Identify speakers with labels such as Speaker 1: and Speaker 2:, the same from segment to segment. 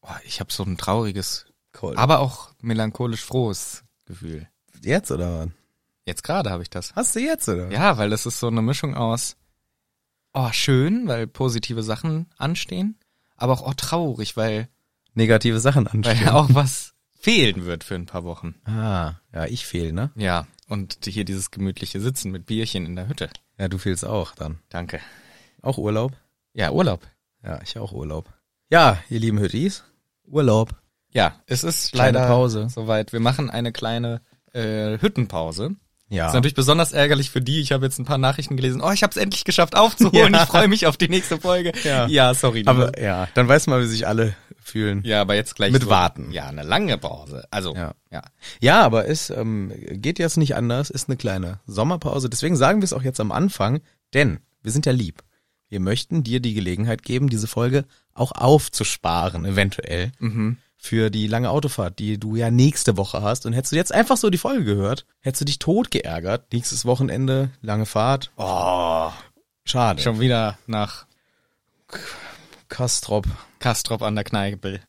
Speaker 1: Oh, ich habe so ein trauriges,
Speaker 2: Cool.
Speaker 1: aber auch melancholisch frohes Gefühl.
Speaker 2: jetzt oder wann?
Speaker 1: Jetzt gerade habe ich das.
Speaker 2: Hast du jetzt oder?
Speaker 1: Ja, weil das ist so eine Mischung aus, oh, schön, weil positive Sachen anstehen, aber auch oh, traurig, weil,
Speaker 2: Negative Sachen
Speaker 1: weil
Speaker 2: anstehen.
Speaker 1: auch was fehlen wird für ein paar Wochen.
Speaker 2: Ah, ja, ich fehl, ne?
Speaker 1: Ja, und hier dieses gemütliche Sitzen mit Bierchen in der Hütte.
Speaker 2: Ja, du fehlst auch dann.
Speaker 1: Danke.
Speaker 2: Auch Urlaub?
Speaker 1: Ja, Urlaub.
Speaker 2: Ja, ich auch Urlaub. Ja, ihr lieben Hüttis, Urlaub.
Speaker 1: Ja, es ist
Speaker 2: Kleine
Speaker 1: leider
Speaker 2: Pause.
Speaker 1: soweit. Wir machen eine kleine äh, Hüttenpause.
Speaker 2: Ja.
Speaker 1: Ist natürlich besonders ärgerlich für die. Ich habe jetzt ein paar Nachrichten gelesen. Oh, ich habe es endlich geschafft aufzuholen.
Speaker 2: Ja.
Speaker 1: Ich freue mich auf die nächste Folge.
Speaker 2: Ja.
Speaker 1: sorry. liebe-
Speaker 2: aber ja, dann weiß man, wie sich alle fühlen.
Speaker 1: ja, aber jetzt gleich
Speaker 2: Mit
Speaker 1: so-
Speaker 2: Warten.
Speaker 1: Ja, eine lange Pause. Also
Speaker 2: Ja.
Speaker 1: ja,
Speaker 2: Ja, aber es ähm, geht jetzt nicht anders, ist eine kleine Sommerpause. Deswegen sagen wir es auch jetzt am Anfang, denn wir sind ja lieb. Wir möchten dir die Gelegenheit geben, diese Folge auch aufzusparen, eventuell, für die lange Autofahrt, die du ja nächste Woche hast. Und hättest du jetzt einfach so die Folge gehört, hättest du dich tot geärgert. Nächstes Wochenende, lange Fahrt. Oh, schade.
Speaker 1: schon wieder nach
Speaker 2: Kastrop
Speaker 1: Kastrop an der Kneipe.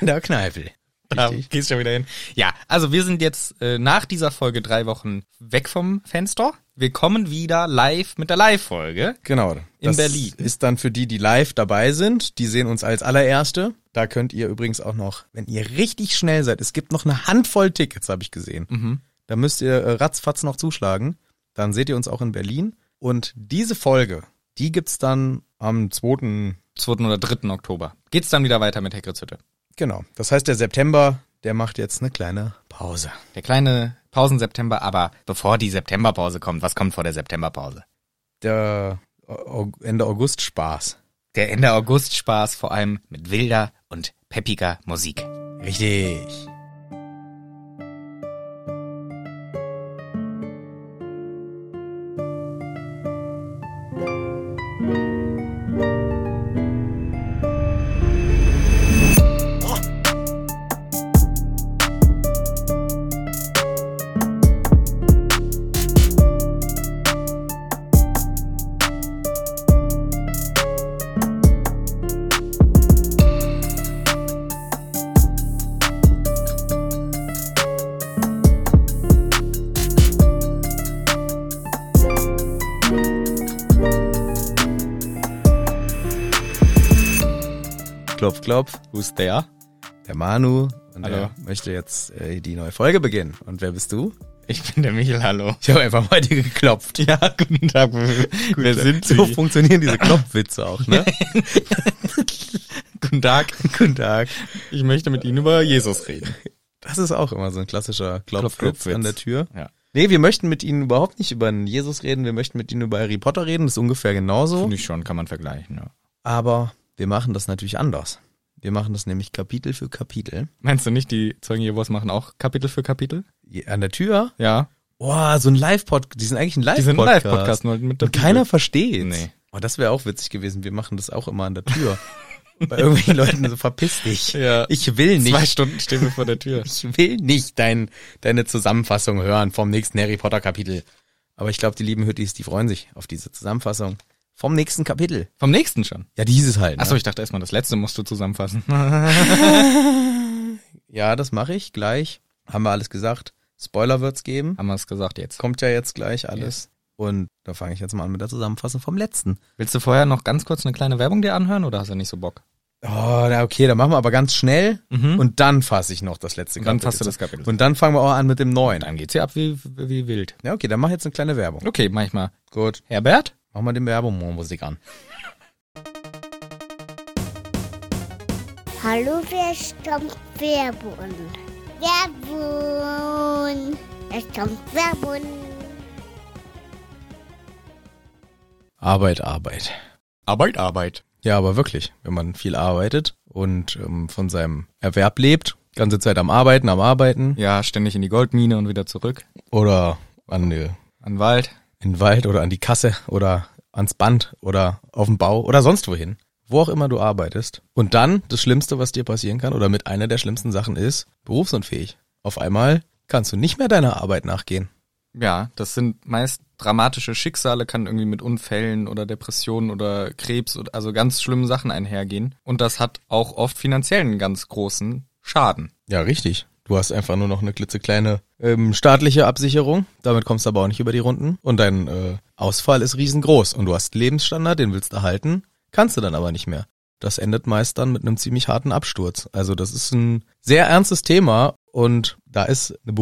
Speaker 2: an der Kneipe.
Speaker 1: Da
Speaker 2: Richtig.
Speaker 1: gehst schon wieder hin. Ja, also wir sind jetzt äh, nach dieser Folge drei Wochen weg vom Fenster. Wir kommen wieder live mit der Live-Folge.
Speaker 2: Genau.
Speaker 1: In Berlin.
Speaker 2: Ist dann für die, die live dabei sind, die sehen uns als allererste. Da könnt ihr übrigens auch noch, wenn ihr richtig schnell seid, es gibt noch eine Handvoll Tickets, habe ich gesehen.
Speaker 1: Mhm.
Speaker 2: Da müsst ihr äh, ratzfatz noch zuschlagen. Dann seht ihr uns auch in Berlin. Und diese Folge, die gibt's dann am 2.
Speaker 1: 2. oder 3. Oktober. Geht's dann wieder weiter mit Heckritz Hütte.
Speaker 2: Genau. Das heißt, der September, der macht jetzt eine kleine Pause.
Speaker 1: Der kleine Pausen-September, aber bevor die Septemberpause kommt, was kommt vor der Septemberpause?
Speaker 2: Der Au- Ende August Spaß.
Speaker 1: Der Ende August Spaß vor allem mit wilder und peppiger Musik.
Speaker 2: Richtig. Klopf, klopf.
Speaker 1: Who's there?
Speaker 2: der Manu und
Speaker 1: Hallo.
Speaker 2: er möchte jetzt äh, die neue Folge beginnen. Und wer bist du?
Speaker 1: Ich bin der Michel, hallo.
Speaker 2: Ich habe einfach mal dir geklopft.
Speaker 1: Ja, guten Tag. Wer sind
Speaker 2: So
Speaker 1: Sie?
Speaker 2: funktionieren diese Klopfwitze auch, ne?
Speaker 1: Guten Tag.
Speaker 2: Guten Tag.
Speaker 1: Ich möchte mit Ihnen über Jesus reden.
Speaker 2: Das ist auch immer so ein klassischer Klopfwitz
Speaker 1: Klopfwitz.
Speaker 2: an der Tür.
Speaker 1: Ja.
Speaker 2: Nee, wir möchten mit Ihnen überhaupt nicht über einen Jesus reden, wir möchten mit Ihnen über Harry Potter reden, das ist ungefähr genauso.
Speaker 1: Finde ich schon, kann man vergleichen. Ja.
Speaker 2: Aber wir machen das natürlich anders. Wir machen das nämlich Kapitel für Kapitel.
Speaker 1: Meinst du nicht, die Zeugen Jehovas machen auch Kapitel für Kapitel?
Speaker 2: Je- An der Tür.
Speaker 1: Ja.
Speaker 2: Boah, so ein Live-Podcast. Die sind eigentlich ein
Speaker 1: Die sind ein
Speaker 2: Live-Podcast.
Speaker 1: Live-Podcast nur mit der
Speaker 2: Und keiner versteht.
Speaker 1: Nee.
Speaker 2: Oh, das wäre auch witzig gewesen. Wir machen das auch immer an der Tür. Bei irgendwelchen Leuten so verpiss dich.
Speaker 1: Ja.
Speaker 2: Ich will
Speaker 1: Bibel.
Speaker 2: nicht.
Speaker 1: Zwei Stunden stehen wir vor der Tür.
Speaker 2: Ich will nicht dein, deine Zusammenfassung hören vom nächsten Harry Potter Kapitel. Aber ich glaube, die lieben Hüttis, die freuen sich auf diese Zusammenfassung vom nächsten Kapitel.
Speaker 1: Vom nächsten schon.
Speaker 2: Ja, dieses halt. Ne?
Speaker 1: Achso, ich dachte erstmal, das letzte musst du zusammenfassen.
Speaker 2: Ja, das mache ich gleich. Haben wir alles gesagt. Spoiler wird's geben.
Speaker 1: Haben wir es gesagt jetzt.
Speaker 2: Kommt ja jetzt gleich alles. Und da fange ich jetzt mal an mit der Zusammenfassung vom letzten.
Speaker 1: Willst du vorher noch ganz kurz eine kleine Werbung dir anhören oder hast du nicht so Bock?
Speaker 2: Oh, na okay, dann machen wir aber ganz schnell und dann fasse ich noch das letzte
Speaker 1: Und dann
Speaker 2: Kapitel.
Speaker 1: fasst du das
Speaker 2: zu.
Speaker 1: Kapitel.
Speaker 2: Und dann fangen wir auch an mit dem neuen.
Speaker 1: Dann geht's hier ab wie, wie wild.
Speaker 2: Ja, okay, dann mach jetzt eine kleine Werbung.
Speaker 1: Okay, mach ich mal.
Speaker 2: Gut,
Speaker 1: Herbert?
Speaker 2: mach mal den Werbung-Musik an.
Speaker 3: Hallo, wer stammt Werbun? Werbun! Es kommt Werbun!
Speaker 2: Arbeit, Arbeit.
Speaker 1: Arbeit, Arbeit.
Speaker 2: Ja, aber wirklich, wenn man viel arbeitet und ähm, von seinem Erwerb lebt, ganze Zeit am Arbeiten, am Arbeiten
Speaker 1: Ja, ständig in die Goldmine und wieder zurück.
Speaker 2: oder an die,
Speaker 1: An den Wald.
Speaker 2: in den Wald oder an die Kasse oder ans Band oder auf den Bau oder sonst wohin. Wo auch immer du arbeitest. Und dann das Schlimmste, was dir passieren kann oder mit einer der schlimmsten Sachen ist, berufsunfähig. Auf einmal kannst du nicht mehr deiner Arbeit nachgehen.
Speaker 1: Ja, das sind meist dramatische Schicksale, kann irgendwie mit Unfällen oder Depressionen oder Krebs oder also ganz schlimmen Sachen einhergehen. Und das hat auch oft finanziell einen ganz großen Schaden.
Speaker 2: Ja, richtig. Du hast einfach nur noch eine klitzekleine ähm, staatliche Absicherung. Damit kommst du aber auch nicht über die Runden. Und dein äh, Ausfall ist riesengroß. Und du hast einen Lebensstandard, den willst du erhalten, kannst du dann aber nicht mehr. Das endet meist dann mit einem ziemlich harten Absturz. Also das ist ein sehr ernstes Thema. Und da ist eine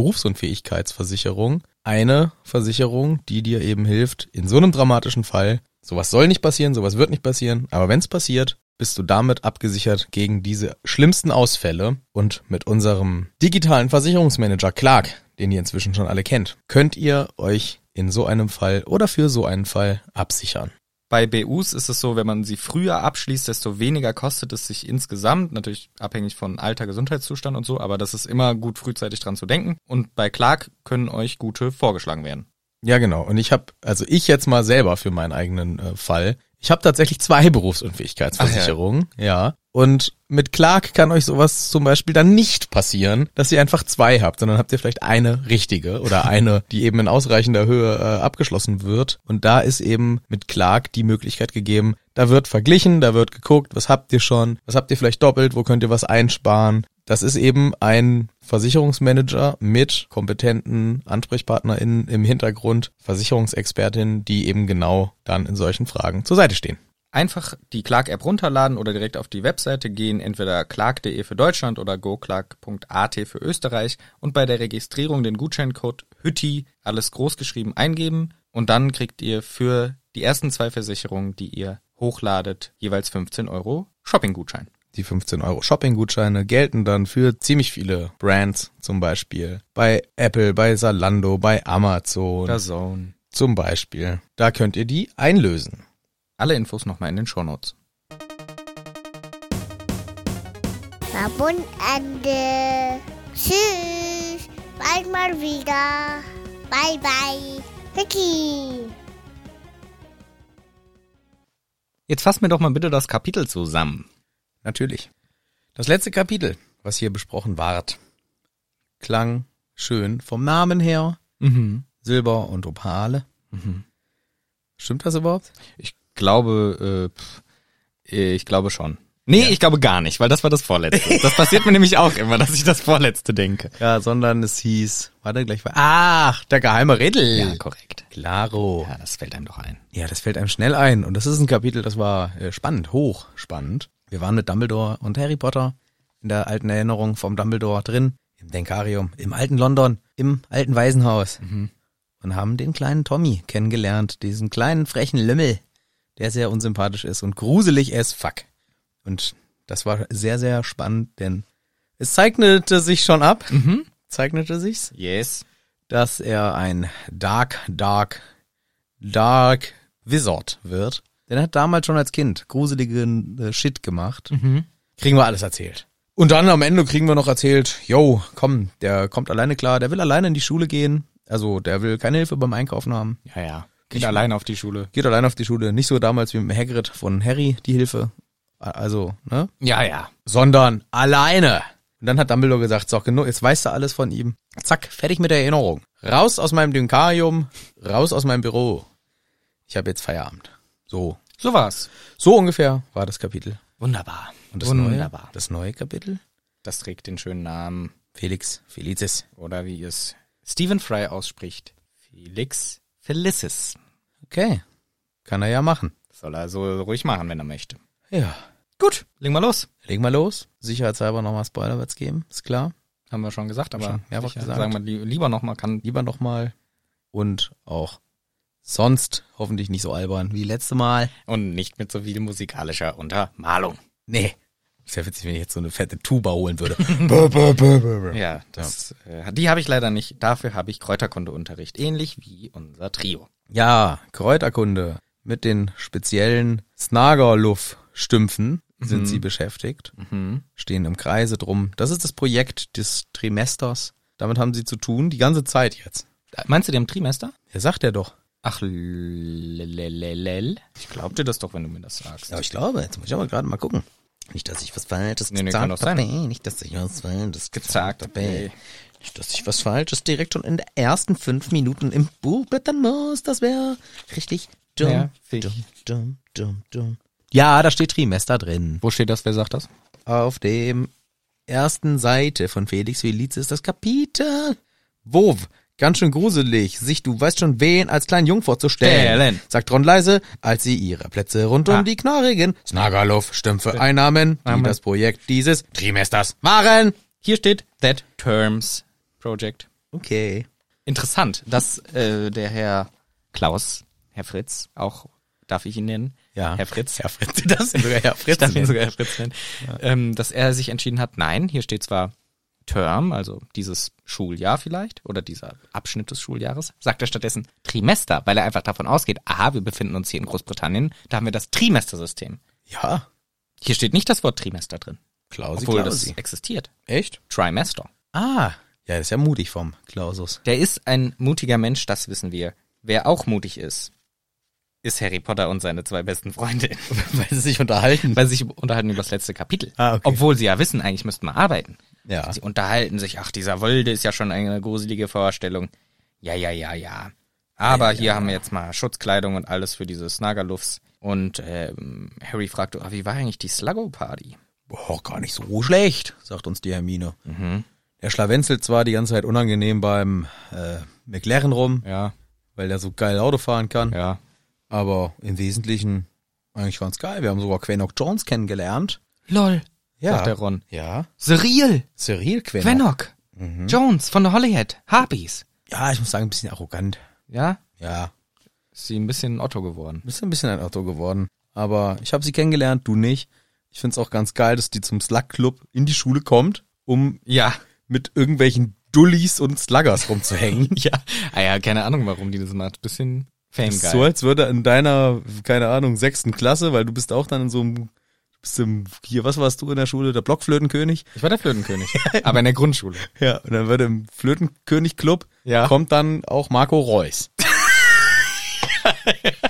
Speaker 2: Berufsunfähigkeitsversicherung eine Versicherung, die dir eben hilft, in so einem dramatischen Fall, sowas soll nicht passieren, sowas wird nicht passieren, aber wenn es passiert, bist du damit abgesichert gegen diese schlimmsten Ausfälle. Und mit unserem digitalen Versicherungsmanager Clark, den ihr inzwischen schon alle kennt, könnt ihr euch in so einem Fall oder für so einen Fall absichern.
Speaker 1: Bei BUs ist es so, wenn man sie früher abschließt, desto weniger kostet es sich insgesamt, natürlich abhängig von Alter, Gesundheitszustand und so, aber das ist immer gut frühzeitig dran zu denken. Und bei Clark können euch gute vorgeschlagen werden.
Speaker 2: Ja, genau. Und ich habe, also ich jetzt mal selber für meinen eigenen äh, Fall, ich habe tatsächlich zwei Berufsunfähigkeitsversicherungen, ja. Und mit Clark kann euch sowas zum Beispiel dann nicht passieren, dass ihr einfach zwei habt, sondern habt ihr vielleicht eine richtige oder eine, die eben in ausreichender Höhe äh, abgeschlossen wird. Und da ist eben mit Clark die Möglichkeit gegeben, da wird verglichen, da wird geguckt, was habt ihr schon, was habt ihr vielleicht doppelt, wo könnt ihr was einsparen. Das ist eben ein Versicherungsmanager mit kompetenten AnsprechpartnerInnen im Hintergrund, Versicherungsexpertinnen, die eben genau dann in solchen Fragen zur Seite stehen.
Speaker 1: Einfach die Clark-App runterladen oder direkt auf die Webseite gehen, entweder clark.de für Deutschland oder goclark.at für Österreich und bei der Registrierung den Gutscheincode HÜTTI, alles großgeschrieben, eingeben und dann kriegt ihr für die ersten zwei Versicherungen, die ihr hochladet, jeweils 15 Euro Shopping-Gutschein.
Speaker 2: Die 15 Euro Shopping-Gutscheine gelten dann für ziemlich viele Brands, zum Beispiel bei Apple, bei Zalando, bei Amazon,
Speaker 1: Zone.
Speaker 2: zum Beispiel. Da könnt ihr die einlösen.
Speaker 1: Alle Infos nochmal in den Shownotes.
Speaker 3: Verbundende. Tschüss. Bald mal wieder. Bye, bye. Vicky.
Speaker 1: Jetzt fass mir doch mal bitte das Kapitel zusammen.
Speaker 2: Natürlich. Das letzte Kapitel, was hier besprochen ward, klang schön vom Namen her. Mhm. Silber und Opale. Mhm. Stimmt das überhaupt?
Speaker 1: Ich glaube, äh, pff, äh, ich glaube schon. Nee, ich glaube gar nicht, weil das war das Vorletzte. Das passiert mir nämlich auch immer, dass ich das Vorletzte denke.
Speaker 2: Ja, sondern es hieß, warte gleich, war, ach, der geheime Rädel.
Speaker 1: korrekt.
Speaker 2: Claro.
Speaker 1: Ja, das fällt einem doch ein.
Speaker 2: Ja, das fällt einem schnell ein. Und das ist ein Kapitel, das war äh, spannend, hochspannend. Wir waren mit Dumbledore und Harry Potter in der alten Erinnerung vom Dumbledore drin, im Denkarium, im alten London, im alten Waisenhaus. Und haben den kleinen Tommy kennengelernt, diesen kleinen frechen Lümmel, der sehr unsympathisch ist und gruselig as fuck. Und das war sehr, sehr spannend, denn es zeichnete sich schon ab, zeichnete sich's,
Speaker 1: Yes.
Speaker 2: dass er ein Dark, Dark, Dark Wizard wird. Denn er hat damals schon als Kind gruseligen äh, Shit gemacht. Kriegen wir alles erzählt. Und dann am Ende kriegen wir noch erzählt, yo, komm, der kommt alleine klar, der will alleine in die Schule gehen. Also der will keine Hilfe beim Einkaufen haben.
Speaker 1: Ja, ja. Geht allein auf die Schule.
Speaker 2: Geht alleine auf die Schule. Nicht so damals wie mit Hagrid von Harry die Hilfe. A- Also, ne?
Speaker 1: Ja, ja.
Speaker 2: sondern alleine. Und dann hat Dumbledore gesagt, so genug, jetzt weißt du alles von ihm. Zack, fertig mit der Erinnerung. Raus aus meinem Dünkarium, raus aus meinem Büro. Ich habe jetzt Feierabend. So.
Speaker 1: So war's.
Speaker 2: So ungefähr war das Kapitel.
Speaker 1: Wunderbar.
Speaker 2: Und das neue, das neue Kapitel?
Speaker 1: Das trägt den schönen Namen,
Speaker 2: Felix, Felicis.
Speaker 1: oder wie es Stephen Fry ausspricht, Felix Felicis.
Speaker 2: Okay. Kann er ja machen.
Speaker 1: Das soll er so ruhig machen, wenn er möchte.
Speaker 2: Ja.
Speaker 1: Gut, legen wir los.
Speaker 2: Legen wir los. Sicherheitshalber nochmal Spoiler wird's geben, ist klar.
Speaker 1: Haben wir schon gesagt, aber
Speaker 2: Schon mehrfach
Speaker 1: sicher,
Speaker 2: gesagt.
Speaker 1: sagen wir li- lieber nochmal, kann
Speaker 2: Lieber nochmal. Und auch sonst hoffentlich nicht so albern wie letzte Mal.
Speaker 1: und nicht mit so viel musikalischer Untermalung.
Speaker 2: Nee. Ist ja witzig, wenn ich jetzt so eine fette Tuba holen würde.
Speaker 1: Ja, das, Äh, die habe ich leider nicht. Dafür habe ich Kräuterkundeunterricht, ähnlich wie unser Trio.
Speaker 2: ja, Kräuterkunde. Mit den speziellen Snagerluff-Stümpfen sind sie beschäftigt, stehen im Kreise drum. Das ist das Projekt des Trimesters. Damit haben sie zu tun, die ganze Zeit jetzt.
Speaker 1: Äh, Meinst du dem Trimester?
Speaker 2: Ja, sagt er doch.
Speaker 1: Ach, lelelelel. Ich glaub dir das doch, wenn du mir das sagst.
Speaker 2: ich glaube, jetzt muss ich aber gerade mal gucken. Nicht, dass ich was Falsches
Speaker 1: Nee, nee, kann doch sein.
Speaker 2: Nicht, dass ich was Falsches
Speaker 1: Gesagt, ey.
Speaker 2: Nicht, dass ich was Falsches direkt schon in den ersten fünf Minuten im Buch blättern muss. Das wäre richtig dumm,
Speaker 1: Nervig.
Speaker 2: dumm, dumm, dumm, dumm. Ja, da steht Trimester drin.
Speaker 1: Wo steht das? Wer sagt das?
Speaker 2: Auf dem ersten Seite von Felix Feliz ist das Kapitel. Wov, ganz schön gruselig, sich du weißt schon wen als kleinen Jung vorzustellen,
Speaker 1: Stellen.
Speaker 2: sagt Ron leise, als sie ihre Plätze rund um
Speaker 1: Ah.
Speaker 2: die Knarrigen Snagalov stimmt für Einnahmen, die
Speaker 1: Amen.
Speaker 2: das Projekt dieses Trimesters waren.
Speaker 1: Hier steht That Terms Project.
Speaker 2: Okay.
Speaker 1: Interessant, dass äh, der Herr Klaus, Herr Fritz, auch darf ich ihn nennen?
Speaker 2: Ja.
Speaker 1: Herr Fritz.
Speaker 2: Herr Fritz, das sogar Herr Fritz.
Speaker 1: ich darf ihn
Speaker 2: nennen.
Speaker 1: sogar Herr Fritz nennen. Ähm, dass er sich entschieden hat, nein, hier steht zwar Term, also dieses Schuljahr vielleicht oder dieser Abschnitt des Schuljahres, sagt er stattdessen Trimester, weil er einfach davon ausgeht, aha, wir befinden uns hier in Großbritannien, da haben wir das Trimestersystem.
Speaker 2: Ja,
Speaker 1: Hier steht nicht das Wort Trimester drin,
Speaker 2: Klausi,
Speaker 1: obwohl
Speaker 2: Klausi.
Speaker 1: das existiert.
Speaker 2: Echt?
Speaker 1: Trimester.
Speaker 2: Ah, ja, das ist ja mutig vom Klausus.
Speaker 1: Der ist ein mutiger Mensch, das wissen wir. Wer auch mutig ist, ist Harry Potter und seine zwei besten Freunde,
Speaker 2: Weil sie sich unterhalten.
Speaker 1: weil sie sich unterhalten über das letzte Kapitel.
Speaker 2: Ah, okay.
Speaker 1: Obwohl sie ja wissen, eigentlich müssten wir arbeiten.
Speaker 2: Ja.
Speaker 1: Sie unterhalten sich, ach, dieser Wolde ist ja schon eine gruselige Vorstellung. Ja, ja, ja, ja. Aber hier haben wir jetzt mal Schutzkleidung und alles für diese Snagalufs. Und ähm, Harry fragt, ah, wie war eigentlich die Sluggo-Party?
Speaker 2: Boah, gar nicht so schlecht, sagt uns die Hermine. Der schlawenzelt zwar die ganze Zeit unangenehm beim äh, McLaren rum,
Speaker 1: Ja,
Speaker 2: weil der so geil Auto fahren kann,
Speaker 1: ja.
Speaker 2: aber im Wesentlichen eigentlich ganz geil. Wir haben sogar Quenock Jones kennengelernt.
Speaker 1: Lol,
Speaker 2: Ja.
Speaker 1: sagt der Ron. Genau.
Speaker 2: Ja,
Speaker 1: Surreal,
Speaker 2: Cyril Quenock.
Speaker 1: Venok, Jones von der Hollyhead, Harpies.
Speaker 2: Ja, ich muss sagen, ein bisschen arrogant.
Speaker 1: Ja,
Speaker 2: Ja,
Speaker 1: ist sie ein bisschen Otto geworden.
Speaker 2: bist ein bisschen ein Auto geworden. Aber ich habe sie kennengelernt, du nicht. Ich find's auch ganz geil, dass die zum Slug-Club in die Schule kommt, um
Speaker 1: Ja,
Speaker 2: mit irgendwelchen Dullis und Sluggers rumzuhängen.
Speaker 1: ja. Ah ja, keine Ahnung, warum die das macht. Bisschen
Speaker 2: Das ist so,
Speaker 1: Fangeil.
Speaker 2: als würde in deiner, keine Ahnung, sechsten Klasse, weil du bist auch dann in so einem, du bist im, hier, was warst du in der Schule, der Blockflötenkönig?
Speaker 1: Ich war der Flötenkönig, aber in der Grundschule.
Speaker 2: Ja. Und dann wird im Flötenkönig-Club,
Speaker 1: Ja.
Speaker 2: kommt dann auch Marco Reus.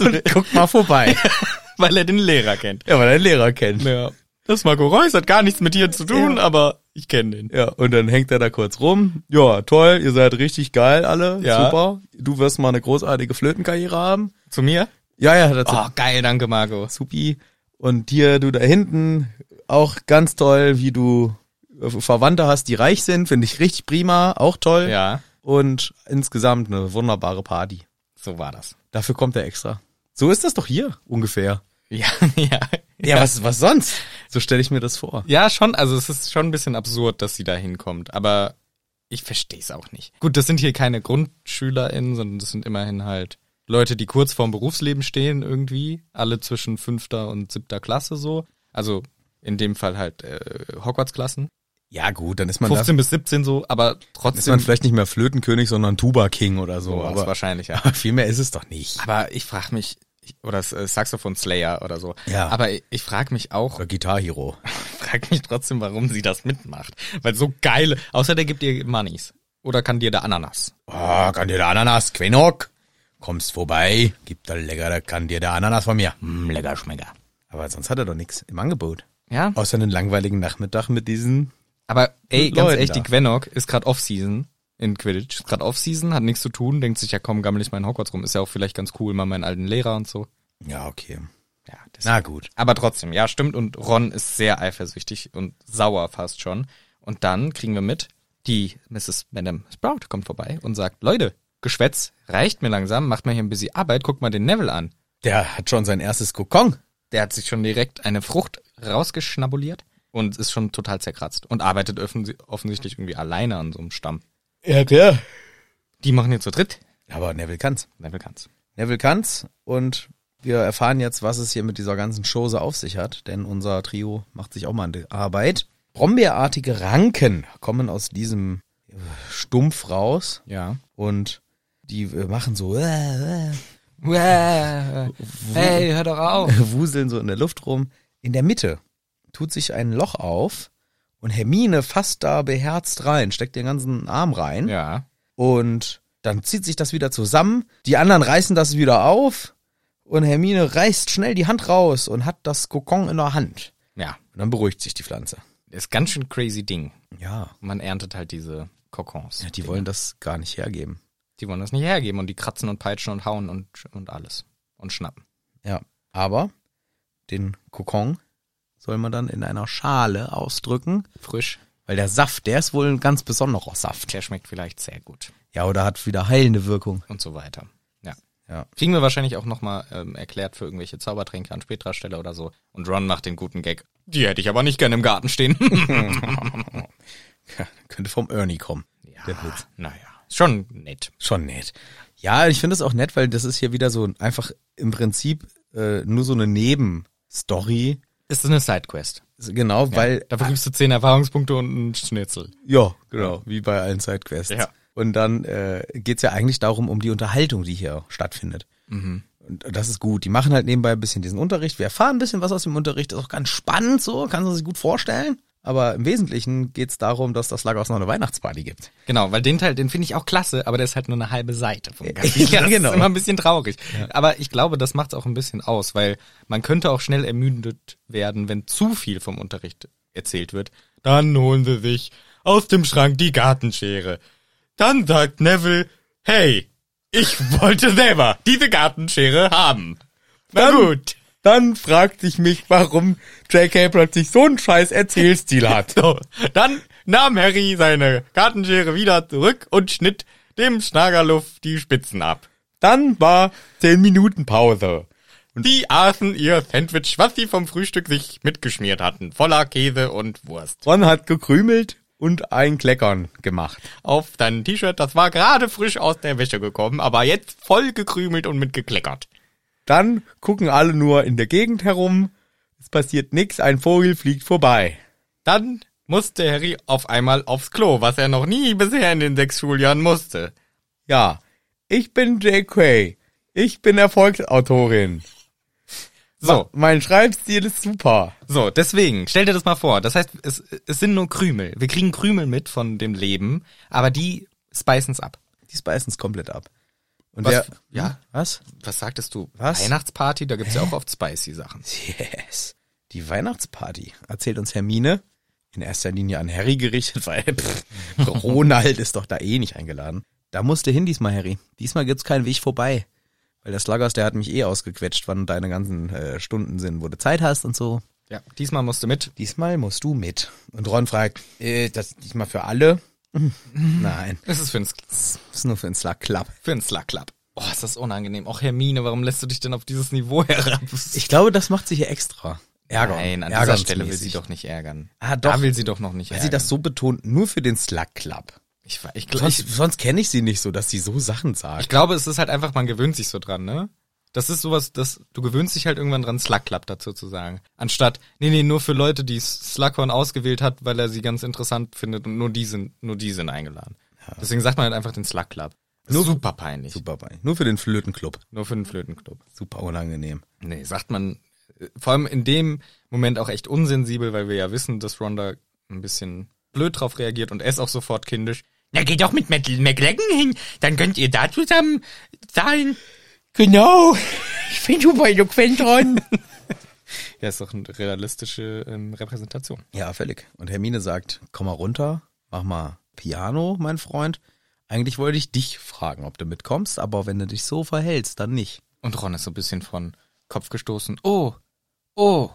Speaker 2: Und guckt mal vorbei.
Speaker 1: Weil er den Lehrer kennt.
Speaker 2: ja, weil er den Lehrer kennt.
Speaker 1: Ja. Das Marco Reus hat gar nichts mit dir zu tun, aber ich kenne den.
Speaker 2: Ja, und dann hängt er da kurz rum. Ja, toll, ihr seid richtig geil alle.
Speaker 1: Ja.
Speaker 2: Super. Du wirst mal eine großartige Flötenkarriere haben.
Speaker 1: Zu mir?
Speaker 2: Ja, ja, dazu.
Speaker 1: Oh, geil, danke, Marco.
Speaker 2: Supi. Und dir, du da hinten, auch ganz toll, wie du äh, Verwandte hast, die reich sind, finde ich richtig prima, auch toll.
Speaker 1: Ja,
Speaker 2: Und insgesamt eine wunderbare Party.
Speaker 1: so war das.
Speaker 2: Dafür kommt er extra. So ist das doch hier ungefähr.
Speaker 1: Ja, ja.
Speaker 2: Ja, was, was sonst? So stelle ich mir das vor.
Speaker 1: Ja, schon, also es ist schon ein bisschen absurd, dass sie da hinkommt, aber ich verstehe es auch nicht. Gut, das sind hier keine GrundschülerInnen, sondern das sind immerhin halt Leute, die kurz vorm Berufsleben stehen irgendwie, alle zwischen fünfter und siebter Klasse so. Also in dem Fall halt äh, Hogwarts-Klassen.
Speaker 2: Ja, gut, dann ist man, da,
Speaker 1: 15 bis 17 so, aber
Speaker 2: ist
Speaker 1: trotzdem
Speaker 2: man vielleicht nicht mehr Flötenkönig, sondern Tuba King oder so.
Speaker 1: sowas
Speaker 2: aber
Speaker 1: wahrscheinlich, ja.
Speaker 2: aber viel mehr ist es doch nicht.
Speaker 1: Aber ich frage mich, ich- oder das äh, Saxophon Slayer oder so.
Speaker 2: Ja.
Speaker 1: Aber ich, ich frage mich auch,
Speaker 2: Oder Guitar Hero.
Speaker 1: frage mich trotzdem, warum sie das mitmacht. Weil so geile, außer der gibt dir Moneys. Oder kann dir der Ananas.
Speaker 2: Ah, kann dir der Ananas, Quenock. Kommst vorbei, gib da lecker, da kann dir der Ananas von mir.
Speaker 1: Mm, lecker Schmecker.
Speaker 2: Aber sonst hat er doch nichts im Angebot.
Speaker 1: Ja.
Speaker 2: Außer einen langweiligen Nachmittag mit diesen.
Speaker 1: Aber ey,
Speaker 2: Mit
Speaker 1: ganz
Speaker 2: Leuten
Speaker 1: ehrlich,
Speaker 2: da.
Speaker 1: die Gwenok ist gerade Off-Season in Quidditch. Ist gerade Off-Season, hat nichts zu tun, denkt sich, ja komm, gammel ich mal in Hogwarts rum. Ist ja auch vielleicht ganz cool, mal meinen alten Lehrer und so.
Speaker 2: Ja, okay.
Speaker 1: Ja, das
Speaker 2: Na gut.
Speaker 1: Aber trotzdem, ja, stimmt. Und Ron ist sehr eifersüchtig und sauer fast schon. Und dann kriegen wir mit, die Mrs. Madame Sprout kommt vorbei und sagt, Leute, Geschwätz reicht mir langsam, macht mal hier ein bisschen Arbeit, guckt mal den Neville an.
Speaker 2: Der hat schon sein erstes Kokon.
Speaker 1: Der hat sich schon direkt eine Frucht rausgeschnabuliert und ist schon total zerkratzt und arbeitet offens- offensichtlich irgendwie alleine an so einem Stamm.
Speaker 2: Ja, klar.
Speaker 1: Die machen hier zu dritt.
Speaker 2: Aber Neville kann's.
Speaker 1: Neville kann's.
Speaker 2: Neville kann's. Und wir erfahren jetzt, was es hier mit dieser ganzen Chose auf sich hat. Denn unser Trio macht sich auch mal an die Arbeit. Brombeerartige Ranken kommen aus diesem äh, Stumpf raus.
Speaker 1: Ja.
Speaker 2: Und die äh, machen so. Äh, äh,
Speaker 1: Hey, hör doch
Speaker 2: Oh.
Speaker 1: auf.
Speaker 2: äh, wuseln so in der Luft rum. In der Mitte tut sich ein Loch auf und Hermine fasst da beherzt rein, steckt den ganzen Arm rein
Speaker 1: Ja.
Speaker 2: und dann zieht sich das wieder zusammen. Die anderen reißen das wieder auf und Hermine reißt schnell die Hand raus und hat das Kokon in der Hand.
Speaker 1: Ja.
Speaker 2: Und dann beruhigt sich die Pflanze.
Speaker 1: ist ganz schön crazy Ding.
Speaker 2: Ja.
Speaker 1: Man erntet halt diese Kokons.
Speaker 2: ja die wollen das gar nicht hergeben.
Speaker 1: Die wollen das nicht hergeben und die kratzen und peitschen und hauen und, und alles. Und schnappen.
Speaker 2: Ja. Aber den Kokon soll man dann in einer Schale ausdrücken,
Speaker 1: Frisch.
Speaker 2: weil der Saft, der ist wohl ein ganz besonderer Saft.
Speaker 1: Der schmeckt vielleicht sehr gut.
Speaker 2: Ja, oder hat wieder heilende Wirkung.
Speaker 1: Und so weiter. Ja.
Speaker 2: Ja.
Speaker 1: Kriegen wir wahrscheinlich auch nochmal ähm, erklärt für irgendwelche Zaubertränke an späterer Stelle oder so. Und Ron macht den guten Gag. Die hätte ich aber nicht gerne im Garten stehen.
Speaker 2: Ja, könnte vom Ernie kommen. Der Witz.
Speaker 1: Naja. Ist Schon nett.
Speaker 2: Schon nett. Ja, ich finde es auch nett, weil das ist hier wieder so einfach im Prinzip äh, nur so eine Nebenstory.
Speaker 1: Ist eine Sidequest.
Speaker 2: Genau, weil.
Speaker 1: Dafür gibst du 10 Erfahrungspunkte und einen Schnitzel.
Speaker 2: Ja, genau, wie bei allen Sidequests.
Speaker 1: Ja.
Speaker 2: Und dann äh, geht's ja eigentlich darum, um die Unterhaltung, die hier stattfindet.
Speaker 1: Mhm.
Speaker 2: Und das ist gut. Die machen halt nebenbei ein bisschen diesen Unterricht. Wir erfahren ein bisschen was aus dem Unterricht. Ist auch ganz spannend so, kann man sich gut vorstellen. Aber im Wesentlichen geht's darum, dass das Lagos noch eine Weihnachtsparty gibt.
Speaker 1: Genau, weil den Teil, den finde ich auch klasse, aber der ist halt nur eine halbe Seite vom Kapitel.
Speaker 2: Ja,
Speaker 1: Das
Speaker 2: genau.
Speaker 1: ist immer ein bisschen traurig. Aber ich glaube, das macht es auch ein bisschen aus, weil man könnte auch schnell ermüdet werden, wenn zu viel vom Unterricht erzählt wird. Dann holen sie sich aus dem Schrank die Gartenschere. Dann sagt Neville, hey, ich wollte selber diese Gartenschere haben. Na gut.
Speaker 2: Dann fragt sich mich, warum J.K. plötzlich so einen scheiß Erzählstil hat.
Speaker 1: So, dann nahm Harry seine Gartenschere wieder zurück und schnitt dem Schnagerluff die Spitzen ab.
Speaker 2: Dann war 10 Minuten Pause.
Speaker 1: Die aßen ihr Sandwich, was sie vom Frühstück sich mitgeschmiert hatten, voller Käse und Wurst.
Speaker 2: Ron hat gekrümelt und ein Kleckern gemacht.
Speaker 1: Auf dein T-Shirt, das war gerade frisch aus der Wäsche gekommen, aber jetzt voll gekrümelt und mitgekleckert.
Speaker 2: Dann gucken alle nur in der Gegend herum. Es passiert nichts, ein Vogel fliegt vorbei.
Speaker 1: Dann musste Harry auf einmal aufs Klo, was er noch nie bisher in den sechs Schuljahren musste.
Speaker 2: Ja, ich bin J.K. Ich bin Erfolgsautorin.
Speaker 1: So,
Speaker 2: Mein Schreibstil ist super.
Speaker 1: so, deswegen, stell dir das mal vor. Das heißt, es, es sind nur Krümel. Wir kriegen Krümel mit von dem Leben, aber die speisen's ab.
Speaker 2: Die speisen es komplett ab. Und Hm?
Speaker 1: Was-
Speaker 2: der,
Speaker 1: ja?
Speaker 2: Was?
Speaker 1: Was sagtest du?
Speaker 2: Was?
Speaker 1: Weihnachtsparty, da gibt's ja auch oft spicy Sachen.
Speaker 2: Yes. Die Weihnachtsparty, erzählt uns Hermine. In erster Linie an Harry gerichtet, weil pff, Ronald ist doch da eh nicht eingeladen. Da musste hin diesmal, Harry. Diesmal gibt's keinen Weg vorbei. Weil der Sluggers, der hat mich eh ausgequetscht, wann deine ganzen äh, Stunden sind, wo du Zeit hast und so.
Speaker 1: Ja, diesmal musst du mit.
Speaker 2: Diesmal musst du mit. Und Ron fragt, äh, das diesmal für alle? Nein,
Speaker 1: Es ist für ein
Speaker 2: das ist nur für den Slug Club.
Speaker 1: Für einen Slug Club. Oh, ist das unangenehm. Och, Hermine, warum lässt du dich denn auf dieses Niveau herab?
Speaker 2: Ich glaube, das macht sie hier extra. Ärger.
Speaker 1: Nein, an dieser
Speaker 2: Ärgernsmäßig.
Speaker 1: Stelle will sie doch nicht ärgern.
Speaker 2: Ah, doch.
Speaker 1: Da will sie doch noch nicht
Speaker 2: Weil
Speaker 1: ärgern.
Speaker 2: sie das so betont, nur für den Slug Club.
Speaker 1: ich, wa- ich, gl-
Speaker 2: Sonst,
Speaker 1: ich,
Speaker 2: sonst kenne ich sie nicht so, dass sie so Sachen
Speaker 1: ich
Speaker 2: sagt.
Speaker 1: glaube, es ist halt einfach, man gewöhnt sich so dran, ne? Das ist sowas, das, du gewöhnst dich halt irgendwann dran, Slug Club dazu zu sagen. Anstatt, nee, nee, nur für Leute, die Slughorn ausgewählt hat, weil er sie ganz interessant findet und nur die sind, nur die sind eingeladen. Deswegen sagt man halt einfach den Slug Club. Nur super peinlich.
Speaker 2: Super bei. Nur für den Flötenclub.
Speaker 1: Nur für den Flötenclub.
Speaker 2: Super unangenehm.
Speaker 1: Nee, sagt man äh, vor allem in dem Moment auch echt unsensibel, weil wir ja wissen, dass Ronda ein bisschen blöd drauf reagiert und er ist auch sofort kindisch. Na, geht doch mit Metal McLaggen hin, dann könnt ihr da zusammen sein.
Speaker 2: Genau. Ich bin super eloquent dran.
Speaker 1: Ja, ist doch eine realistische ähm, Repräsentation.
Speaker 2: ja, völlig. Und Hermine sagt, komm mal runter, mach mal Piano, mein Freund. Eigentlich wollte ich dich fragen, ob du mitkommst, aber wenn du dich so verhältst, dann nicht.
Speaker 1: Und Ron ist so ein bisschen von Kopf gestoßen. Oh, oh.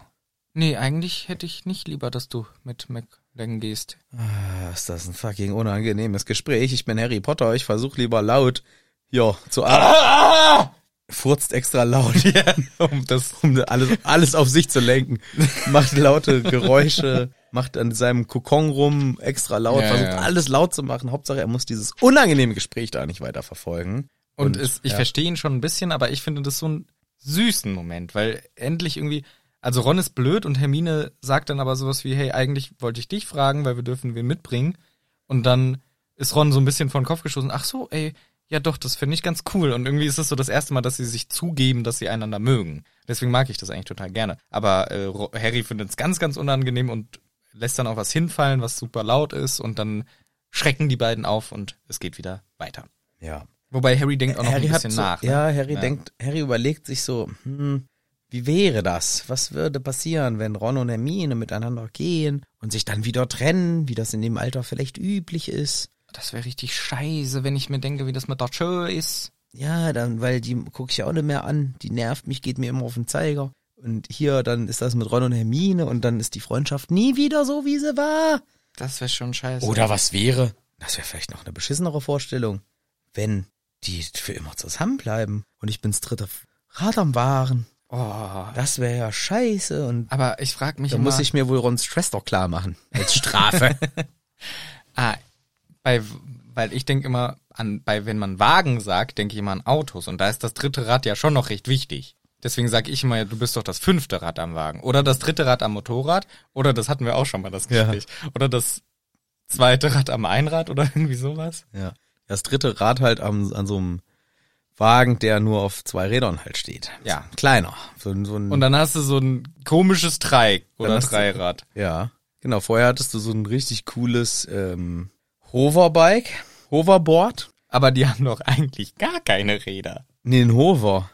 Speaker 1: Nee, eigentlich hätte ich nicht lieber, dass du mit McLaggen gehst.
Speaker 2: Ah, Ist das ein fucking unangenehmes Gespräch? Ich bin Harry Potter, ich versuch lieber laut, ja, zu atmen. Furzt extra laut.
Speaker 1: Ja, um das
Speaker 2: um alles, alles auf sich zu lenken. Macht laute Geräusche, macht an seinem Kokon rum, extra laut,
Speaker 1: Ja,
Speaker 2: versucht
Speaker 1: ja.
Speaker 2: alles laut zu machen. Hauptsache, er muss dieses unangenehme Gespräch da nicht weiter verfolgen.
Speaker 1: Und, es, ich
Speaker 2: ja.
Speaker 1: verstehe ihn schon ein bisschen, aber ich finde das so einen süßen Moment, weil endlich irgendwie, also Ron ist blöd und Hermine sagt dann aber sowas wie, hey, eigentlich wollte ich dich fragen, weil wir dürfen wen mitbringen. Und dann ist Ron so ein bisschen vor den Kopf geschossen, ach so, ey, ja doch, das finde ich ganz cool. Und irgendwie ist es so das erste Mal, dass sie sich zugeben, dass sie einander mögen. Deswegen mag ich das eigentlich total gerne. Aber äh, Ro- Harry findet es ganz, ganz unangenehm und lässt dann auch was hinfallen, was super laut ist. Und dann schrecken die beiden auf und es geht wieder weiter.
Speaker 2: Ja.
Speaker 1: Wobei Harry denkt auch noch ein bisschen
Speaker 2: so,
Speaker 1: nach. ne?
Speaker 2: Ja, Harry denkt, Harry überlegt sich so, hm, Wie wäre das? Was würde passieren, wenn Ron und Hermine miteinander gehen und sich dann wieder trennen, wie das in dem Alter vielleicht üblich ist?
Speaker 1: Das wäre richtig scheiße, wenn ich mir denke, wie das mit der Tschö ist.
Speaker 2: Ja, dann, weil die gucke ich ja auch nicht mehr an. Die nervt mich, geht mir immer auf den Zeiger. Und hier, dann ist das mit Ron und Hermine und dann ist die Freundschaft nie wieder so, wie sie war.
Speaker 1: Das wäre schon scheiße.
Speaker 2: Oder was wäre? Das wäre vielleicht noch eine beschissenere Vorstellung. Wenn die für immer zusammenbleiben und ich bin's dritte Rad am Waren.
Speaker 1: Oh.
Speaker 2: Das wäre ja scheiße und
Speaker 1: Aber ich frage mich
Speaker 2: da
Speaker 1: immer,
Speaker 2: muss ich mir wohl Rons Schwester klar machen. Als Strafe.
Speaker 1: ah, bei, weil ich denke immer an, bei wenn man Wagen sagt, denke ich immer an Autos und da ist das dritte Rad ja schon noch recht wichtig. Deswegen sage ich immer, ja, du bist doch das fünfte Rad am Wagen oder das dritte Rad am Motorrad oder das hatten wir auch schon mal das
Speaker 2: Ja.
Speaker 1: Gespräch oder das zweite Rad am Einrad oder irgendwie sowas.
Speaker 2: ja. Das dritte Rad halt am, an so einem Wagen, der nur auf zwei Rädern halt steht.
Speaker 1: Ja.
Speaker 2: Kleiner. So, ein- so ein,
Speaker 1: Und dann hast du so ein komisches Dreieck oder
Speaker 2: hast du-
Speaker 1: Dreirad.
Speaker 2: ja. Genau, vorher hattest du so ein richtig cooles ähm, Hoverbike, Hoverboard.
Speaker 1: Aber die haben doch eigentlich gar keine Räder.
Speaker 2: Nee, ein Hover.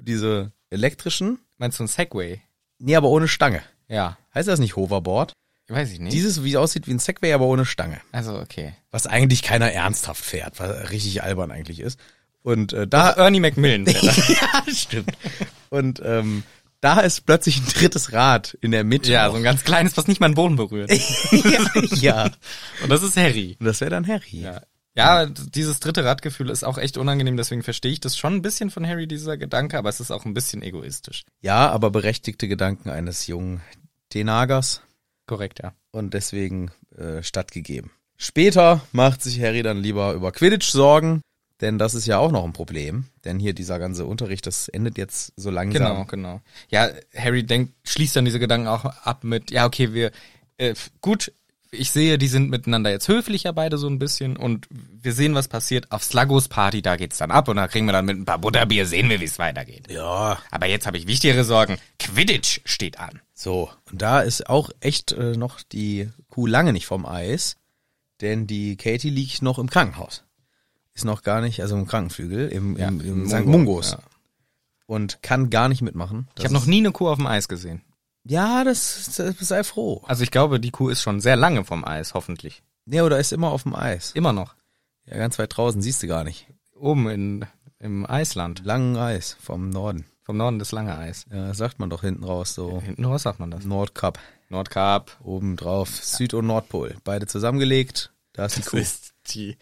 Speaker 2: Diese elektrischen.
Speaker 1: Meinst du ein Segway?
Speaker 2: Nee, aber ohne Stange.
Speaker 1: Ja,
Speaker 2: Heißt das nicht Hoverboard?
Speaker 1: weiß ich nicht.
Speaker 2: Dieses, wie aussieht wie ein Segway, aber ohne Stange.
Speaker 1: also okay.
Speaker 2: was eigentlich keiner ernsthaft fährt, was richtig albern eigentlich ist. Und äh, da
Speaker 1: Ernie Macmillan. wäre das.
Speaker 2: ja, stimmt. Und ähm, da ist plötzlich ein drittes Rad in der Mitte.
Speaker 1: ja,
Speaker 2: noch.
Speaker 1: so ein ganz kleines, was nicht mal den Boden berührt.
Speaker 2: ja, ja.
Speaker 1: Und das ist Harry.
Speaker 2: Und das wäre dann Harry.
Speaker 1: Ja. Ja, d- dieses dritte Radgefühl ist auch echt unangenehm, deswegen verstehe ich das schon ein bisschen von Harry, dieser Gedanke, aber es ist auch ein bisschen egoistisch.
Speaker 2: ja, aber berechtigte Gedanken eines jungen Denagers
Speaker 1: Korrekt, ja.
Speaker 2: und deswegen äh, stattgegeben. Später macht sich Harry dann lieber über Quidditch Sorgen, denn das ist ja auch noch ein Problem. Denn hier dieser ganze Unterricht, das endet jetzt so langsam.
Speaker 1: Genau, genau. Ja, Harry denkt, schließt dann diese Gedanken auch ab mit, ja, okay, wir, äh, f- gut, ich sehe, die sind miteinander jetzt höflicher beide so ein bisschen und wir sehen, was passiert. Auf Slagos Party, da geht's dann ab und da kriegen wir dann mit ein paar Butterbier, sehen wir, wie es weitergeht.
Speaker 2: Ja,
Speaker 1: Aber jetzt habe ich wichtigere Sorgen. Quidditch steht an.
Speaker 2: So, und da ist auch echt äh, noch die Kuh lange nicht vom Eis, denn die Katie liegt noch im Krankenhaus. Ist noch gar nicht, also im Krankenflügel, im,
Speaker 1: Ja,
Speaker 2: im, im
Speaker 1: im
Speaker 2: St.
Speaker 1: Mungo,
Speaker 2: Mungos.
Speaker 1: ja.
Speaker 2: Und kann gar nicht mitmachen.
Speaker 1: ich habe noch nie eine Kuh auf dem Eis gesehen.
Speaker 2: Ja, das, das sei froh.
Speaker 1: Also ich glaube, die Kuh ist schon sehr lange vom Eis, hoffentlich.
Speaker 2: Ja, oder ist immer auf dem Eis.
Speaker 1: Immer noch.
Speaker 2: Ja, ganz weit draußen siehst du gar nicht.
Speaker 1: Oben in, im Eisland.
Speaker 2: Langen Eis vom Norden.
Speaker 1: Vom Norden des lange Eis.
Speaker 2: Ja, das sagt man doch hinten raus, so
Speaker 1: Hinten raus sagt man das.
Speaker 2: Nordkap.
Speaker 1: Nordkap.
Speaker 2: Oben drauf, Süd- und Nordpol. Beide zusammengelegt. Da ist die Kuh.
Speaker 1: ist die,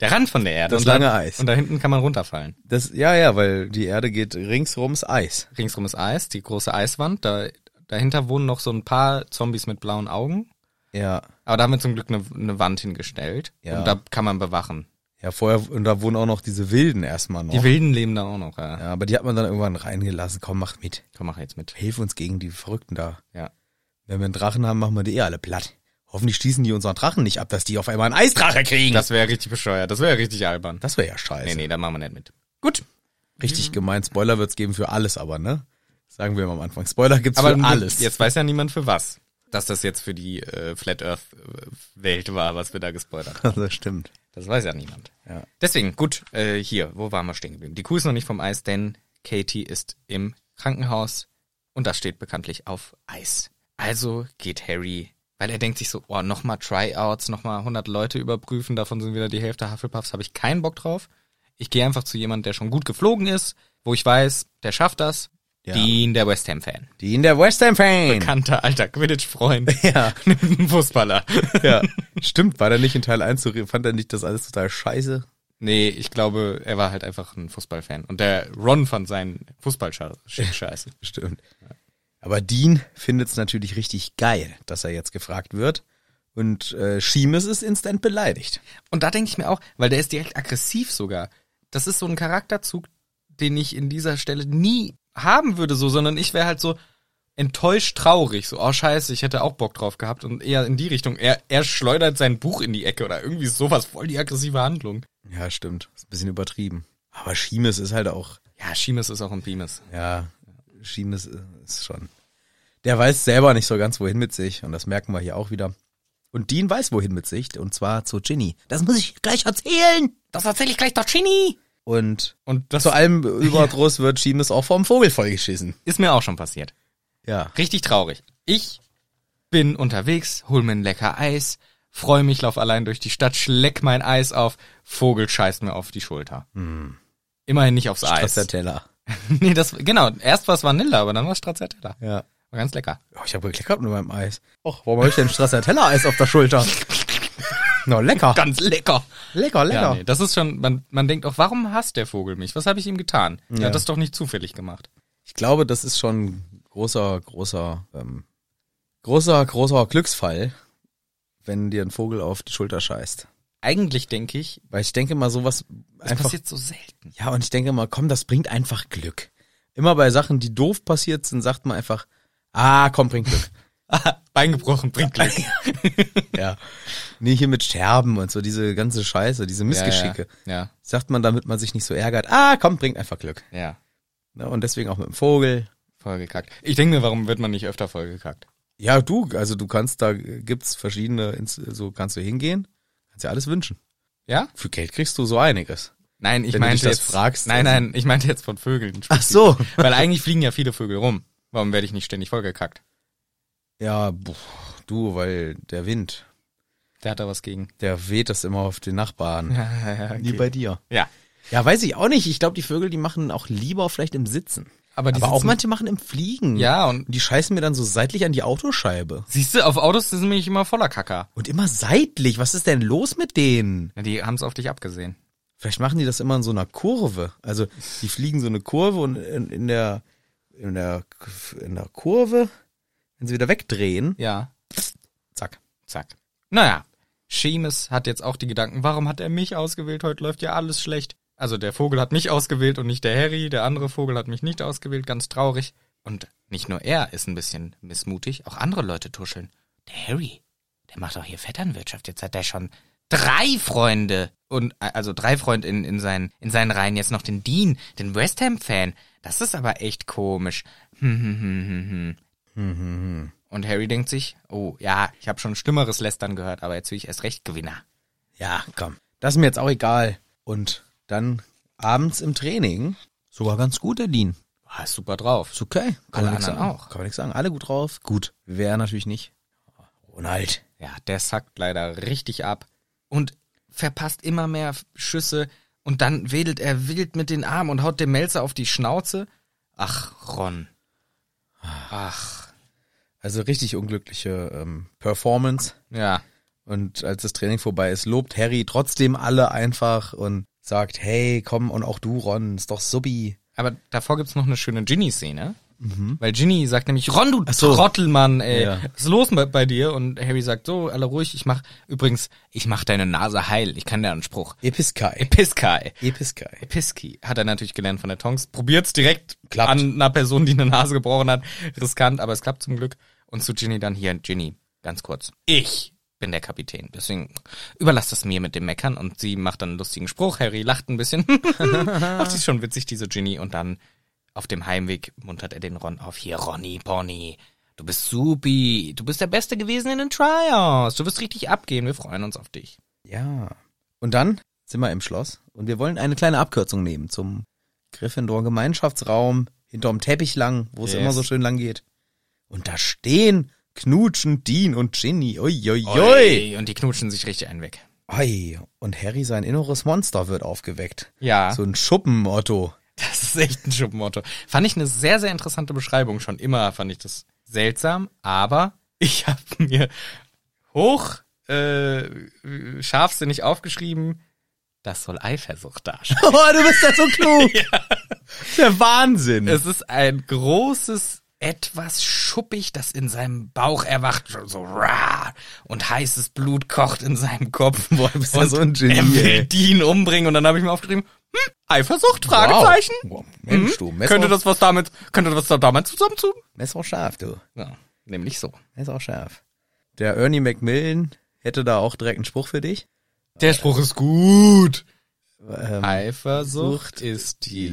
Speaker 1: der Rand von der Erde.
Speaker 2: Das
Speaker 1: Und da-
Speaker 2: lange Eis.
Speaker 1: Und da hinten kann man runterfallen.
Speaker 2: Das, ja, ja, weil die Erde geht ringsrums Eis.
Speaker 1: Ringsrum ist Eis, die große Eiswand. Da, dahinter wohnen noch so ein paar Zombies mit blauen Augen.
Speaker 2: Ja.
Speaker 1: Aber da haben wir zum Glück eine, eine Wand hingestellt.
Speaker 2: Ja.
Speaker 1: Und da kann man bewachen.
Speaker 2: Ja, vorher, und da wohnen auch noch diese Wilden erstmal noch.
Speaker 1: Die Wilden leben da auch noch. Ja.
Speaker 2: Oh. ja, aber die hat man dann irgendwann reingelassen. Komm, mach mit.
Speaker 1: Komm, mach jetzt mit.
Speaker 2: Hilf uns gegen die Verrückten da.
Speaker 1: Ja.
Speaker 2: Wenn wir einen Drachen haben, machen wir die eh alle platt. Hoffentlich schließen die unseren Drachen nicht ab, dass die auf einmal einen Eisdrache kriegen.
Speaker 1: Das wäre richtig bescheuert. Das wäre richtig albern.
Speaker 2: das wäre ja scheiße.
Speaker 1: Nee, nee, Mhm. da machen wir nicht mit. Gut.
Speaker 2: Richtig gemein. Spoiler wird's geben für alles aber, ne? Sagen wir immer am Anfang. Spoiler gibt's für alles.
Speaker 1: Jetzt weiß ja niemand für was. Dass das jetzt für die äh, Flat Earth äh, Welt war, was wir da gespoilert haben.
Speaker 2: Das stimmt.
Speaker 1: Das weiß ja niemand.
Speaker 2: Ja.
Speaker 1: Deswegen, gut, äh, hier, wo waren wir stehen geblieben? Die Kuh ist noch nicht vom Eis, denn Katie ist im Krankenhaus und das steht bekanntlich auf Eis. Also geht Harry, weil er denkt sich so, oh, nochmal Tryouts, nochmal 100 Leute überprüfen, davon sind wieder die Hälfte Hufflepuffs, habe ich keinen Bock drauf. Ich gehe einfach zu jemandem, der schon gut geflogen ist, wo ich weiß, der schafft das.
Speaker 2: Ja.
Speaker 1: Dean, der West Ham Fan
Speaker 2: Die in der West Ham Fan.
Speaker 1: bekannter alter Quidditch-Freund.
Speaker 2: Ja.
Speaker 1: Ein Fußballer.
Speaker 2: ja. Stimmt, war der nicht in Teil 1 so, fand er nicht das alles total scheiße?
Speaker 1: Nee, ich glaube, er war halt einfach ein Fußballfan. Und der Ron fand seinen Fußball scha- sch- scheiße.
Speaker 2: Stimmt. Aber Dean findet es natürlich richtig geil, dass er jetzt gefragt wird. Und äh, Schiemes ist instant beleidigt.
Speaker 1: Und da denke ich mir auch, weil der ist direkt aggressiv sogar. Das ist so ein Charakterzug, den ich in dieser Stelle nie haben würde, so, sondern ich wäre halt so enttäuscht traurig, so, oh scheiße, ich hätte auch Bock drauf gehabt und eher in die Richtung. Er, er schleudert sein Buch in die Ecke oder irgendwie sowas, voll die aggressive Handlung.
Speaker 2: Ja, stimmt. Ist ein bisschen übertrieben. Aber Schiemes ist halt auch,
Speaker 1: Ja, Schiemes ist auch ein Beames.
Speaker 2: ja, Schiemes äh, ist schon. Der weiß selber nicht so ganz, wohin mit sich. Und das merken wir hier auch wieder. Und Dean weiß, wohin mit sich. Und zwar zu Ginny. Das muss ich gleich erzählen.
Speaker 1: Das erzähle ich gleich doch Ginny.
Speaker 2: Und
Speaker 1: Und das
Speaker 2: zu allem Überdruss wird Schiemes auch vom Vogel vollgeschissen.
Speaker 1: ist mir auch schon passiert.
Speaker 2: Ja.
Speaker 1: Richtig traurig. Ich bin unterwegs, hol mir ein lecker Eis, freue mich, lauf allein durch die Stadt, schleck mein Eis auf, Vogel scheißt mir auf die Schulter. Immerhin nicht aufs Eis.
Speaker 2: Hm. Stracciatella.
Speaker 1: nee, das, genau. Erst war es Vanille, aber dann war es Stracciatella.
Speaker 2: Ja.
Speaker 1: War ganz lecker.
Speaker 2: Oh, ich habe gekleckert mit meinem Eis. Och, warum habe ich denn Stracciatella-Eis auf der Schulter? Na, lecker.
Speaker 1: Ganz lecker.
Speaker 2: Lecker,
Speaker 1: Ja, nee, das ist schon, man, man denkt auch, warum hasst der Vogel mich? Was habe ich ihm getan? Er
Speaker 2: Ja.
Speaker 1: hat das doch nicht zufällig gemacht.
Speaker 2: Ich glaube, das ist schon ein großer, großer, ähm, großer, großer Glücksfall, wenn dir ein Vogel auf die Schulter scheißt.
Speaker 1: Eigentlich denke ich,
Speaker 2: Weil ich denke mal, sowas
Speaker 1: das
Speaker 2: einfach.
Speaker 1: passiert so selten.
Speaker 2: Ja, und ich denke mal, komm, das bringt einfach Glück. Immer bei Sachen, die doof passiert sind, sagt man einfach, ah, komm, bringt Glück.
Speaker 1: Bein gebrochen, bringt Glück.
Speaker 2: ja. Nee, hier mit Scherben und so, diese ganze Scheiße, diese Missgeschicke.
Speaker 1: Ja,
Speaker 2: Sagt man, damit man sich nicht so ärgert, ah, komm, bringt einfach Glück.
Speaker 1: ja, ja.
Speaker 2: Ne, und deswegen auch mit dem Vogel.
Speaker 1: Vollgekackt. Ich denke mir, warum wird man nicht öfter vollgekackt?
Speaker 2: Ja, du, also du kannst da, gibt's verschiedene, Ins- so kannst du hingehen, kannst dir alles wünschen.
Speaker 1: Ja?
Speaker 2: Für Geld kriegst du so einiges.
Speaker 1: Nein, ich
Speaker 2: Wenn du
Speaker 1: meinte
Speaker 2: dich das
Speaker 1: jetzt,
Speaker 2: fragst,
Speaker 1: Nein,
Speaker 2: also-
Speaker 1: nein, ich meinte jetzt von Vögeln.
Speaker 2: Ach so.
Speaker 1: Weil eigentlich fliegen ja viele Vögel rum. Warum werde ich nicht ständig vollgekackt?
Speaker 2: Ja, buh, du, weil der Wind,
Speaker 1: Der hat da was gegen.
Speaker 2: der weht das immer auf den Nachbarn.
Speaker 1: okay.
Speaker 2: Nie bei dir.
Speaker 1: Ja.
Speaker 2: Ja, weiß ich auch nicht. Ich glaube, die Vögel, die machen auch lieber vielleicht im Sitzen.
Speaker 1: Aber die
Speaker 2: Aber auch
Speaker 1: sitzen-
Speaker 2: manche machen im Fliegen.
Speaker 1: Ja, und
Speaker 2: Und die scheißen mir dann so seitlich an die Autoscheibe.
Speaker 1: siehst du, auf Autos sind nämlich immer voller Kacker.
Speaker 2: Und immer seitlich. Was ist denn los mit denen?
Speaker 1: Ja, die haben es auf dich abgesehen.
Speaker 2: Vielleicht machen die das immer in so einer Kurve. Also die fliegen so eine Kurve und in, in der in der in der Kurve, wenn sie wieder wegdrehen,
Speaker 1: Ja.
Speaker 2: zack.
Speaker 1: Zack. Naja, Schemes hat jetzt auch die Gedanken, warum hat er mich ausgewählt? Heute läuft ja alles schlecht. Also der Vogel hat mich ausgewählt und nicht der Harry. Der andere Vogel hat mich nicht ausgewählt. Ganz traurig. Und nicht nur er ist ein bisschen missmutig, auch andere Leute tuscheln. Der Harry, der macht doch hier Vetternwirtschaft. Jetzt hat er schon drei Freunde und äh, also drei Freunde in, in, seinen, in seinen Reihen. Jetzt noch den Dean, den West Ham-Fan. Das ist aber echt komisch. Hm, hm, hm, hm, hm. Und Harry denkt sich, oh ja, ich habe schon schlimmeres Lästern gehört, aber jetzt will ich erst recht Gewinner.
Speaker 2: Ja, komm. Das ist mir jetzt auch egal. Und dann abends im Training sogar ganz gut, der Dean.
Speaker 1: Ah, ist super drauf.
Speaker 2: Ist okay. Kann
Speaker 1: Alle
Speaker 2: man nichts sagen.
Speaker 1: anderen auch.
Speaker 2: Kann man nichts sagen. Alle gut drauf. Gut. Wer natürlich nicht. Ronald.
Speaker 1: Ja, der sackt leider richtig ab und verpasst immer mehr Schüsse und dann wedelt er wild mit den Armen und haut dem Melzer auf die Schnauze. Ach, Ron. Ach,
Speaker 2: Also richtig unglückliche ähm, Performance.
Speaker 1: ja.
Speaker 2: Und als das Training vorbei ist, lobt Harry trotzdem alle einfach und sagt, hey, komm, und auch du, Ron, ist doch subi.
Speaker 1: Aber davor gibt's noch eine schöne Ginny-Szene. Weil Ginny sagt nämlich, Ron, du
Speaker 2: Mhm. Ach so.
Speaker 1: Trottelmann, ey,
Speaker 2: Ja.
Speaker 1: was ist los bei, bei dir? Und Harry sagt, so, alle ruhig, ich mach, übrigens, ich mach deine Nase heil, ich kann dir einen Spruch.
Speaker 2: Episkai.
Speaker 1: Episkai.
Speaker 2: Episkai.
Speaker 1: Episki hat er natürlich gelernt von der Tonks. Probiert's direkt
Speaker 2: Klappt.
Speaker 1: an einer Person, die eine Nase gebrochen hat. Riskant, aber es klappt zum Glück. Und zu Ginny dann hier, Ginny, ganz kurz. Ich bin der Kapitän. Deswegen überlasst das mir mit dem Meckern. Und sie macht dann einen lustigen Spruch. Harry lacht ein bisschen. Ach, die ist schon witzig, diese Ginny. Und dann auf dem Heimweg muntert er den Ron auf. Hier, Ronny, Pony. Du bist supi. Du bist der Beste gewesen in den Tryouts. Du wirst richtig abgehen. Wir freuen uns auf dich.
Speaker 2: Ja. Und dann sind wir im Schloss und wir wollen eine kleine Abkürzung nehmen zum Gryffindor Gemeinschaftsraum, hinterm Teppich lang, wo es
Speaker 1: Yes.
Speaker 2: immer so schön lang geht. Und da stehen knutschen Dean und Ginny. Oi, oi, oi.
Speaker 1: Und die knutschen sich richtig einen weg.
Speaker 2: Ei. Und Harry, sein inneres Monster, wird aufgeweckt.
Speaker 1: Ja.
Speaker 2: So ein Schuppen-Otto.
Speaker 1: Das ist echt ein Schuppenmotto. Fand ich eine sehr, sehr interessante Beschreibung. Schon immer fand ich das seltsam, aber ich habe mir hoch äh, scharfsinnig aufgeschrieben, das soll Eifersucht darstellen.
Speaker 2: Oh, du bist ja so klug. Der Wahnsinn.
Speaker 1: es ist ein großes, etwas schuppig, das in seinem Bauch erwacht, so rah, und heißes Blut kocht in seinem Kopf.
Speaker 2: Boah, du bist ja
Speaker 1: und
Speaker 2: so ein Genie,
Speaker 1: Er will
Speaker 2: ey.
Speaker 1: Dean umbringen und dann habe ich mir aufgeschrieben, hm, Eifersucht? Fragezeichen.
Speaker 2: Wow. Wow, Mensch, du,
Speaker 1: Mhm.
Speaker 2: Messer,
Speaker 1: Könnte das was damit, könnte das was damit zusammenzu?
Speaker 2: Messer scharf, du.
Speaker 1: Ja, nämlich so.
Speaker 2: Messer scharf. Der Ernie Macmillan hätte da auch direkt einen Spruch für dich.
Speaker 1: Der Spruch ist gut.
Speaker 2: Ähm,
Speaker 1: Eifersucht ist die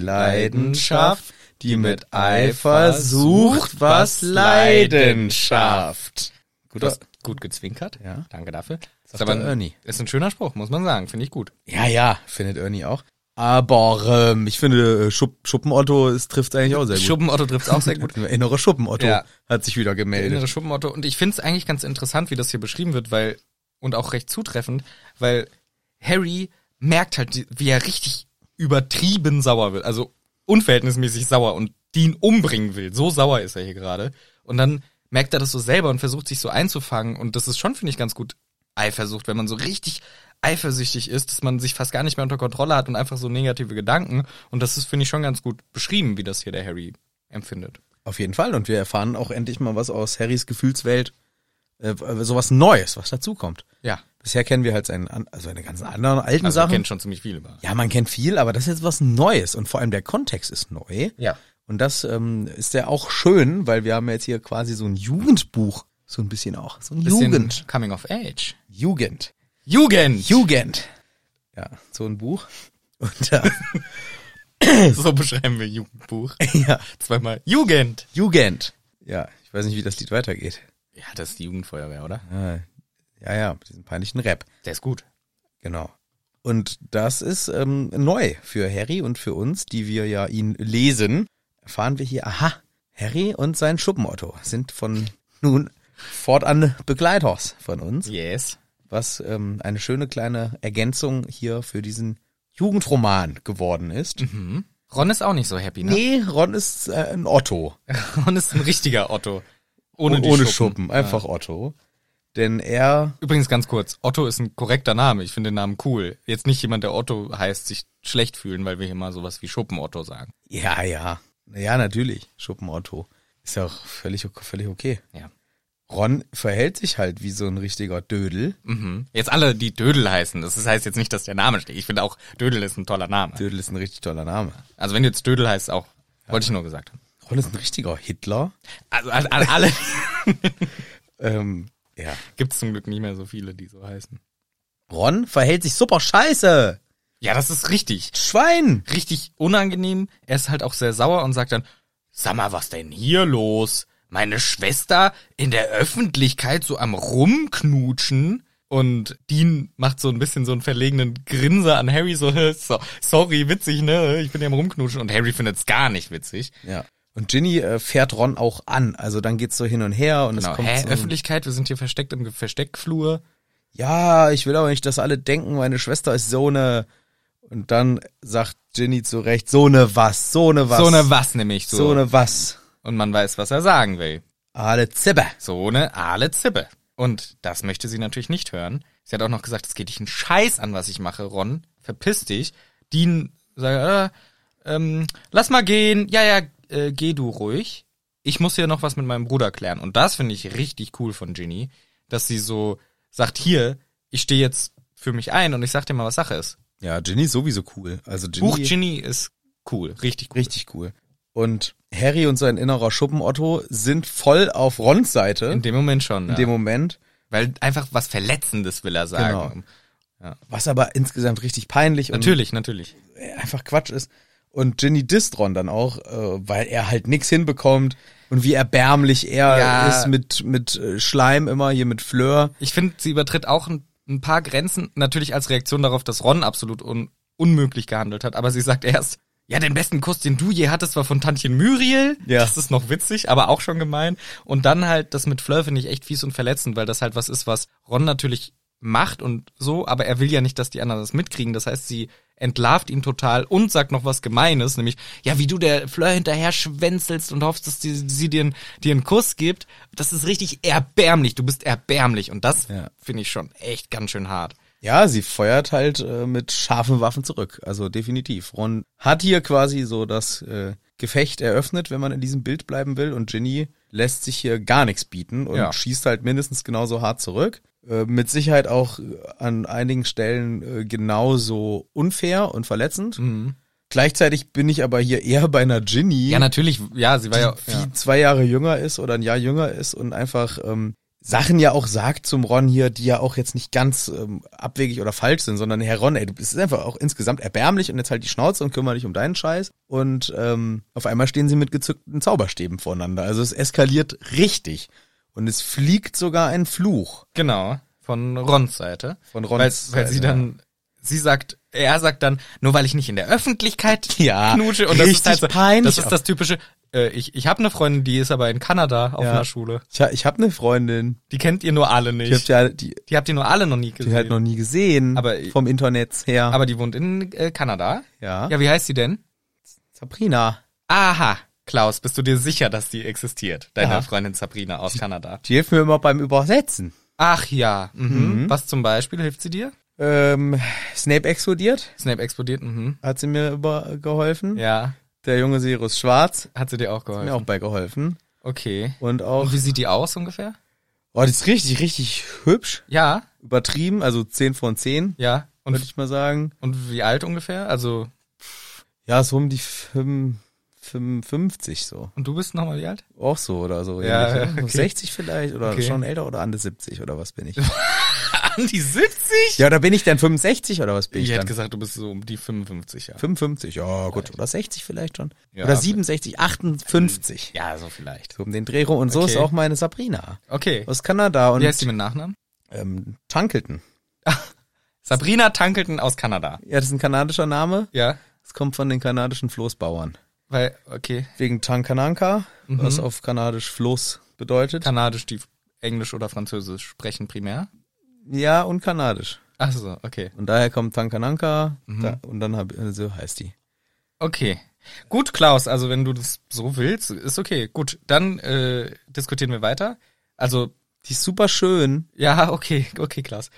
Speaker 2: die
Speaker 1: mit Eifersucht was Leidenschaft.
Speaker 2: Gut,
Speaker 1: Du hast gut gezwinkert.
Speaker 2: Ja.
Speaker 1: Danke dafür. Ist
Speaker 2: der Ernie.
Speaker 1: Ist ein schöner Spruch, muss man sagen. Finde ich gut.
Speaker 2: ja, ja, findet Ernie auch. Aber ähm, ich finde, äh, Schupp, Schuppenotto, es trifft eigentlich auch sehr gut.
Speaker 1: Schuppenotto trifft auch sehr gut.
Speaker 2: Der innere Schuppenotto
Speaker 1: Ja.
Speaker 2: hat sich wieder gemeldet.
Speaker 1: innere Schuppenotto. Und ich finde es eigentlich ganz interessant, wie das hier beschrieben wird, weil, und auch recht zutreffend, weil Harry merkt halt, wie er richtig übertrieben sauer wird. Also unverhältnismäßig sauer und Dean umbringen will. So sauer ist er hier gerade. Und dann merkt er das so selber und versucht sich so einzufangen. Und das ist schon, finde ich, ganz gut Eifersucht, wenn man so richtig eifersüchtig ist, dass man sich fast gar nicht mehr unter Kontrolle hat und einfach so negative Gedanken. Und das ist, finde ich, schon ganz gut beschrieben, wie das hier der Harry empfindet.
Speaker 2: Auf jeden Fall. Und wir erfahren auch endlich mal was aus Harrys Gefühlswelt, äh, sowas Neues, was dazukommt.
Speaker 1: Ja.
Speaker 2: Bisher kennen wir halt seinen, an- also eine ganz anderen alten
Speaker 1: Also, man
Speaker 2: Sachen.
Speaker 1: kennt schon ziemlich viel über.
Speaker 2: Ja, man kennt viel, aber das ist jetzt was Neues und vor allem der Kontext ist neu.
Speaker 1: Ja.
Speaker 2: Und das ähm, ist ja auch schön, weil wir haben jetzt hier quasi so ein Jugendbuch, so ein bisschen auch, so ein
Speaker 1: Bisschen
Speaker 2: Jugend,
Speaker 1: Coming of Age.
Speaker 2: Jugend,
Speaker 1: Jugend!
Speaker 2: Jugend. Ja, so ein Buch. Und äh, da,
Speaker 1: so beschreiben wir Jugendbuch.
Speaker 2: ja,
Speaker 1: Zweimal Jugend!
Speaker 2: Jugend. Ja, ich weiß nicht, wie das Lied weitergeht.
Speaker 1: Ja, das ist die Jugendfeuerwehr, oder?
Speaker 2: Ja, ja, ja mit diesem peinlichen Rap.
Speaker 1: Der ist gut.
Speaker 2: Genau. Und das ist ähm, neu für Harry und für uns, die wir ja ihn lesen. Erfahren wir hier, aha, Harry und sein Schuppenotto sind von nun fortan Begleithorst von uns,
Speaker 1: Yes.
Speaker 2: was ähm, eine schöne kleine Ergänzung hier für diesen Jugendroman geworden ist.
Speaker 1: Mhm. Ron ist auch nicht so happy, ne?
Speaker 2: Nee, Ron ist äh, ein Otto.
Speaker 1: Ron ist ein richtiger Otto.
Speaker 2: Ohne,
Speaker 1: Ohne, die
Speaker 2: Schuppen.
Speaker 1: Schuppen. Ah.
Speaker 2: einfach Otto. Denn er,
Speaker 1: Übrigens ganz kurz, Otto ist ein korrekter Name. Ich finde den Namen cool. Jetzt nicht jemand, der Otto heißt, sich schlecht fühlen, weil wir hier mal sowas wie Schuppen-Otto sagen.
Speaker 2: ja, ja, ja, natürlich, Schuppenotto. Ist ja auch völlig, völlig okay.
Speaker 1: Ja.
Speaker 2: Ron verhält sich halt wie so ein richtiger Dödel.
Speaker 1: Mhm. Jetzt alle, die Dödel heißen. Das heißt jetzt nicht, dass der Name steht. Ich finde auch, Dödel ist ein toller Name.
Speaker 2: Dödel ist ein richtig toller Name.
Speaker 1: Also wenn du jetzt Dödel heißt, auch. Wollte ich nur gesagt haben.
Speaker 2: Ron ist ein richtiger Hitler.
Speaker 1: Also an, an alle
Speaker 2: Ähm, ja.
Speaker 1: gibt es zum Glück nicht mehr so viele, die so heißen.
Speaker 2: Ron verhält sich super scheiße.
Speaker 1: Ja, das ist richtig.
Speaker 2: Schwein.
Speaker 1: Richtig unangenehm. Er ist halt auch sehr sauer und sagt dann, sag mal, was denn hier los? Meine Schwester in der Öffentlichkeit so am Rumknutschen. Und Dean macht so ein bisschen so einen verlegenen Grinser an Harry, so, so sorry, witzig, ne? Ich bin ja am Rumknutschen. Und Harry findet es gar nicht witzig.
Speaker 2: Ja. Und Ginny äh, fährt Ron auch an. Also dann geht's so hin und her und es
Speaker 1: Genau.
Speaker 2: kommt
Speaker 1: Hä,
Speaker 2: so,
Speaker 1: Öffentlichkeit, wir sind hier versteckt im Versteckflur.
Speaker 2: Ja, ich will aber nicht, dass alle denken, meine Schwester ist so eine. Und dann sagt Ginny zu Recht, so eine was, so eine was.
Speaker 1: So eine was nämlich so.
Speaker 2: So eine was.
Speaker 1: und man weiß, was er sagen will.
Speaker 2: Alle Zibbe.
Speaker 1: So eine ahle Zippe. Und das möchte sie natürlich nicht hören. Sie hat auch noch gesagt, es geht dich einen Scheiß an, was ich mache, Ron. Verpiss dich. Dean sagt, äh, ähm, lass mal gehen. Ja, ja, äh, geh du ruhig. Ich muss hier noch was mit meinem Bruder klären. Und das finde ich richtig cool von Ginny, dass sie so sagt, hier, ich stehe jetzt für mich ein und ich sag dir mal, was Sache ist.
Speaker 2: Ja, Ginny ist sowieso cool. Also Ginny,
Speaker 1: Buch Ginny ist cool, richtig cool.
Speaker 2: Richtig cool. Und Harry und sein innerer Schuppenotto sind voll auf Rons Seite
Speaker 1: In
Speaker 2: in dem,
Speaker 1: dem Moment schon, ja.
Speaker 2: Moment,
Speaker 1: weil einfach was Verletzendes will er sagen.
Speaker 2: Genau. was aber insgesamt richtig peinlich
Speaker 1: Natürlich, natürlich.
Speaker 2: und einfach Quatsch ist. Und Ginny disst Ron dann auch, äh, weil er halt nix hinbekommt und wie erbärmlich er
Speaker 1: Ja.
Speaker 2: ist mit, mit äh, Schleim immer, hier mit Fleur.
Speaker 1: Ich finde, sie übertritt auch ein, ein paar Grenzen, natürlich als Reaktion darauf, dass Ron absolut un unmöglich gehandelt hat, aber sie sagt erst, ja, den besten Kuss, den du je hattest, war von Tantchen Muriel.
Speaker 2: Ja.
Speaker 1: Das ist noch witzig, aber auch schon gemein. Und dann halt das mit Fleur finde ich echt fies und verletzend, weil das halt was ist, was Ron natürlich macht und so, aber er will ja nicht, dass die anderen das mitkriegen. Das heißt, sie entlarvt ihn total und sagt noch was Gemeines, nämlich, ja, wie du der Fleur hinterher schwänzelst und hoffst, dass die, sie dir, einen- dir einen Kuss gibt. Das ist richtig erbärmlich. Du bist erbärmlich. Und das
Speaker 2: Ja.
Speaker 1: finde ich schon echt ganz schön hart.
Speaker 2: Ja, sie feuert halt äh, mit scharfen Waffen zurück. Also definitiv. Ron hat hier quasi so das äh, Gefecht eröffnet, wenn man in diesem Bild bleiben will. Und Ginny lässt sich hier gar nichts bieten und
Speaker 1: Ja.
Speaker 2: schießt halt mindestens genauso hart zurück. Äh, mit Sicherheit auch äh, an einigen Stellen äh, genauso unfair und verletzend. Gleichzeitig bin ich aber hier eher bei einer Ginny,
Speaker 1: Mhm. Ja, natürlich. Ja, sie war ja.
Speaker 2: die
Speaker 1: ja.
Speaker 2: zwei Jahre jünger ist oder ein Jahr jünger ist und einfach ähm, Sachen ja auch sagt zum Ron hier, die ja auch jetzt nicht ganz ähm, abwegig oder falsch sind, sondern Herr Ron, ey, du bist einfach auch insgesamt erbärmlich und jetzt halt die Schnauze und kümmere dich um deinen Scheiß. Und ähm, auf einmal stehen sie mit gezückten Zauberstäben voreinander. Also es eskaliert richtig. Und es fliegt sogar ein Fluch
Speaker 1: Genau. Von Rons Seite.
Speaker 2: von
Speaker 1: weil,
Speaker 2: Rons.
Speaker 1: weil sie
Speaker 2: Seite.
Speaker 1: dann, sie sagt, er sagt dann, nur weil ich nicht in der Öffentlichkeit
Speaker 2: Ja,
Speaker 1: knutsche. Und das ist
Speaker 2: richtig
Speaker 1: halt so,
Speaker 2: peinlich
Speaker 1: das ist
Speaker 2: auch.
Speaker 1: das typische, äh, ich, ich habe eine Freundin, die ist aber in Kanada auf
Speaker 2: Ja.
Speaker 1: einer Schule.
Speaker 2: Ich, ha- ich habe eine Freundin,
Speaker 1: Die kennt ihr nur alle
Speaker 2: die habt
Speaker 1: nicht.
Speaker 2: ja die,
Speaker 1: Die habt ihr nur alle noch nie gesehen.
Speaker 2: die halt noch nie gesehen
Speaker 1: Aber-
Speaker 2: vom Internet her.
Speaker 1: aber die wohnt in äh, Kanada.
Speaker 2: ja.
Speaker 1: Ja, wie heißt sie denn?
Speaker 2: Sabrina,
Speaker 1: Aha, Klaus, bist du dir sicher, dass die existiert? Deine
Speaker 2: Ja.
Speaker 1: Freundin Sabrina aus Kanada.
Speaker 2: die hilft mir immer beim Übersetzen.
Speaker 1: Ach ja. Mhm. Was zum Beispiel hilft sie dir?
Speaker 2: Ähm, Snape explodiert,
Speaker 1: Snape explodiert. Mhm.
Speaker 2: hat sie mir über geholfen.
Speaker 1: Ja,
Speaker 2: Der junge Sirius Schwarz
Speaker 1: hat sie dir auch
Speaker 2: hat mir auch
Speaker 1: geholfen.
Speaker 2: bei geholfen.
Speaker 1: Okay.
Speaker 2: Und auch,
Speaker 1: Und wie sieht die aus ungefähr?
Speaker 2: oh, die ist richtig, richtig hübsch.
Speaker 1: Ja,
Speaker 2: Übertrieben, also 10 von 10,
Speaker 1: ja.
Speaker 2: würde
Speaker 1: Und,
Speaker 2: ich mal sagen.
Speaker 1: und wie alt ungefähr? Also,
Speaker 2: Ja, so um die fünf- 55 so.
Speaker 1: und du bist nochmal wie alt?
Speaker 2: Auch so oder so.
Speaker 1: Ja,
Speaker 2: ähnlich.
Speaker 1: ja, okay.
Speaker 2: 60 vielleicht oder
Speaker 1: Okay.
Speaker 2: schon älter oder Ende 70 oder was bin
Speaker 1: An
Speaker 2: ich?
Speaker 1: die 70?
Speaker 2: ja, oder bin ich dann 65 oder was bin
Speaker 1: Ich
Speaker 2: ich
Speaker 1: hätte
Speaker 2: dann?
Speaker 1: gesagt, du bist so um die 55, ja.
Speaker 2: 55, ja gut. Oder 60 vielleicht schon.
Speaker 1: Ja, also-
Speaker 2: oder
Speaker 1: aber-
Speaker 2: 67, 58.
Speaker 1: Ja, so vielleicht.
Speaker 2: So um den Dreh rum. Und so
Speaker 1: Okay.
Speaker 2: ist auch meine Sabrina
Speaker 1: Okay.
Speaker 2: aus Kanada und
Speaker 1: Wie heißt die mit Nachnamen?
Speaker 2: ähm, Tunkelton.
Speaker 1: Sabrina Tankelton aus Kanada.
Speaker 2: Ja, das ist ein kanadischer Name.
Speaker 1: Ja,
Speaker 2: Das kommt von den kanadischen Floßbauern.
Speaker 1: weil, okay,
Speaker 2: Wegen Tankananka,
Speaker 1: Mhm.
Speaker 2: was auf kanadisch Floß bedeutet.
Speaker 1: Kanadisch, die Englisch oder Französisch sprechen primär.
Speaker 2: ja, und kanadisch.
Speaker 1: Ach so, okay.
Speaker 2: Und daher kommt Tankananka
Speaker 1: Mhm.
Speaker 2: da, und dann hab, äh, so heißt die.
Speaker 1: Okay. Gut, Klaus, also wenn du das so willst, ist okay. Gut, dann äh, diskutieren wir weiter. Also,
Speaker 2: Die ist super schön.
Speaker 1: ja, okay, okay, Klaus.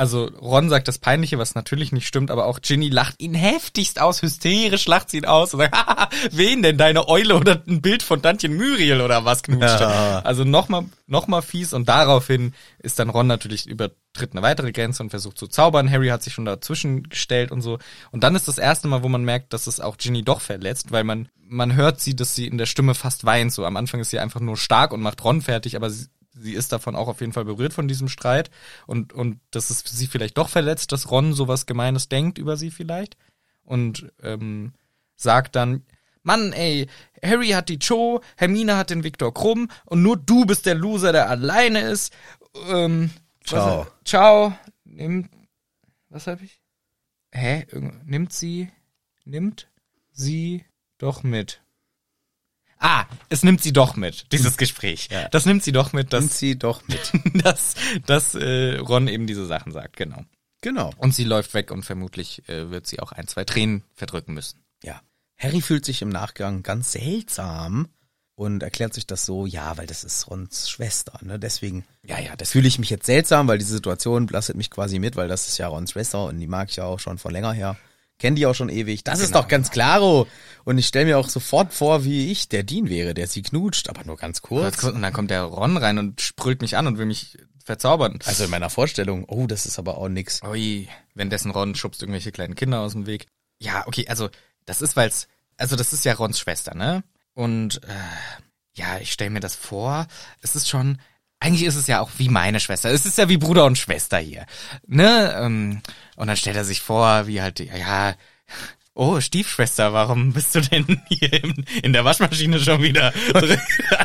Speaker 1: Also Ron sagt das Peinliche, was natürlich nicht stimmt, aber auch Ginny lacht ihn heftigst aus, hysterisch lacht sie ihn aus und sagt, haha, wen denn, deine Eule oder ein Bild von Tantchen Muriel oder was knutscht.
Speaker 2: Ja.
Speaker 1: Also nochmal noch mal fies und daraufhin ist dann Ron natürlich übertritt eine weitere Grenze und versucht zu zaubern. Harry hat sich schon dazwischen gestellt und so. Und dann ist das erste Mal, wo man merkt, dass es auch Ginny doch verletzt, weil man, man hört sie, dass sie in der Stimme fast weint. So am Anfang ist sie einfach nur stark und macht Ron fertig, aber sie, sie ist davon auch auf jeden Fall berührt von diesem Streit und, und dass es sie vielleicht doch verletzt, dass Ron sowas Gemeines denkt über sie vielleicht und ähm, sagt dann, Mann, ey, Harry hat die Cho, Hermine hat den Viktor Krumm und nur du bist der Loser, der alleine ist. Ähm,
Speaker 2: Ciao.
Speaker 1: Was, ciao. Nimmt, was hab ich? Hä? Irgend- Nimmt sie, nimmt sie doch mit. Ah, es nimmt sie doch mit, dieses Gespräch.
Speaker 2: Ja.
Speaker 1: Das nimmt sie doch mit,
Speaker 2: Nimmt
Speaker 1: dass,
Speaker 2: sie doch mit.
Speaker 1: dass, dass äh, Ron eben diese Sachen sagt, genau.
Speaker 2: genau.
Speaker 1: Und sie läuft weg und vermutlich äh, wird sie auch ein, zwei Tränen verdrücken müssen.
Speaker 2: Ja. Harry fühlt sich im Nachgang ganz seltsam und erklärt sich das so, ja, weil das ist Rons Schwester, ne? Deswegen
Speaker 1: Ja, ja,
Speaker 2: das fühle ich mich jetzt seltsam, weil diese Situation belastet mich quasi mit, weil das ist ja Rons Schwester und die mag ich ja auch schon von länger her. Kenn die auch schon ewig. Das ist
Speaker 1: Genau.
Speaker 2: doch ganz klaro. Und ich stelle mir auch sofort vor, wie ich der Dean wäre, der sie knutscht, aber nur ganz kurz.
Speaker 1: Und dann kommt der Ron rein und sprüht mich an und will mich verzaubern.
Speaker 2: Also in meiner Vorstellung, oh, das ist aber auch nix.
Speaker 1: Ui, wenn dessen Ron schubst irgendwelche kleinen Kinder aus dem Weg. Ja, okay, also das ist, weil's, also das ist ja Rons Schwester, ne? Und äh, ja, ich stelle mir das vor, es ist schon, eigentlich ist es ja auch wie meine Schwester. Es ist ja wie Bruder und Schwester hier, ne? Ähm, Und dann stellt er sich vor, wie halt, die- ja, oh, Stiefschwester, warum bist du denn hier in, in der Waschmaschine schon wieder?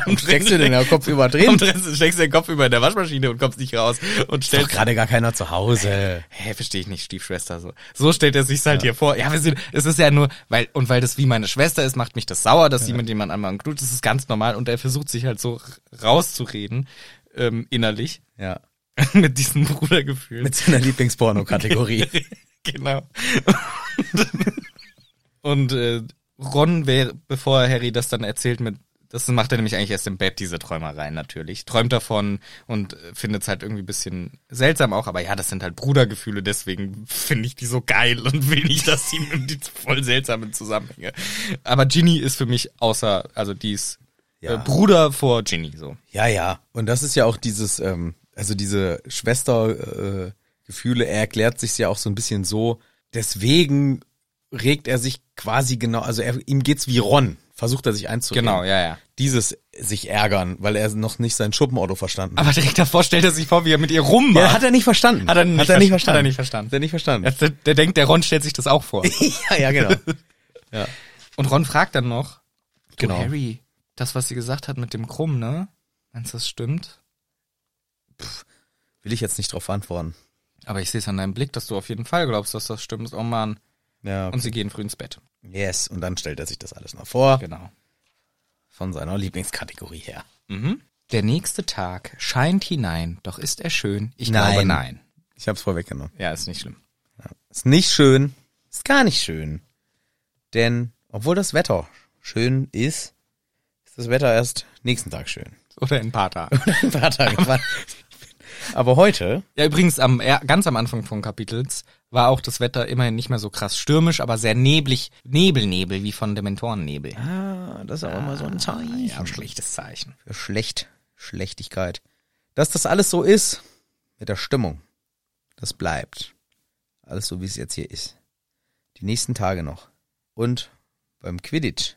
Speaker 1: Am
Speaker 2: Steckst du den
Speaker 1: Drehen-
Speaker 2: Kopf
Speaker 1: am
Speaker 2: überdrehen?
Speaker 1: Drehen- steckst den Kopf über in der Waschmaschine und kommst nicht raus und
Speaker 2: Doch
Speaker 1: stellst
Speaker 2: gerade gar keiner zu Hause.
Speaker 1: Hä, verstehe ich nicht, Stiefschwester so. So stellt er sich's halt hier vor. Ja, wir sind, es ist ja nur, weil, und weil das wie meine Schwester ist, macht mich das sauer, dass jemand jemand anderen knut. Das ist ganz normal und er versucht sich halt so r- rauszureden, ähm, innerlich,
Speaker 2: Ja.
Speaker 1: mit diesem Brudergefühl.
Speaker 2: Mit seiner Lieblingsporno-Kategorie.
Speaker 1: genau. und äh, Ron wäre, bevor Harry das dann erzählt mit das macht er nämlich eigentlich erst im Bett, diese Träumereien natürlich. Träumt davon und findet es halt irgendwie ein bisschen seltsam auch. Aber ja, das sind halt Brudergefühle, deswegen finde ich die so geil und will nicht, dass sie mit die voll seltsamen Zusammenhänge. Aber Ginny ist für mich außer, also die ist
Speaker 2: Ja.
Speaker 1: äh, Bruder vor Ginny so.
Speaker 2: Ja, ja. Und das ist ja auch dieses, ähm, also diese Schwestergefühle, äh, Gefühle, er erklärt sich ja auch so ein bisschen so. Deswegen regt er sich quasi genau, also er, ihm geht's wie Ron, versucht er sich einzureden.
Speaker 1: Genau, ja, ja.
Speaker 2: Dieses sich ärgern, weil er noch nicht sein Schuppenauto verstanden hat.
Speaker 1: Aber direkt davor stellt er sich vor, wie er mit ihr rummacht.
Speaker 2: Ja, hat er nicht verstanden.
Speaker 1: Hat er nicht
Speaker 2: hat er nicht
Speaker 1: ver-
Speaker 2: verstanden.
Speaker 1: hat er nicht verstanden.
Speaker 2: Hat er nicht verstanden.
Speaker 1: Der, Also, der denkt, der Ron stellt sich das auch vor.
Speaker 2: ja, ja, genau.
Speaker 1: Und Ron fragt dann noch, du
Speaker 2: Genau.
Speaker 1: Harry, das, was sie gesagt hat mit dem Krumm, ne? Meinst du, das stimmt?
Speaker 2: Will ich jetzt nicht drauf antworten.
Speaker 1: Aber ich sehe es an deinem Blick, dass du auf jeden Fall glaubst, dass das stimmt. Oh Mann.
Speaker 2: Ja.
Speaker 1: Und sie gehen früh ins Bett.
Speaker 2: yes, und dann stellt er sich das alles noch vor.
Speaker 1: Genau.
Speaker 2: Von seiner Lieblingskategorie her.
Speaker 1: Mhm. Der nächste Tag scheint hinein, doch ist er schön. Ich
Speaker 2: Nein.
Speaker 1: glaube nein.
Speaker 2: Ich hab's vorweggenommen.
Speaker 1: Ja, ist nicht schlimm.
Speaker 2: Ist nicht schön. Ist gar nicht schön. Denn, obwohl das Wetter schön ist, ist das Wetter erst nächsten Tag schön.
Speaker 1: Oder in ein paar Tagen.
Speaker 2: Ein paar Tage war- Aber heute,
Speaker 1: Ja, übrigens, am, ja, ganz am Anfang von Kapitels war auch das Wetter immerhin nicht mehr so krass stürmisch, aber sehr neblig, Nebelnebel, wie von Dementorennebel.
Speaker 2: ah, das ist auch immer so ein Zeichen.
Speaker 1: Ja, ein schlechtes Zeichen.
Speaker 2: Für schlecht, Schlechtigkeit. Dass das alles so ist, mit der Stimmung, das bleibt. Alles so, wie es jetzt hier ist. Die nächsten Tage noch. Und beim Quidditch.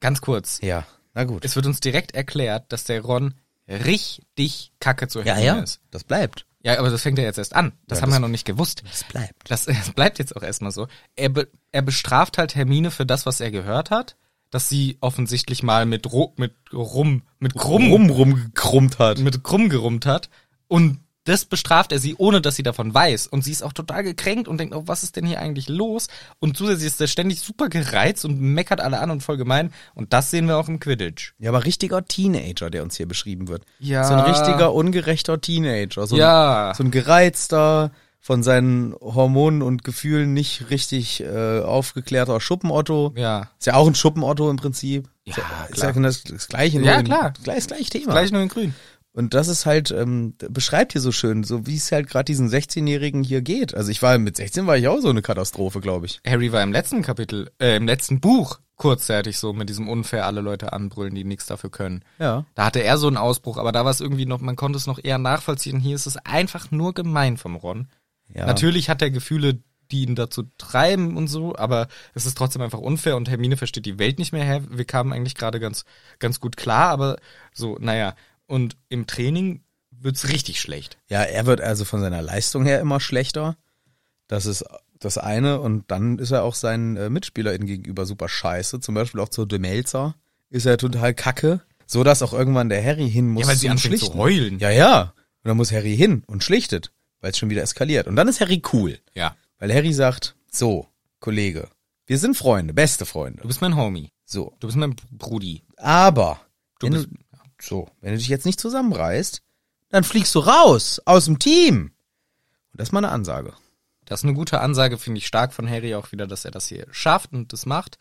Speaker 1: Ganz kurz.
Speaker 2: Ja, na gut.
Speaker 1: Es wird uns direkt erklärt, dass der Ron richtig kacke zu Hermine ist.
Speaker 2: Das bleibt.
Speaker 1: Ja, aber das fängt ja jetzt erst an. Das
Speaker 2: Ja,
Speaker 1: haben
Speaker 2: das-
Speaker 1: wir noch nicht gewusst.
Speaker 2: Das bleibt.
Speaker 1: Das, das bleibt jetzt auch erstmal so. Er, be, er bestraft halt Hermine für das, was er gehört hat, dass sie offensichtlich mal mit, Ro, mit rum, mit krumm,
Speaker 2: rum gekrummt um hat.
Speaker 1: mit krumm gerummt hat. Und das bestraft er sie, ohne dass sie davon weiß. Und sie ist auch total gekränkt und denkt, oh, was ist denn hier eigentlich los? Und zusätzlich ist er ständig super gereizt und meckert alle an und voll gemein. Und das sehen wir auch im Quidditch.
Speaker 2: Ja, aber richtiger Teenager, der uns hier beschrieben wird.
Speaker 1: Ja.
Speaker 2: So ein richtiger, ungerechter Teenager. So
Speaker 1: Ja.
Speaker 2: Ein, so ein gereizter, von seinen Hormonen und Gefühlen nicht richtig äh, aufgeklärter Schuppenotto.
Speaker 1: Ja.
Speaker 2: Ist ja auch ein Schuppenotto im Prinzip.
Speaker 1: Ja,
Speaker 2: ist ja, ist
Speaker 1: klar.
Speaker 2: ja genau das, das gleiche.
Speaker 1: Ja,
Speaker 2: in-
Speaker 1: klar.
Speaker 2: Gleich, gleich Thema.
Speaker 1: Gleich nur in grün.
Speaker 2: Und das ist halt, ähm, d- beschreibt hier so schön, so wie es halt gerade diesen 16-Jährigen hier geht. Also ich war, mit 16 war ich auch so eine Katastrophe, glaube ich.
Speaker 1: Harry war im letzten Kapitel, äh, im letzten Buch kurzzeitig so mit diesem unfair alle Leute anbrüllen, die nichts dafür können.
Speaker 2: Ja.
Speaker 1: Da hatte er so einen Ausbruch, aber da war es irgendwie noch, man konnte es noch eher nachvollziehen. Hier ist es einfach nur gemein vom Ron.
Speaker 2: Ja.
Speaker 1: Natürlich hat er Gefühle, die ihn dazu treiben und so, aber es ist trotzdem einfach unfair und Hermine versteht die Welt nicht mehr her. Wir kamen eigentlich gerade ganz, ganz gut klar, aber so, naja. Und im Training wird's richtig schlecht.
Speaker 2: Ja, er wird also von seiner Leistung her immer schlechter. Das ist das eine. Und dann ist er auch seinen äh, MitspielerInnen gegenüber super scheiße. Zum Beispiel auch zu Demelzer ist er total kacke. So dass auch irgendwann der Harry hin muss.
Speaker 1: Ja, weil sie
Speaker 2: zum
Speaker 1: anfängt zu
Speaker 2: Schlichten.
Speaker 1: heulen.
Speaker 2: Ja, ja. Und dann muss Harry hin und schlichtet, weil es schon wieder eskaliert. Und dann ist Harry cool.
Speaker 1: ja.
Speaker 2: Weil Harry sagt, so, Kollege, wir sind Freunde, beste
Speaker 1: Du
Speaker 2: Freunde.
Speaker 1: bist mein Homie.
Speaker 2: So.
Speaker 1: Du bist mein Brudi.
Speaker 2: Aber,
Speaker 1: Du
Speaker 2: wenn
Speaker 1: bist,
Speaker 2: du, so, wenn du dich jetzt nicht zusammenreißt, dann fliegst du raus aus dem Team. Und das ist mal eine Ansage.
Speaker 1: Das ist eine gute Ansage, finde ich stark von Harry auch wieder, dass er das hier schafft und das macht.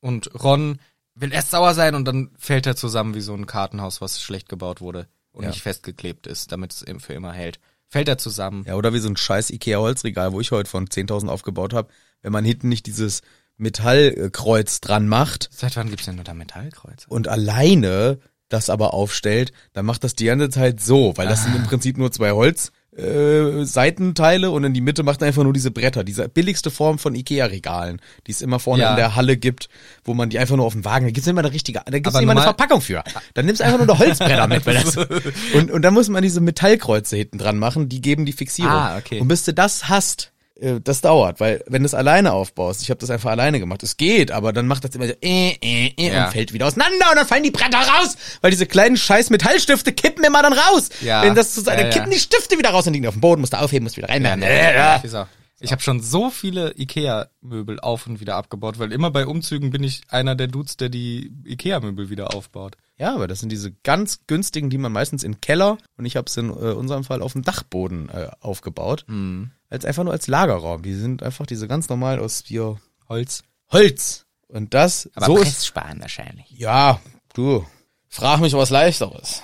Speaker 1: Und Ron will erst sauer sein und dann fällt er zusammen wie so ein Kartenhaus, was schlecht gebaut wurde und
Speaker 2: Ja.
Speaker 1: nicht festgeklebt ist, damit es eben für immer hält. Fällt er zusammen.
Speaker 2: Ja, oder wie so ein scheiß Ikea-Holzregal, wo ich heute von 10.000 aufgebaut habe. Wenn man hinten nicht dieses Metallkreuz dran macht
Speaker 1: Seit wann gibt's denn nur da Metallkreuze?
Speaker 2: und alleine das aber aufstellt, dann macht das die ganze Zeit so, weil das sind
Speaker 1: Ah.
Speaker 2: im Prinzip nur zwei Holz. Äh, Seitenteile und in die Mitte macht er einfach nur diese Bretter, diese billigste Form von Ikea-Regalen, die es immer vorne
Speaker 1: Ja.
Speaker 2: in der Halle gibt, wo man die einfach nur auf dem Wagen, da gibt's nicht mal eine richtige, da gibt's
Speaker 1: Aber
Speaker 2: nicht mal eine
Speaker 1: normal- Ah.
Speaker 2: Verpackung für. Dann nimmst du einfach nur eine Holzbretter mit. Weil das, und, und dann muss man diese Metallkreuze hinten dran machen, die geben die Fixierung.
Speaker 1: Ah, okay.
Speaker 2: Und bis du das hast, äh, das dauert, weil wenn du es alleine aufbaust, ich habe das einfach alleine gemacht, es geht, aber dann macht das immer so äh, äh, äh,
Speaker 1: Ja.
Speaker 2: und fällt wieder auseinander und dann fallen die Bretter raus, weil diese kleinen scheiß Metallstifte kippen immer dann raus.
Speaker 1: Ja.
Speaker 2: Wenn das zusammen,
Speaker 1: Ja,
Speaker 2: dann
Speaker 1: ja.
Speaker 2: kippen die Stifte wieder raus und liegen auf dem Boden, musst du aufheben, musst wieder reinmachen. Äh, äh.
Speaker 1: Ich, sag, ich habe schon so viele Ikea-Möbel auf und wieder abgebaut, weil immer bei Umzügen bin ich einer der Dudes, der die Ikea-Möbel wieder aufbaut.
Speaker 2: Ja, aber das sind diese ganz günstigen, die man meistens im Keller und ich habe es in äh, unserem Fall auf dem Dachboden äh, aufgebaut,
Speaker 1: Mhm.
Speaker 2: als einfach nur als Lagerraum. Die sind einfach diese ganz normal aus hier
Speaker 1: Holz.
Speaker 2: Holz und das so ist
Speaker 1: sparen wahrscheinlich.
Speaker 2: Ja, du. Frag mich was leichteres.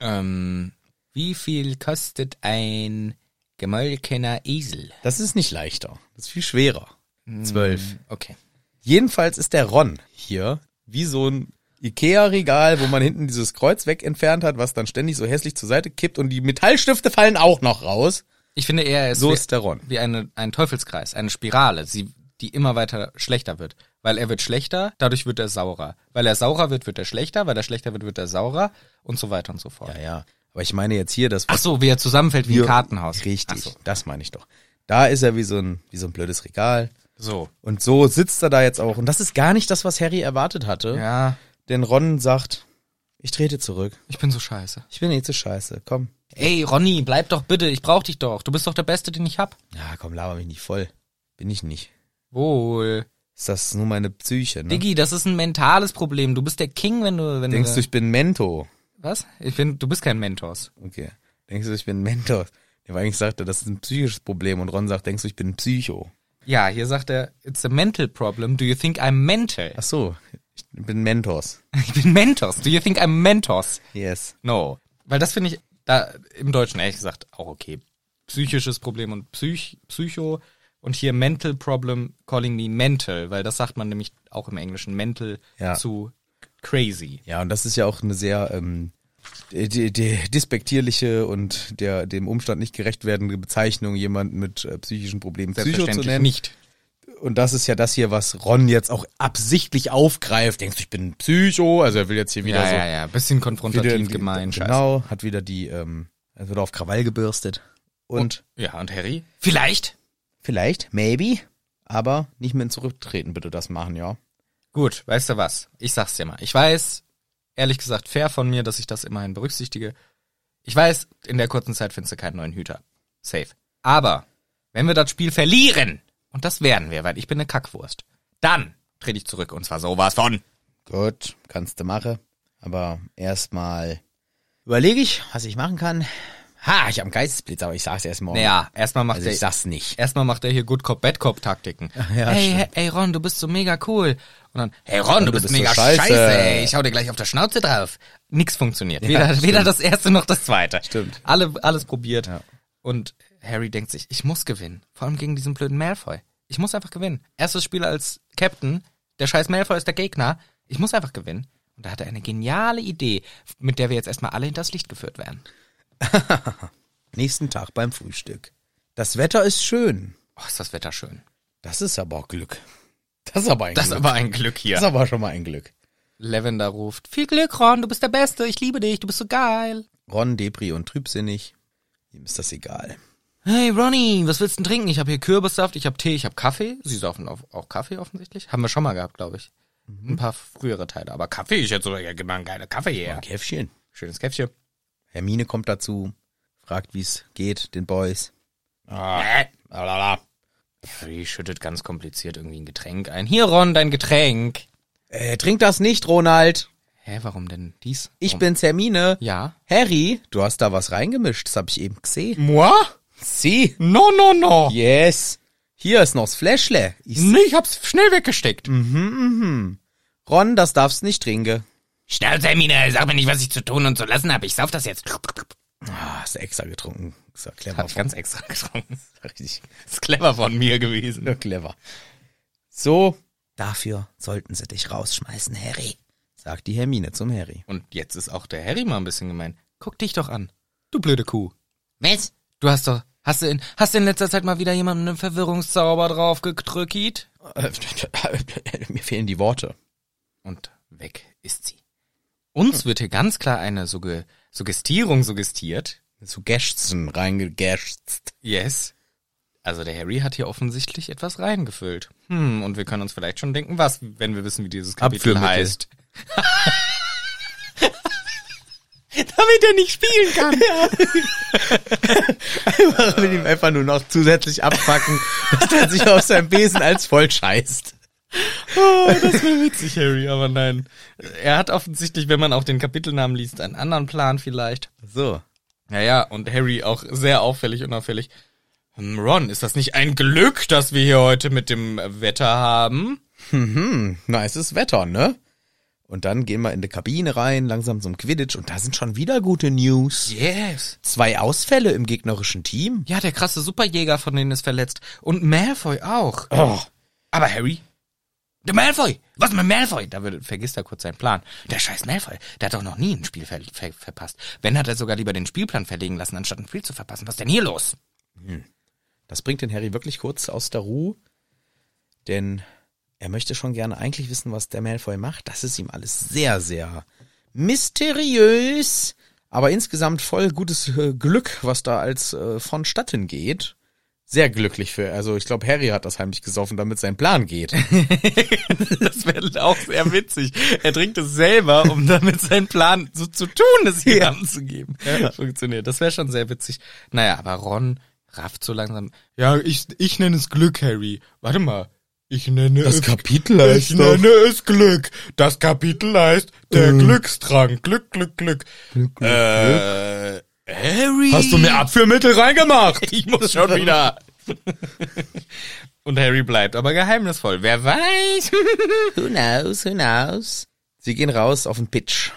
Speaker 1: Ähm, wie viel kostet ein gemolkener Esel?
Speaker 2: Das ist nicht leichter. Das ist viel schwerer.
Speaker 1: Hm.
Speaker 2: Zwölf.
Speaker 1: Okay.
Speaker 2: Jedenfalls ist der Ron hier wie so ein Ikea-Regal, wo man hinten dieses Kreuz weg entfernt hat, was dann ständig so hässlich zur Seite kippt und die Metallstifte fallen auch noch raus.
Speaker 1: Ich finde eher, es
Speaker 2: So
Speaker 1: wär-
Speaker 2: ist der Ron.
Speaker 1: wie eine, ein Teufelskreis, eine Spirale, sie, die immer weiter schlechter wird. Weil er wird schlechter, dadurch wird er saurer. Weil er saurer wird, wird er schlechter, weil er schlechter wird, wird er saurer und so weiter und so fort.
Speaker 2: Ja, ja. Aber ich meine jetzt hier, dass
Speaker 1: Ach so, wie er zusammenfällt wie
Speaker 2: wir-
Speaker 1: ein Kartenhaus. Ach
Speaker 2: Richtig,
Speaker 1: So.
Speaker 2: das meine ich doch. Da ist er wie so ein, wie so ein blödes Regal.
Speaker 1: so.
Speaker 2: Und so sitzt er da jetzt auch. Und das ist gar nicht das, was Harry erwartet hatte.
Speaker 1: Ja,
Speaker 2: Denn Ron sagt, ich trete zurück.
Speaker 1: ich bin so scheiße.
Speaker 2: Ich bin eh zu scheiße. Komm,
Speaker 1: Ey, Ronny, bleib doch bitte, ich brauch dich doch. Du bist doch der Beste, den ich hab.
Speaker 2: Ja, komm, laber mich nicht voll. Bin ich nicht.
Speaker 1: Wohl.
Speaker 2: Ist das nur meine Psyche, ne?
Speaker 1: Diggi, das ist ein mentales Problem. Du bist der King, wenn du. Wenn
Speaker 2: Denkst du,
Speaker 1: du
Speaker 2: ich bin Mento?
Speaker 1: was? Ich bin, du bist kein Mentors.
Speaker 2: Okay. Denkst du, ich bin Mentor? Der eigentlich sagte, das ist ein psychisches Problem und Ron sagt, denkst du, ich bin ein Psycho?
Speaker 1: Ja, hier sagt er, it's a mental problem. Do you think I'm mental?
Speaker 2: Ach so, ich bin Mentors.
Speaker 1: Ich bin Mentors. Do you think I'm Mentors?
Speaker 2: Yes.
Speaker 1: No. Weil das finde ich da im Deutschen ehrlich gesagt auch okay. Psychisches Problem und Psych, Psycho und hier Mental Problem, calling me mental, weil das sagt man nämlich auch im Englischen mental
Speaker 2: Ja.
Speaker 1: zu crazy.
Speaker 2: Ja, und das ist ja auch eine sehr ähm, die, die, die dispektierliche und der dem Umstand nicht gerecht werdende Bezeichnung, jemanden mit äh, psychischen Problemen Psycho zu
Speaker 1: Selbstverständlich
Speaker 2: nennen.
Speaker 1: nicht.
Speaker 2: Und das ist ja das hier, was Ron jetzt auch absichtlich aufgreift. Denkst du, ich bin ein Psycho? Also er will jetzt hier wieder
Speaker 1: Ja,
Speaker 2: so
Speaker 1: ja, ja, bisschen konfrontativ
Speaker 2: die-
Speaker 1: gemein. scheiße.
Speaker 2: Genau, hat wieder die, ähm, also wird auf Krawall gebürstet. Und,
Speaker 1: Ja, und Harry? Vielleicht.
Speaker 2: vielleicht, maybe, aber nicht mehr zurücktreten, bitte das machen, ja.
Speaker 1: Gut, weißt du was? Ich sag's dir mal. Ich weiß, ehrlich gesagt, fair von mir, dass ich das immerhin berücksichtige. Ich weiß, in der kurzen Zeit findest du keinen neuen Hüter. Safe. Aber, wenn wir das Spiel verlieren, und das werden wir, weil ich bin eine Kackwurst, dann trete ich zurück und zwar sowas von.
Speaker 2: Gut, kannst du machen. Aber erstmal überlege ich, was ich machen kann. Ha, ich hab einen Geistesblitz, aber ich sag's erst morgen.
Speaker 1: Naja, erstmal macht
Speaker 2: also ich
Speaker 1: der,
Speaker 2: sag's nicht.
Speaker 1: erstmal macht der hier Good Cop, Bad Cop Taktiken.
Speaker 2: ja,
Speaker 1: hey,
Speaker 2: stimmt. Also
Speaker 1: he- ey Ron, du bist so mega cool. Und dann, hey Ron, du, bist,
Speaker 2: bist so
Speaker 1: mega
Speaker 2: scheiße.
Speaker 1: scheiße. ey. Ich hau dir gleich auf der Schnauze drauf. Nix funktioniert. Weder,
Speaker 2: stimmt.
Speaker 1: weder das erste noch das zweite.
Speaker 2: Stimmt.
Speaker 1: Alle, alles probiert. Und Harry denkt sich, ich muss gewinnen. Vor allem gegen diesen blöden Malfoy. Ich muss einfach gewinnen. Erstes Spiel als Captain. Der scheiß Malfoy ist der Gegner. Ich muss einfach gewinnen. Und da hat er eine geniale Idee, mit der wir jetzt erstmal alle hinters Licht geführt werden.
Speaker 2: Nächsten Tag beim Frühstück. Das Wetter ist schön.
Speaker 1: Oh, ist das Wetter schön.
Speaker 2: Das ist aber auch Glück. Das ist aber ein
Speaker 1: Das ist
Speaker 2: Glück.
Speaker 1: aber ein Glück hier.
Speaker 2: das ist aber schon mal ein Glück.
Speaker 1: Lavender ruft, viel Glück, Ron, du bist der Beste, ich liebe dich, du bist so geil.
Speaker 2: Ron, Depri und trübsinnig. Ihm ist das egal.
Speaker 1: Hey Ronny, was willst du denn trinken? Ich habe hier Kürbissaft, ich habe Tee, ich habe Kaffee. Sie saufen auf, auch Kaffee offensichtlich. Haben wir schon mal gehabt, glaube ich. Ein paar frühere Teile. Aber Kaffee ist jetzt so, ja, gib mal einen geilen Kaffee her.
Speaker 2: Käffchen.
Speaker 1: Schönes Käffchen.
Speaker 2: Hermine kommt dazu, fragt, wie es geht, den Boys.
Speaker 1: Ah. Lalala. Harry schüttet ganz kompliziert irgendwie ein Getränk ein. Hier, Ron, dein Getränk.
Speaker 2: Äh, trink das nicht, Ronald.
Speaker 1: Hä, warum denn dies?
Speaker 2: Ich
Speaker 1: Warum-
Speaker 2: bin's, Hermine.
Speaker 1: Ja.
Speaker 2: Harry, du hast da was reingemischt, das hab ich eben gesehen.
Speaker 1: Moi?
Speaker 2: Sie.
Speaker 1: No, no, no.
Speaker 2: Yes. Hier ist noch das Fläschle. Ich
Speaker 1: Nee, ich hab's schnell weggesteckt.
Speaker 2: Ron, das darfst nicht trinken.
Speaker 1: Schnell, Hermine, sag mir nicht, was ich zu tun und zu lassen habe. Ich sauf das jetzt.
Speaker 2: Ah, hast du extra getrunken. Ist ja clever.
Speaker 1: Hab ich ganz extra getrunken.
Speaker 2: richtig
Speaker 1: Ist clever von mir gewesen.
Speaker 2: clever. So. Dafür sollten sie dich rausschmeißen, Harry. Sagt die Hermine zum Harry.
Speaker 1: Und jetzt ist auch der Harry mal ein bisschen gemein. Guck dich doch an. Du blöde Kuh.
Speaker 2: Was?
Speaker 1: Du hast doch, hast du in, hast du in letzter Zeit mal wieder jemanden einen Verwirrungszauber draufgedrückt?
Speaker 2: Mir fehlen die Worte.
Speaker 1: Und weg ist sie. Uns wird hier ganz klar eine Sugge Suggestierung suggestiert.
Speaker 2: Zu Gäschzen reingegeschzt.
Speaker 1: Yes. Also der Harry hat hier offensichtlich etwas reingefüllt. Hm, und wir können uns vielleicht schon denken, was, wenn wir wissen, wie dieses Kapitel
Speaker 2: Abführmittel.
Speaker 1: heißt. Damit er nicht spielen kann.
Speaker 2: Ich will ihm einfach nur noch zusätzlich abpacken, dass er sich auf seinem Besen als voll scheißt.
Speaker 1: Oh, Das wäre witzig, Harry, aber nein. Er hat offensichtlich, wenn man auch den Kapitelnamen liest, einen anderen Plan vielleicht.
Speaker 2: So.
Speaker 1: Naja, und Harry auch sehr auffällig, unauffällig. Hm, Ron, ist das nicht ein Glück, dass wir hier heute mit dem Wetter haben?
Speaker 2: Nices Wetter, ne? Und dann gehen wir in die Kabine rein, langsam zum Quidditch und da sind schon wieder gute News.
Speaker 1: Yes.
Speaker 2: Zwei Ausfälle im gegnerischen Team.
Speaker 1: Ja, der krasse Superjäger von denen ist verletzt. Und Malfoy auch.
Speaker 2: Oh.
Speaker 1: Aber Harry? Der Malfoy! Was mit Malfoy? Da würde, vergisst er kurz seinen Plan. Der scheiß Malfoy, der hat doch noch nie ein Spiel ver ver verpasst. Wenn, hat er sogar lieber den Spielplan verlegen lassen, anstatt ein Spiel zu verpassen. Was denn hier los?
Speaker 2: Das bringt den Harry wirklich kurz aus der Ruhe, denn er möchte schon gerne eigentlich wissen, was der Malfoy macht. Das ist ihm alles sehr, sehr mysteriös, aber insgesamt voll gutes äh, Glück, was da als äh, vonstatten geht. sehr glücklich für. Also ich glaube, Harry hat das heimlich gesoffen, damit sein Plan geht.
Speaker 1: Das wäre auch sehr witzig. Er trinkt es selber, um damit seinen Plan so zu tun, es jemandem zu geben. Funktioniert. Das wäre schon sehr witzig. Naja, aber Ron rafft so langsam. Ja, ich, ich nenne es Glück, Harry. Warte mal. Ich nenne es
Speaker 2: Kapitel
Speaker 1: Ich nenne es Glück. Das Kapitel heißt der Glückstrank. Glück, Glück, Äh. Glück. äh, Harry.
Speaker 2: Hast du mir Abführmittel reingemacht?
Speaker 1: Ich muss schon wieder. Und Harry bleibt aber geheimnisvoll. Wer weiß?
Speaker 2: Who knows, who knows? Sie gehen raus auf den Pitch.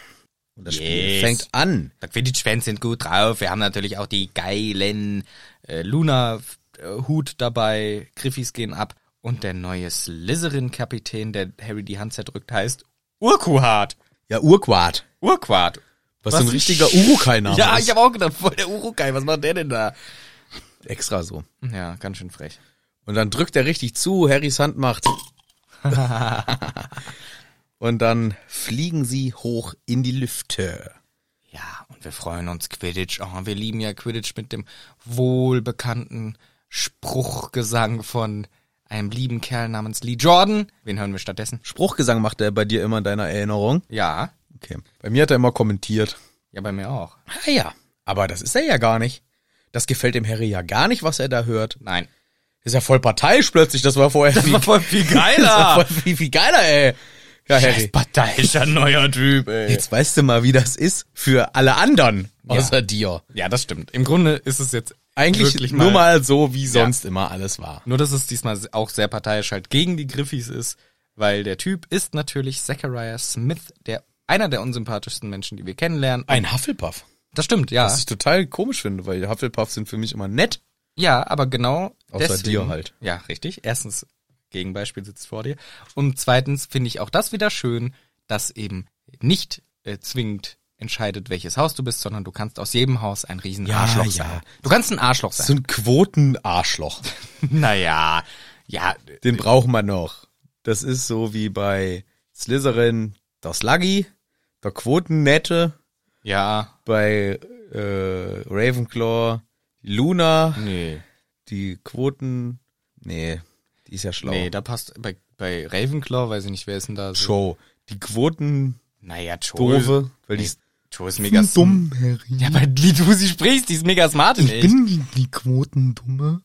Speaker 2: Und das Spiel
Speaker 1: Yes.
Speaker 2: fängt an.
Speaker 1: Die Quidditch-Fans sind gut drauf. Wir haben natürlich auch die geilen äh, Luna-Hut dabei. Griffis gehen ab. Und der neue Slytherin-Kapitän, der Harry die Hand zerdrückt, heißt Urquhart.
Speaker 2: Ja, Urquart.
Speaker 1: Urquhart.
Speaker 2: Was,
Speaker 1: Was
Speaker 2: ein
Speaker 1: ein
Speaker 2: richtiger Urukai-Name
Speaker 1: Ja,
Speaker 2: ist.
Speaker 1: ich habe auch gedacht, voll der Urukai, was macht der denn da?
Speaker 2: Extra so.
Speaker 1: Ja, ganz schön frech.
Speaker 2: Und dann drückt er richtig zu, Harrys Hand macht. Und dann fliegen sie hoch in die Lüfte.
Speaker 1: Ja, und wir freuen uns Quidditch. Oh, wir lieben ja Quidditch mit dem wohlbekannten Spruchgesang von einem lieben Kerl namens Lee Jordan. Wen hören wir stattdessen?
Speaker 2: Spruchgesang macht er bei dir immer in deiner Erinnerung.
Speaker 1: Ja,
Speaker 2: Okay. Bei mir hat er immer kommentiert.
Speaker 1: ja, bei mir auch.
Speaker 2: Ah ja, aber das ist er ja gar nicht. Das gefällt dem Harry ja gar nicht, was er da hört.
Speaker 1: Nein.
Speaker 2: Ist ja voll parteiisch plötzlich, das war vorher viel,
Speaker 1: voll viel
Speaker 2: das war voll viel, viel geiler, ey. Ja, Harry.
Speaker 1: Parteiischer neuer Typ, ey.
Speaker 2: Jetzt weißt du mal, wie das ist für alle anderen außer dir.
Speaker 1: Ja, das stimmt. Im Grunde ist es jetzt
Speaker 2: Eigentlich
Speaker 1: wirklich
Speaker 2: nur mal so, wie sonst immer alles war.
Speaker 1: Nur, dass es diesmal auch sehr parteiisch halt gegen die Griffis ist, weil der Typ ist natürlich Zachariah Smith, der einer der unsympathischsten Menschen, die wir kennenlernen.
Speaker 2: Ein Hufflepuff.
Speaker 1: Das stimmt, ja.
Speaker 2: Was ich total komisch finde, weil Hufflepuffs sind für mich immer nett.
Speaker 1: Ja, aber genau
Speaker 2: Außer
Speaker 1: deswegen,
Speaker 2: dir halt.
Speaker 1: Ja, richtig. Erstens, Gegenbeispiel sitzt vor dir. Und zweitens finde ich auch das wieder schön, dass eben nicht äh, zwingend entscheidet, welches Haus du bist, sondern du kannst aus jedem Haus ein riesen
Speaker 2: Ja,
Speaker 1: Arschloch
Speaker 2: ja.
Speaker 1: sein. Du kannst ein Arschloch
Speaker 2: So
Speaker 1: sein.
Speaker 2: ein Quotenarschloch.
Speaker 1: naja, ja,
Speaker 2: Den braucht man noch. Das ist so wie bei Slytherin der Sluggy, der Quotennette,
Speaker 1: ja,
Speaker 2: bei äh, Ravenclaw Luna,
Speaker 1: nee.
Speaker 2: die Quoten... Nee, die ist ja schlau.
Speaker 1: Nee, da passt bei, bei Ravenclaw, weiß ich nicht, wer ist denn da so.
Speaker 2: Show. Die Quoten...
Speaker 1: Naja, Joe.
Speaker 2: Doofe, weil die
Speaker 1: Nee, Joe ist mega
Speaker 2: ist dumm, Harry.
Speaker 1: Ja, aber wie du sie sprichst, die ist mega smart in echt.
Speaker 2: die, die Quotendumme.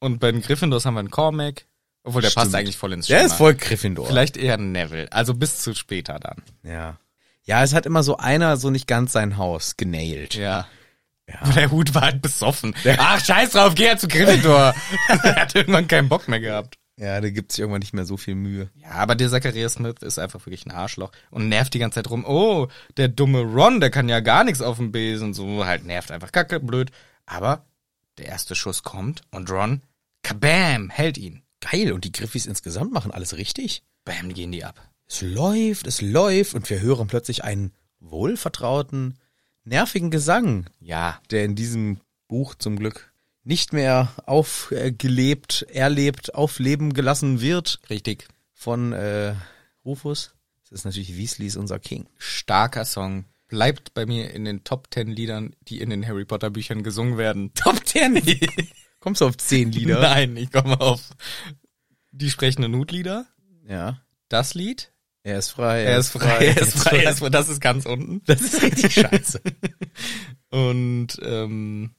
Speaker 1: Und bei den Gryffindors haben wir einen Cormac. Obwohl, der passt
Speaker 2: Stimmt.
Speaker 1: eigentlich voll ins Schema.
Speaker 2: Der ist voll Gryffindor.
Speaker 1: Vielleicht eher ein Neville. Also bis zu später dann.
Speaker 2: Ja. Ja, es hat immer so einer so nicht ganz sein Haus genailt.
Speaker 1: Ja. Der Hut war halt besoffen. Ach, scheiß drauf, geh ja zu Gryffindor. er hat irgendwann keinen Bock mehr gehabt.
Speaker 2: Ja, da gibt sich irgendwann nicht mehr so viel Mühe.
Speaker 1: Ja, aber der Zacharias Smith ist einfach wirklich ein Arschloch und nervt die ganze Zeit rum. Oh, der dumme Ron, der kann ja gar nichts auf dem Besen. So halt nervt einfach kacke, blöd. Aber der erste Schuss kommt und Ron, kabam, hält ihn.
Speaker 2: Geil, und die Griffis insgesamt machen alles richtig.
Speaker 1: Bam, gehen die ab.
Speaker 2: Es läuft, es läuft, und wir hören plötzlich einen wohlvertrauten, nervigen Gesang,
Speaker 1: Ja,
Speaker 2: der in diesem Buch zum Glück nicht mehr aufgelebt, erlebt, aufleben gelassen wird
Speaker 1: richtig.
Speaker 2: von äh, Rufus. Das ist natürlich Weasleys unser King.
Speaker 1: starker Song. Bleibt bei mir in den Top 10 Liedern, die in den Harry Potter Büchern gesungen werden. Top 10?
Speaker 2: Kommst du auf zehn Lieder?
Speaker 1: Nein, ich komme auf die sprechenden Hutlieder,
Speaker 2: Ja.
Speaker 1: das Lied.
Speaker 2: Er ist frei.
Speaker 1: Er ist frei, er ist frei, er ist frei. Das ist ganz unten.
Speaker 2: Das ist richtig scheiße.
Speaker 1: Und ähm,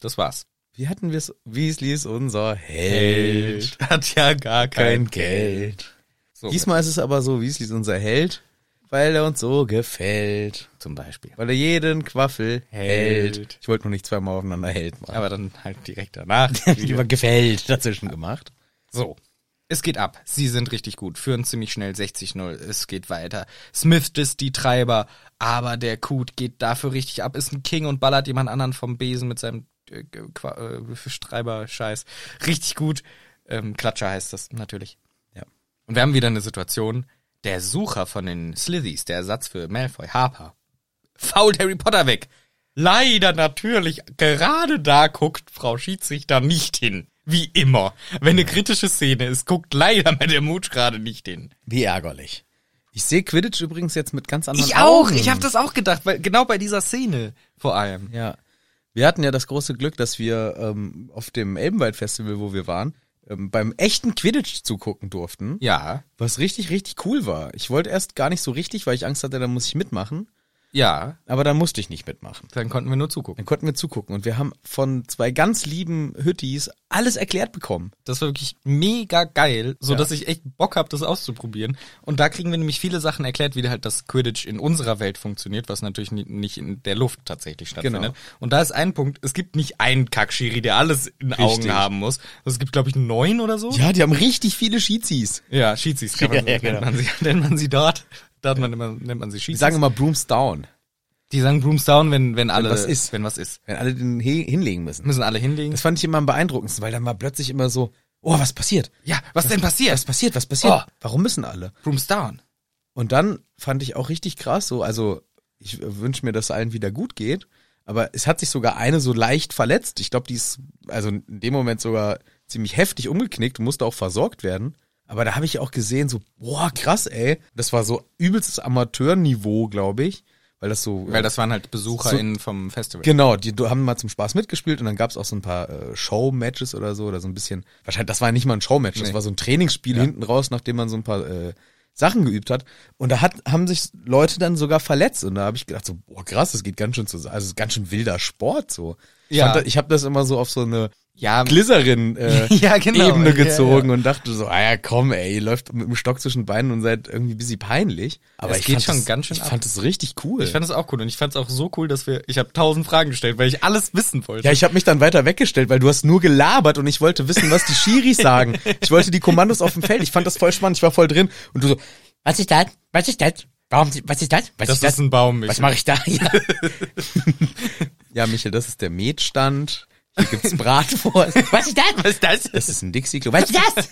Speaker 1: das war's.
Speaker 2: Wie hatten wir's? Weasleys unser Held.
Speaker 1: Hat ja gar kein,
Speaker 2: Geld.
Speaker 1: So,
Speaker 2: Diesmal ist es aber so, Weasley ist unser Held, weil er uns so gefällt.
Speaker 1: zum Beispiel.
Speaker 2: Weil er jeden Quaffel
Speaker 1: Hält.
Speaker 2: hält. Ich wollte nur nicht zweimal aufeinander Held machen.
Speaker 1: Aber dann halt direkt danach.
Speaker 2: Ich hab gefällt dazwischen gemacht.
Speaker 1: So. Es geht ab. Sie sind richtig gut. Führen ziemlich schnell 60-0. Es geht weiter. Smith ist die Treiber. Aber der Kut geht dafür richtig ab. Ist ein King und ballert jemand anderen vom Besen mit seinem äh, Qua- äh, Streiber-Scheiß. Richtig gut. Ähm, Klatscher heißt das natürlich.
Speaker 2: Ja.
Speaker 1: Und wir haben wieder eine Situation. Der Sucher von den Slithys, der Ersatz für Malfoy, Harper, fault Harry Potter weg. Leider natürlich, gerade da guckt Frau Schiedsrichter nicht hin. Wie immer. Wenn eine kritische Szene ist, guckt leider mal der Mutsch gerade nicht hin.
Speaker 2: Wie ärgerlich. Ich sehe Quidditch übrigens jetzt mit ganz anderen
Speaker 1: Ich auch,
Speaker 2: Augen.
Speaker 1: ich habe das auch gedacht, weil genau bei dieser Szene vor allem.
Speaker 2: Ja. Wir hatten ja das große Glück, dass wir ähm, auf dem Elbenwald-Festival, wo wir waren, ähm, beim echten Quidditch zugucken durften.
Speaker 1: Ja,
Speaker 2: Was richtig, richtig cool war. Ich wollte erst gar nicht so richtig, weil ich Angst hatte, da muss ich mitmachen.
Speaker 1: ja,
Speaker 2: Aber da musste ich nicht mitmachen.
Speaker 1: dann konnten wir nur zugucken.
Speaker 2: Dann konnten wir zugucken und wir haben von zwei ganz lieben Hüttis alles erklärt bekommen.
Speaker 1: Das war wirklich mega geil, so dass ich echt Bock habe, das auszuprobieren. Und da kriegen wir nämlich viele Sachen erklärt, wie halt das Quidditch in unserer Welt funktioniert, was natürlich ni- nicht in der Luft tatsächlich stattfindet.
Speaker 2: Genau.
Speaker 1: Und da ist ein Punkt, es gibt nicht einen Kackschiri, der alles in Augen haben muss. Also Es gibt, glaube ich, neun oder so.
Speaker 2: Ja, die haben richtig viele Schizis.
Speaker 1: Ja, Schiedsis kann man,
Speaker 2: Ja, ja,
Speaker 1: nennt, man sie, nennt man sie dort. Dort man, immer- nennt man sie
Speaker 2: Die
Speaker 1: Schiedsis.
Speaker 2: sagen immer Brooms down,
Speaker 1: die sagen Brooms down, wenn, wenn alle,
Speaker 2: was ist.
Speaker 1: wenn was ist.
Speaker 2: wenn alle den he- hinlegen müssen.
Speaker 1: Müssen alle hinlegen.
Speaker 2: Das fand ich immer am beeindruckendsten, weil dann war plötzlich immer so, oh, was passiert?
Speaker 1: Ja, was denn passiert?
Speaker 2: Was passiert? Was passiert?
Speaker 1: Oh.
Speaker 2: Warum müssen alle?
Speaker 1: Brooms down.
Speaker 2: Und dann fand ich auch richtig krass, so, also ich wünsche mir, dass allen wieder gut geht, aber es hat sich sogar eine so leicht verletzt. Ich glaube, die ist also in dem Moment sogar ziemlich heftig umgeknickt, musste auch versorgt werden. Aber da habe ich auch gesehen, so, boah, krass, ey. Das war so übelstes Amateurniveau, glaube ich. Weil das so.
Speaker 1: Weil das waren halt BesucherInnen vom Festival.
Speaker 2: Genau, die do- haben mal zum Spaß mitgespielt und dann gab's auch so ein paar äh, Show-Matches oder so oder so ein bisschen. Wahrscheinlich, das war nicht mal ein Show-Match, das
Speaker 1: Nee.
Speaker 2: war so ein Trainingsspiel hinten raus, nachdem man so ein paar äh, Sachen geübt hat. Und da hat, haben sich Leute dann sogar verletzt und da habe ich gedacht so, boah krass, das geht ganz schön zu, also es ist ganz schön wilder Sport so. Ich,
Speaker 1: Ja.
Speaker 2: fand da- ich habe das immer so auf so eine
Speaker 1: Ja,
Speaker 2: Glycerin äh,
Speaker 1: Ja, genau.
Speaker 2: Ebene
Speaker 1: Ja,
Speaker 2: gezogen und dachte so, ah ja, komm, ey, ihr läuft mit dem Stock zwischen Beinen und seid irgendwie ein bisschen peinlich. Aber
Speaker 1: Es
Speaker 2: ich
Speaker 1: geht
Speaker 2: fand
Speaker 1: schon
Speaker 2: das,
Speaker 1: ganz schön
Speaker 2: Ich
Speaker 1: ab.
Speaker 2: fand das richtig cool.
Speaker 1: ich fand es auch cool und ich fand es auch so cool, dass wir, ich habe tausend Fragen gestellt, weil ich alles wissen wollte.
Speaker 2: Ja, ich habe mich dann weiter weggestellt, weil du hast nur gelabert und ich wollte wissen, was die Schiris sagen. Ich wollte die Kommandos auf dem Feld. Ich fand das voll spannend. Ich war voll drin und du so,
Speaker 4: Was ist das? Was ist das? Warum, was ist das? Was
Speaker 1: das
Speaker 4: ist das?
Speaker 1: ist ein Baum.
Speaker 4: was
Speaker 1: Michael.
Speaker 4: mache ich da? Ja.
Speaker 2: ja, Michael, das ist der Metstand. Hier gibt's Bratwurst.
Speaker 4: Was ist das?
Speaker 1: Was ist das?
Speaker 2: Das ist ein Dixie-Klo.
Speaker 4: Was ist das?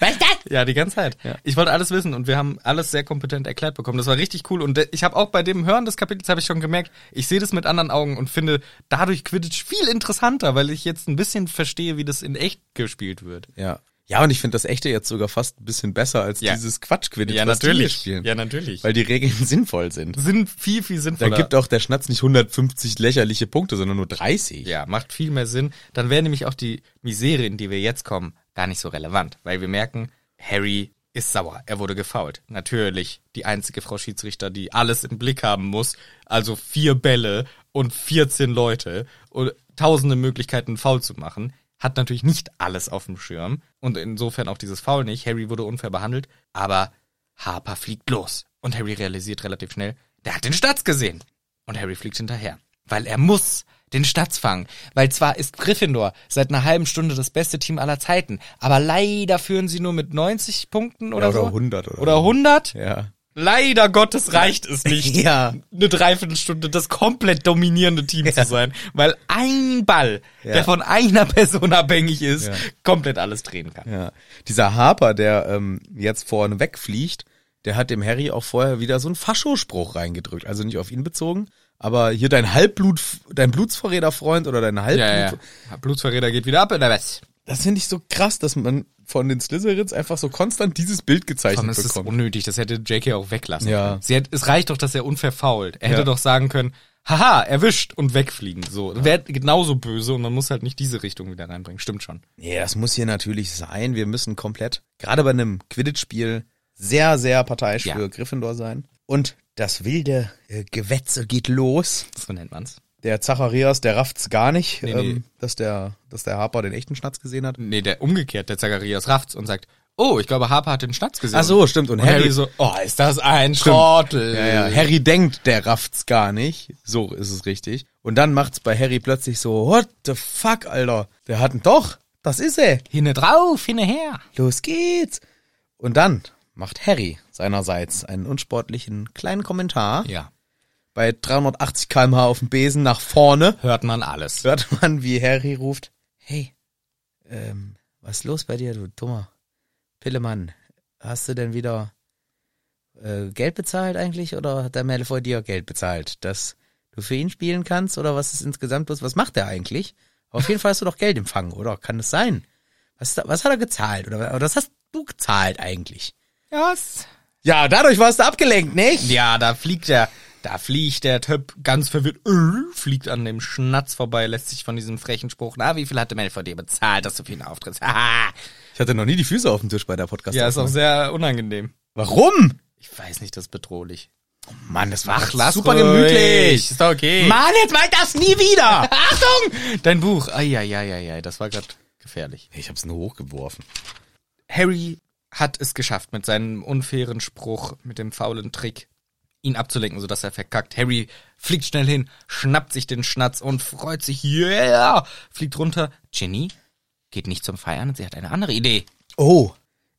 Speaker 4: Was ist das?
Speaker 1: Ja, die ganze Zeit. Ich wollte alles wissen und wir haben alles sehr kompetent erklärt bekommen. Das war richtig cool und äh, ich habe auch bei dem Hören des Kapitels habe ich schon gemerkt, ich sehe das mit anderen Augen und finde dadurch Quidditch viel interessanter, weil ich jetzt ein bisschen verstehe, wie das in echt gespielt wird.
Speaker 2: Ja. Ja, und ich finde das echte jetzt sogar fast ein bisschen besser als
Speaker 1: Ja.
Speaker 2: dieses Quatsch-Quidditch,
Speaker 1: Ja,
Speaker 2: was die hier
Speaker 1: natürlich.
Speaker 2: spielen.
Speaker 1: Ja, natürlich.
Speaker 2: Weil die Regeln sinnvoll sind.
Speaker 1: Sind viel viel
Speaker 2: Da
Speaker 1: sinnvoller.
Speaker 2: gibt auch der Schnatz nicht 150 lächerliche Punkte, sondern nur 30.
Speaker 1: Ja, macht viel mehr Sinn. Dann wäre nämlich auch die Misere, in die wir jetzt kommen, gar nicht so relevant, weil wir merken, Harry ist sauer. Er wurde gefault. Natürlich die einzige Frau Schiedsrichter, die alles im Blick haben muss. Also vier Bälle und 14 Leute und tausende Möglichkeiten, faul zu machen. Hat natürlich nicht alles auf dem Schirm. Und insofern auch dieses Foul nicht. Harry wurde unfair behandelt, aber Harper fliegt los. Und Harry realisiert relativ schnell, der hat den Statz gesehen. Und Harry fliegt hinterher. Weil er muss den Statz fangen. Weil zwar ist Gryffindor seit einer halben Stunde das beste Team aller Zeiten, aber leider führen sie nur mit 90 Punkten oder,
Speaker 2: Ja, oder
Speaker 1: so.
Speaker 2: 100 oder
Speaker 1: Oder 100.
Speaker 2: Ja.
Speaker 1: Leider Gottes reicht es nicht,
Speaker 2: Ja.
Speaker 1: eine Dreiviertelstunde das komplett dominierende Team zu sein, weil ein Ball,
Speaker 2: Ja.
Speaker 1: der von einer Person abhängig ist, komplett alles drehen kann.
Speaker 2: Ja. Dieser Harper, der ähm, jetzt vorne wegfliegt, der hat dem Harry auch vorher wieder so einen Faschospruch reingedrückt. Also nicht auf ihn bezogen, aber hier dein Halbblut, dein Blutsverräterfreund oder dein Halbblut.
Speaker 1: Blutsverräter geht wieder ab in der West.
Speaker 2: Das finde ich so krass, dass man von den Slytherins einfach so konstant dieses Bild gezeichnet
Speaker 1: Komm, es ist
Speaker 2: bekommt.
Speaker 1: unnötig. Das hätte J.K. auch weglassen
Speaker 2: Ja.
Speaker 1: können. Sie hat, es reicht doch, dass er unfair fault. Er hätte
Speaker 2: Ja.
Speaker 1: doch sagen können, haha, erwischt und wegfliegen. So, wäre genauso böse und man muss halt nicht diese Richtung wieder reinbringen. Stimmt schon.
Speaker 2: Nee, das muss hier natürlich sein. Wir müssen komplett, gerade bei einem Quidditch-Spiel, sehr, sehr parteiisch
Speaker 1: Ja.
Speaker 2: für Gryffindor sein. Und das wilde äh, Gewetze geht los.
Speaker 1: So nennt man's.
Speaker 2: Der Zacharias, der rafft's gar nicht,
Speaker 1: Nee,
Speaker 2: ähm,
Speaker 1: nee.
Speaker 2: Dass, der, dass der Harper den echten Schnatz gesehen hat.
Speaker 1: Nee, der umgekehrt, der Zacharias rafft's und sagt, oh, ich glaube, Harper hat den Schnatz gesehen.
Speaker 2: Ach so, stimmt. Und,
Speaker 1: Und Harry, äh, so, oh, ist das ein Trottel.
Speaker 2: ja, ja. Harry denkt, der rafft's gar nicht. So ist es richtig. Und dann macht's bei Harry plötzlich so, what the fuck, Alter? Der hat ihn doch. Das ist er.
Speaker 1: Hinne drauf, hinne her.
Speaker 2: Los geht's. Und dann macht Harry seinerseits einen unsportlichen kleinen Kommentar.
Speaker 1: Ja,
Speaker 2: Bei 380 kmh auf dem Besen nach vorne
Speaker 1: hört man alles.
Speaker 2: hört man, wie Harry ruft, hey, ähm, was ist los bei dir, du Dummer? Pillemann, hast du denn wieder äh, Geld bezahlt eigentlich oder hat der Malfoy dir Geld bezahlt, dass du für ihn spielen kannst oder was ist insgesamt los? Was macht er eigentlich? Auf jeden Fall hast du doch Geld empfangen, oder? Kann das sein? Was, was hat er gezahlt oder, oder was hast du gezahlt eigentlich?
Speaker 1: Yes.
Speaker 2: Ja, dadurch warst du abgelenkt, nicht?
Speaker 1: Ja, da fliegt er Da fliegt der Töpp ganz verwirrt, äh, fliegt an dem Schnatz vorbei, lässt sich von diesem frechen Spruch, na, wie viel hat der Mensch von dir bezahlt, dass du für ihn auftrittst? Haha.
Speaker 2: Ich hatte noch nie die Füße auf dem Tisch bei der podcast
Speaker 1: ja, ist auch sehr unangenehm.
Speaker 2: Warum?
Speaker 1: Ich weiß nicht, das ist bedrohlich.
Speaker 2: Mann, das war
Speaker 1: Ach, lass
Speaker 2: super
Speaker 1: ruhig.
Speaker 2: gemütlich.
Speaker 1: Ist doch okay.
Speaker 2: Mann, jetzt mach ich das nie wieder.
Speaker 1: Achtung! Dein Buch. Eieieiei, das war gerade gefährlich.
Speaker 2: Ich hab's nur hochgeworfen.
Speaker 1: Harry hat es geschafft, mit seinem unfairen Spruch, mit dem faulen Trick, ihn abzulenken, sodass er verkackt. Harry fliegt schnell hin, schnappt sich den Schnatz und freut sich. Yeah! Fliegt runter. Ginny geht nicht zum Feiern und sie hat eine andere Idee.
Speaker 2: Oh,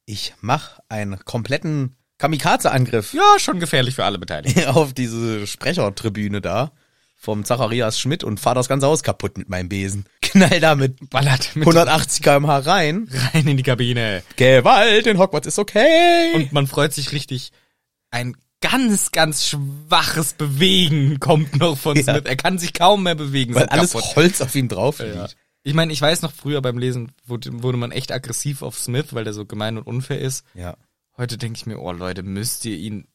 Speaker 2: ich mach einen kompletten Kamikaze-Angriff
Speaker 1: Ja, schon gefährlich für alle Beteiligten.
Speaker 2: auf diese Sprechertribüne da vom Zacharias Schmidt und fahr das ganze Haus kaputt mit meinem Besen. Knall damit
Speaker 1: Ballert mit
Speaker 2: 180 km/h rein.
Speaker 1: rein in die Kabine.
Speaker 2: Gewalt in Hogwarts ist okay.
Speaker 1: Und man freut sich richtig. Ein ganz, ganz schwaches Bewegen kommt noch von
Speaker 2: Ja.
Speaker 1: Smith. Er kann sich kaum mehr bewegen.
Speaker 2: weil
Speaker 1: sind
Speaker 2: alles
Speaker 1: kaputt.
Speaker 2: Holz auf ihm drauf liegt.
Speaker 1: Ja. Ich meine, ich weiß noch früher beim Lesen wurde, wurde man echt aggressiv auf Smith, weil der so gemein und unfair ist.
Speaker 2: Ja.
Speaker 1: Heute denke ich mir, oh Leute, müsst ihr ihn.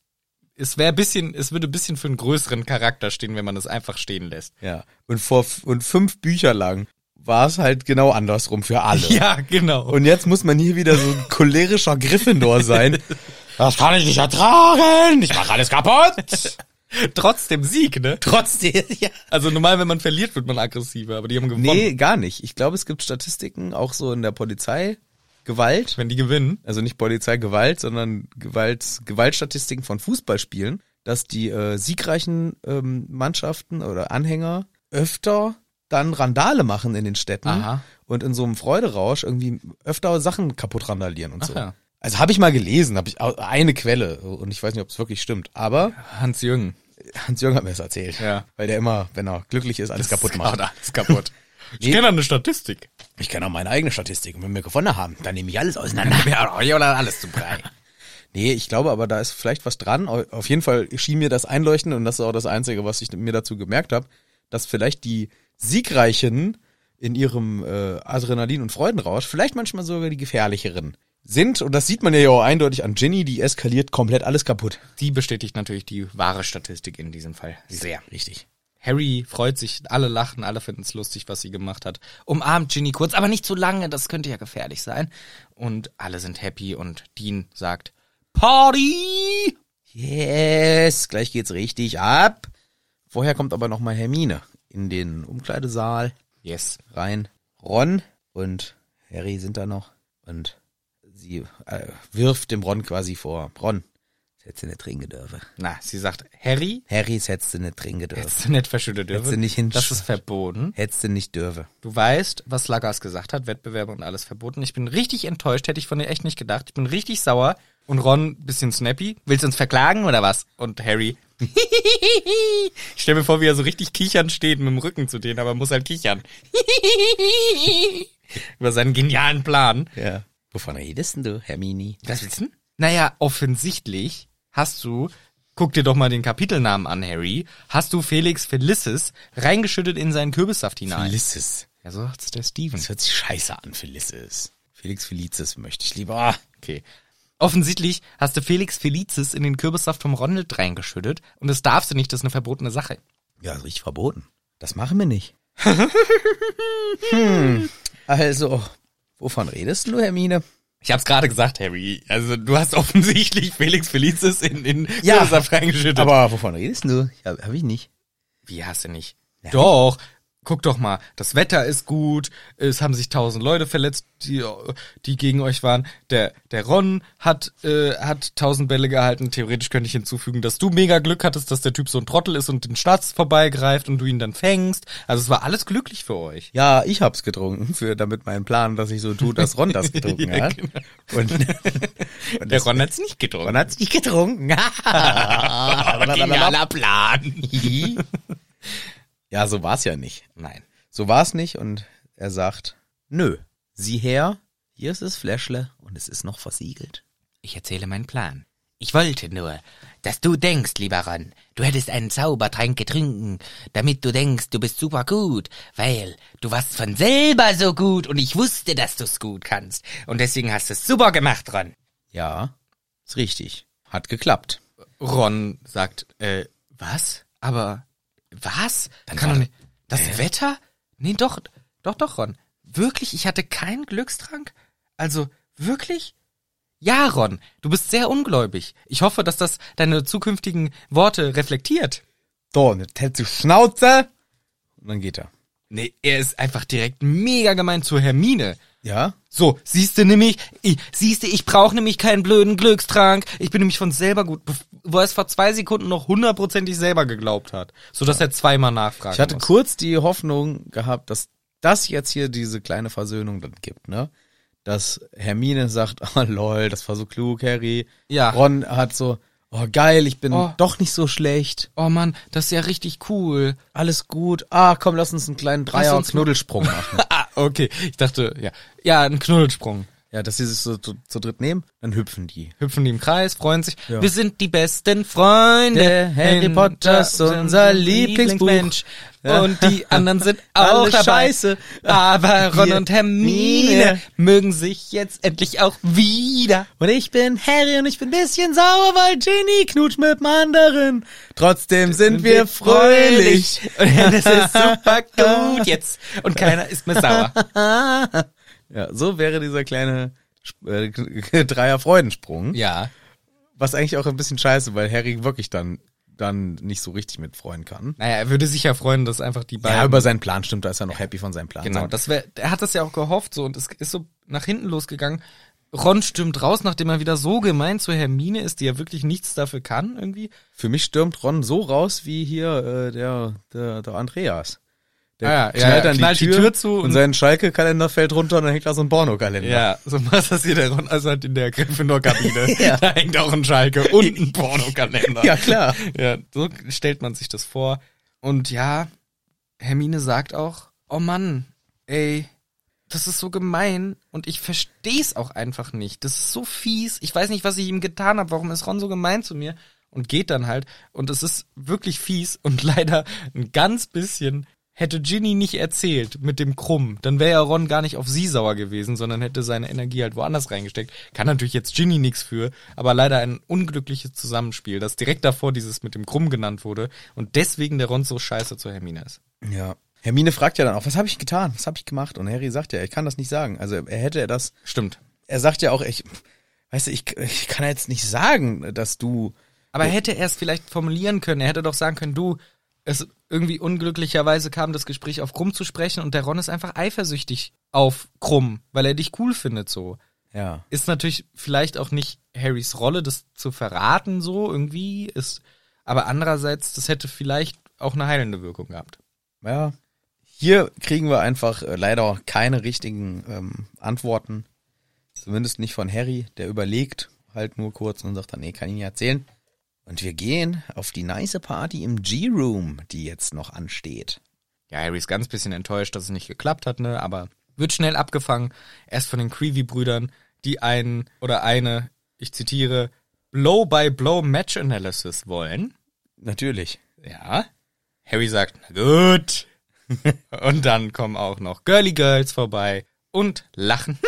Speaker 1: Es wäre bisschen, es würde ein bisschen für einen größeren Charakter stehen, wenn man es einfach stehen lässt.
Speaker 2: Ja. Und vor f- und fünf Bücher lang war es halt genau andersrum für alle.
Speaker 1: Ja, genau.
Speaker 2: Und jetzt muss man hier wieder so ein cholerischer Gryffindor sein. Das kann ich nicht ertragen. Ich mache alles kaputt.
Speaker 1: trotzdem Sieg, ne?
Speaker 2: Trotzdem, ja.
Speaker 1: Also normal, wenn man verliert, wird man aggressiver, aber die haben gewonnen.
Speaker 2: Nee, gar nicht. Ich glaube, es gibt Statistiken auch so in der Polizei. Gewalt,
Speaker 1: Wenn die gewinnen.
Speaker 2: also nicht Polizeigewalt, sondern Gewalt, Gewaltstatistiken von Fußballspielen, dass die äh, siegreichen ähm, Mannschaften oder Anhänger öfter dann Randale machen in den Städten
Speaker 1: Aha.
Speaker 2: und in so einem Freuderausch irgendwie öfter Sachen kaputt randalieren und so.
Speaker 1: ja.
Speaker 2: Also habe ich mal gelesen, habe ich au- eine Quelle und ich weiß nicht, ob es wirklich stimmt, aber
Speaker 1: Hans Jürgen.
Speaker 2: Hans-Jürgen hat mir das erzählt,
Speaker 1: Ja. genau
Speaker 2: weil der immer, wenn er glücklich ist, alles kaputt macht.
Speaker 1: Alles kaputt. Ich
Speaker 2: Nee.
Speaker 1: kenne eine Statistik.
Speaker 2: Ich kenne auch meine eigene Statistik. Und wenn wir gewonnen haben, dann nehme ich alles auseinander.
Speaker 1: Ja, oder alles zum Brei.
Speaker 2: Nee, ich glaube aber, da ist vielleicht was dran. Au- Auf jeden Fall schien mir das einleuchten und das ist auch das Einzige, was ich mir dazu gemerkt habe, dass vielleicht die Siegreichen in ihrem äh, Adrenalin- und Freudenrausch vielleicht manchmal sogar die gefährlicheren sind. Und das sieht man ja auch eindeutig an Ginny, die eskaliert komplett alles kaputt.
Speaker 1: Die bestätigt natürlich die wahre Statistik in diesem Fall sehr.
Speaker 2: Richtig.
Speaker 1: Harry freut sich, alle lachen, alle finden es lustig, was sie gemacht hat. Umarmt Ginny kurz, aber nicht zu lange, das könnte ja gefährlich sein. Und alle sind happy und Dean sagt Party!
Speaker 2: Yes, gleich geht's richtig ab. Vorher kommt aber nochmal Hermine in den Umkleidesaal.
Speaker 1: Yes.
Speaker 2: rein. Ron und Harry sind da noch und sie äh, wirft dem Ron quasi vor. Ron, das hättest du nicht trinken dürfen.
Speaker 1: Na, sie sagt, Harry,
Speaker 2: Harry, das hättest du nicht trinken dürfen.
Speaker 1: hättest du nicht verschüttet dürfen.
Speaker 2: Hättest du nicht hinsch-
Speaker 1: Das ist verboten.
Speaker 2: Hättest du nicht dürfen.
Speaker 1: Du weißt, was Lagas gesagt hat, Wettbewerbe und alles verboten. Ich bin richtig enttäuscht, hätte ich von dir echt nicht gedacht. Ich bin richtig sauer. Und Ron, bisschen snappy. Willst du uns verklagen oder was? Und Harry. ich stell mir vor, wie er so richtig kichern steht mit dem Rücken zu denen, aber muss halt kichern. Über seinen genialen Plan.
Speaker 2: Ja. Wovon redest denn du, Hermini?
Speaker 1: Was willst du denn? Naja, offensichtlich hast du, guck dir doch mal den Kapitelnamen an, Harry, hast du Felix Felicis reingeschüttet in seinen Kürbissaft hinein.
Speaker 2: Phyllisses.
Speaker 1: ja, so hat's der Steven.
Speaker 2: Das hört sich scheiße an, Phyllisses. Felix Felicis möchte ich lieber. Ah,
Speaker 1: Okay. Offensichtlich hast du Felix Felicis in den Kürbissaft vom Ronald reingeschüttet und das darfst du nicht, das ist eine verbotene Sache.
Speaker 2: Ja, das ist richtig verboten. Das machen wir nicht. hm. Also, wovon redest du, Hermine?
Speaker 1: Ich hab's gerade gesagt, Harry. Also du hast offensichtlich Felix Felicis in den
Speaker 2: Ja,
Speaker 1: Kürbissaft reingeschüttet.
Speaker 2: Aber wovon redest du? Ja, hab ich nicht.
Speaker 1: Wie hast du nicht? Doch. Guck doch mal, das Wetter ist gut, es haben sich tausend Leute verletzt, die, die gegen euch waren. Der, der Ron hat, äh, hat tausend Bälle gehalten. Theoretisch könnte ich hinzufügen, dass du mega Glück hattest, dass der Typ so ein Trottel ist und den Schnatz vorbeigreift und du ihn dann fängst. Also es war alles glücklich für euch.
Speaker 2: Ja, ich hab's getrunken, für damit mein Plan, dass ich so tue, dass Ron das getrunken
Speaker 1: Ja,
Speaker 2: hat.
Speaker 1: genau.
Speaker 2: Und, und
Speaker 1: Der
Speaker 2: das-
Speaker 1: Ron hat's nicht getrunken.
Speaker 2: Ron hat's nicht getrunken.
Speaker 1: Genialer Plan.
Speaker 2: ja, so war's ja nicht.
Speaker 1: Nein.
Speaker 2: So war's nicht und er sagt, nö, sieh her, hier ist das Fläschle und es ist noch versiegelt.
Speaker 4: Ich erzähle meinen Plan. Ich wollte nur, dass du denkst, lieber Ron, du hättest einen Zaubertrank getrunken, damit du denkst, du bist super gut, weil du warst von selber so gut und ich wusste, dass du's gut kannst. Und deswegen hast du's super gemacht, Ron.
Speaker 2: Ja, ist richtig. Hat geklappt.
Speaker 1: Ron sagt, äh,
Speaker 5: Was?
Speaker 1: Aber was? Kann doch nicht. Das Wetter? Nee, doch, doch, doch, Ron. Wirklich, ich hatte keinen Glückstrank? Also, wirklich? Ja, Ron, du bist sehr ungläubig. Ich hoffe, dass das deine zukünftigen Worte reflektiert.
Speaker 2: So, und jetzt hältst du Schnauze und dann geht er.
Speaker 1: Nee, er ist einfach direkt mega gemein zu Hermine.
Speaker 2: Ja?
Speaker 1: So, siehste nämlich, ich, siehste, ich brauche nämlich keinen blöden Glückstrank. Ich bin nämlich von selber gut, bev- wo er es vor zwei Sekunden noch hundertprozentig selber geglaubt hat, so dass er zweimal nachfragt.
Speaker 2: Ich hatte
Speaker 1: muss.
Speaker 2: kurz die Hoffnung gehabt, dass das jetzt hier diese kleine Versöhnung dann gibt, ne? Dass Hermine sagt, oh lol, das war so klug, Harry.
Speaker 1: Ja.
Speaker 2: Ron hat so, oh geil, ich bin
Speaker 1: Oh.
Speaker 2: doch nicht so schlecht.
Speaker 1: Oh Mann, das ist ja richtig cool.
Speaker 2: Alles gut. Ah, komm, lass uns einen kleinen Dreier- und
Speaker 1: uns-
Speaker 2: Knuddelsprung machen.
Speaker 1: Ah, okay. Ich dachte, ja. Ja, ein Knuddelsprung.
Speaker 2: ja, dass sie sich so zu, zu dritt nehmen, dann hüpfen die.
Speaker 1: Hüpfen die im Kreis, freuen sich.
Speaker 2: Ja.
Speaker 1: Wir sind die besten Freunde.
Speaker 2: Der Harry Potter ist unser Lieblingsbuch.
Speaker 1: Lieblingsmensch.
Speaker 2: Ja.
Speaker 1: Und die anderen sind auch
Speaker 2: Alle
Speaker 1: dabei.
Speaker 2: scheiße.
Speaker 1: Aber Ron
Speaker 2: Wir-
Speaker 1: und Hermine
Speaker 2: Mine.
Speaker 1: mögen sich jetzt endlich auch wieder.
Speaker 2: Und ich bin Harry und ich bin ein bisschen sauer, weil Ginny knutscht mit dem anderen. Trotzdem sind wir fröhlich.
Speaker 1: Und das ist super gut jetzt. Und keiner ist mehr sauer.
Speaker 2: Ja, so wäre dieser kleine Sp- äh, Dreier-Freudensprung.
Speaker 1: Ja.
Speaker 2: Was eigentlich auch ein bisschen scheiße, weil Harry wirklich dann, dann nicht so richtig mitfreuen kann.
Speaker 1: Naja, er würde sich ja freuen, dass einfach die beiden...
Speaker 2: Ja, über seinen Plan stimmt, da ist er noch happy von seinem Plan.
Speaker 1: Genau,
Speaker 2: Sagen wir,
Speaker 1: das wär, er hat das ja auch gehofft so und es ist so nach hinten losgegangen. Ron stürmt raus, nachdem er wieder so gemein zu Hermine ist, die ja wirklich nichts dafür kann irgendwie.
Speaker 2: Für mich stürmt Ron so raus wie hier äh, der, der, der Andreas. Der
Speaker 1: Ah ja, ja, ja, knallt die Tür zu
Speaker 2: und,
Speaker 1: und-
Speaker 2: sein Schalke-Kalender fällt runter und dann hängt da so ein Porno-Kalender.
Speaker 1: Ja, so was das hier der Ron also hat in der Gryffindor-Kabine. Da hängt auch ein Schalke und ein Pornokalender.
Speaker 2: ja, klar.
Speaker 1: ja, so stellt man sich das vor. Und ja, Hermine sagt auch, oh Mann, ey, das ist so gemein und ich versteh's auch einfach nicht. Das ist so fies. Ich weiß nicht, was ich ihm getan habe. Warum ist Ron so gemein zu mir? Und geht dann halt. Und es ist wirklich fies und leider ein ganz bisschen hätte Ginny nicht erzählt mit dem Krumm, dann wäre ja Ron gar nicht auf sie sauer gewesen, sondern hätte seine Energie halt woanders reingesteckt. Kann natürlich jetzt Ginny nichts für, aber leider ein unglückliches Zusammenspiel, dass direkt davor dieses mit dem Krumm genannt wurde und deswegen der Ron so scheiße zu Hermine ist.
Speaker 2: Ja. Hermine fragt ja dann auch, was habe ich getan? Was habe ich gemacht? Und Harry sagt ja, ich kann das nicht sagen. Also er hätte er das
Speaker 1: Stimmt.
Speaker 2: er sagt ja auch, ich, weißt du, ich, ich kann jetzt nicht sagen, dass du.
Speaker 1: Aber hätte er es vielleicht formulieren können, er hätte doch sagen können, du, es irgendwie unglücklicherweise kam das Gespräch auf Krumm zu sprechen und der Ron ist einfach eifersüchtig auf Krumm, weil er dich cool findet so.
Speaker 2: Ja.
Speaker 1: ist natürlich vielleicht auch nicht Harrys Rolle, das zu verraten, so irgendwie ist, aber andererseits, das hätte vielleicht auch eine heilende Wirkung gehabt.
Speaker 2: Ja. Hier kriegen wir einfach äh, leider auch keine richtigen ähm, Antworten. Zumindest nicht von Harry, der überlegt halt nur kurz und sagt dann, nee, kann ich nicht erzählen. Und wir gehen auf die nice Party im G-Room, die jetzt noch ansteht.
Speaker 1: Ja, Harry ist ganz bisschen enttäuscht, dass es nicht geklappt hat, ne, aber wird schnell abgefangen, erst von den Creevy-Brüdern, die einen oder eine, ich zitiere, Blow-by-Blow-Match-Analysis wollen.
Speaker 2: Natürlich.
Speaker 1: Ja. Harry sagt, na gut. und dann kommen auch noch Girly Girls vorbei und lachen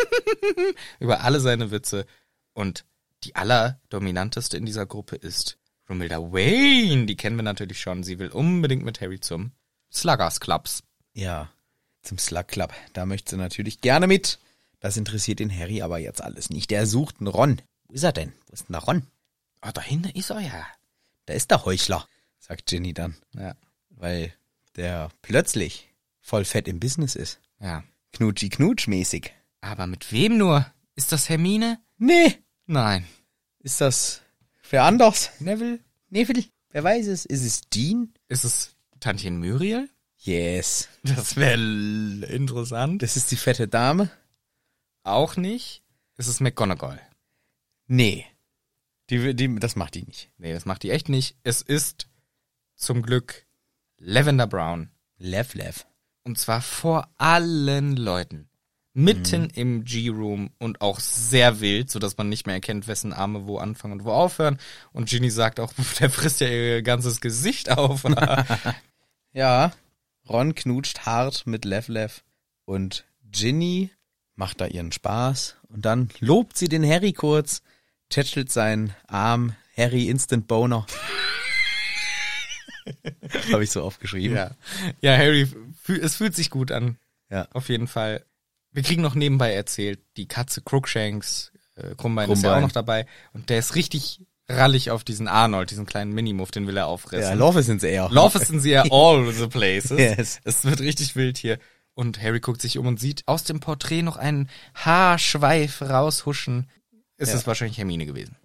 Speaker 1: über alle seine Witze. Und die allerdominanteste in dieser Gruppe ist Romilda Wayne. Die kennen wir natürlich schon. Sie will unbedingt mit Harry zum Sluggers Clubs.
Speaker 2: Ja. Zum Slug Club. Da möchte sie natürlich gerne mit. Das interessiert den Harry aber jetzt alles nicht. Der sucht einen Ron. Wo ist er denn? Wo ist denn der Ron?
Speaker 1: Oh, da hinten ist er ja.
Speaker 2: Da ist der Heuchler, sagt Ginny dann,
Speaker 1: Ja.
Speaker 2: weil der plötzlich voll fett im Business ist.
Speaker 1: Ja.
Speaker 2: Knutschi-knutsch-mäßig.
Speaker 1: Aber mit wem nur? Ist das Hermine?
Speaker 2: Nee,
Speaker 1: Nein.
Speaker 2: ist das wer anders?
Speaker 1: Neville?
Speaker 2: Nee, Phil, wer weiß es? Ist es Dean?
Speaker 1: Ist es Tantchen Muriel?
Speaker 2: Yes.
Speaker 1: Das wäre interessant.
Speaker 2: Das ist die fette Dame?
Speaker 1: Auch nicht. Es ist McGonagall.
Speaker 2: Nee. Die, die, das macht die nicht.
Speaker 1: Nee, das macht die echt nicht. Es ist zum Glück Lavender Brown.
Speaker 2: Lev, Lev.
Speaker 1: Und zwar vor allen Leuten. Mitten im G-Room und auch sehr wild, sodass man nicht mehr erkennt, wessen Arme wo anfangen und wo aufhören. Und Ginny sagt auch, der frisst ja ihr ganzes Gesicht auf.
Speaker 2: Ja, Ron knutscht hart mit Lev, Lev. Und Ginny macht da ihren Spaß. Und dann lobt sie den Harry kurz, tätschelt seinen Arm. Harry Instant Boner. Habe ich so aufgeschrieben.
Speaker 1: Ja, ja Harry, fü- es fühlt sich gut an.
Speaker 2: Ja.
Speaker 1: Auf jeden Fall. Wir kriegen noch nebenbei erzählt, die Katze Crookshanks, äh, Krummbein, ist ja auch
Speaker 2: Krummbein.
Speaker 1: noch dabei. Und der ist richtig rallig auf diesen Arnold, diesen kleinen Minimove, den will er
Speaker 2: Ja,
Speaker 1: auffressen.
Speaker 2: Love sind sie eher.
Speaker 1: Love is in the air all the places.
Speaker 2: Yes.
Speaker 1: Es wird richtig wild hier. Und Harry guckt sich um und sieht aus dem Porträt noch einen Haarschweif raushuschen. Es
Speaker 2: Ja.
Speaker 1: ist wahrscheinlich Hermine gewesen.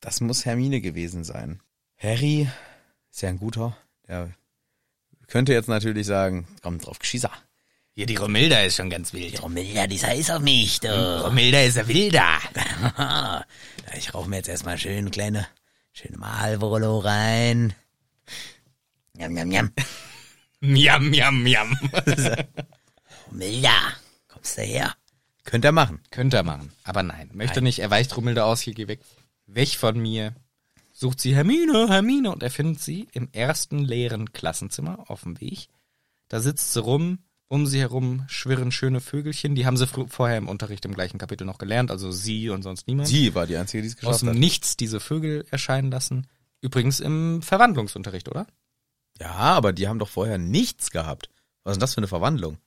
Speaker 2: Das muss Hermine gewesen sein. Harry ist ja ein guter. Der könnte jetzt natürlich sagen, komm drauf, Geschießer.
Speaker 4: Ja, die Romilda ist schon ganz wild.
Speaker 6: Romilda, dieser ist auf mich,
Speaker 2: Hm.
Speaker 6: du.
Speaker 4: Romilda ist ja wilder.
Speaker 6: Ja, ich rauche mir jetzt erstmal schön kleine, schöne Malvolo rein. Njam, njam, njam.
Speaker 4: Miam, miam, miam.
Speaker 6: Romilda, kommst du her?
Speaker 2: Könnte er machen.
Speaker 1: Könnte er machen, aber nein. Möchte nicht, er weicht Rumilde aus, hier geh weg. Weg von mir. Sucht sie Hermine, Hermine. Und er findet sie im ersten leeren Klassenzimmer auf dem Weg. Da sitzt sie rum, um sie herum schwirren schöne Vögelchen. Die haben sie fr- vorher im Unterricht im gleichen Kapitel noch gelernt, also sie und sonst niemand.
Speaker 2: Sie war die Einzige, die es
Speaker 1: aus
Speaker 2: geschafft
Speaker 1: dem
Speaker 2: hat.
Speaker 1: Nichts diese Vögel erscheinen lassen. Übrigens im Verwandlungsunterricht, oder?
Speaker 2: Ja, aber die haben doch vorher nichts gehabt. Was ist denn das für eine Verwandlung?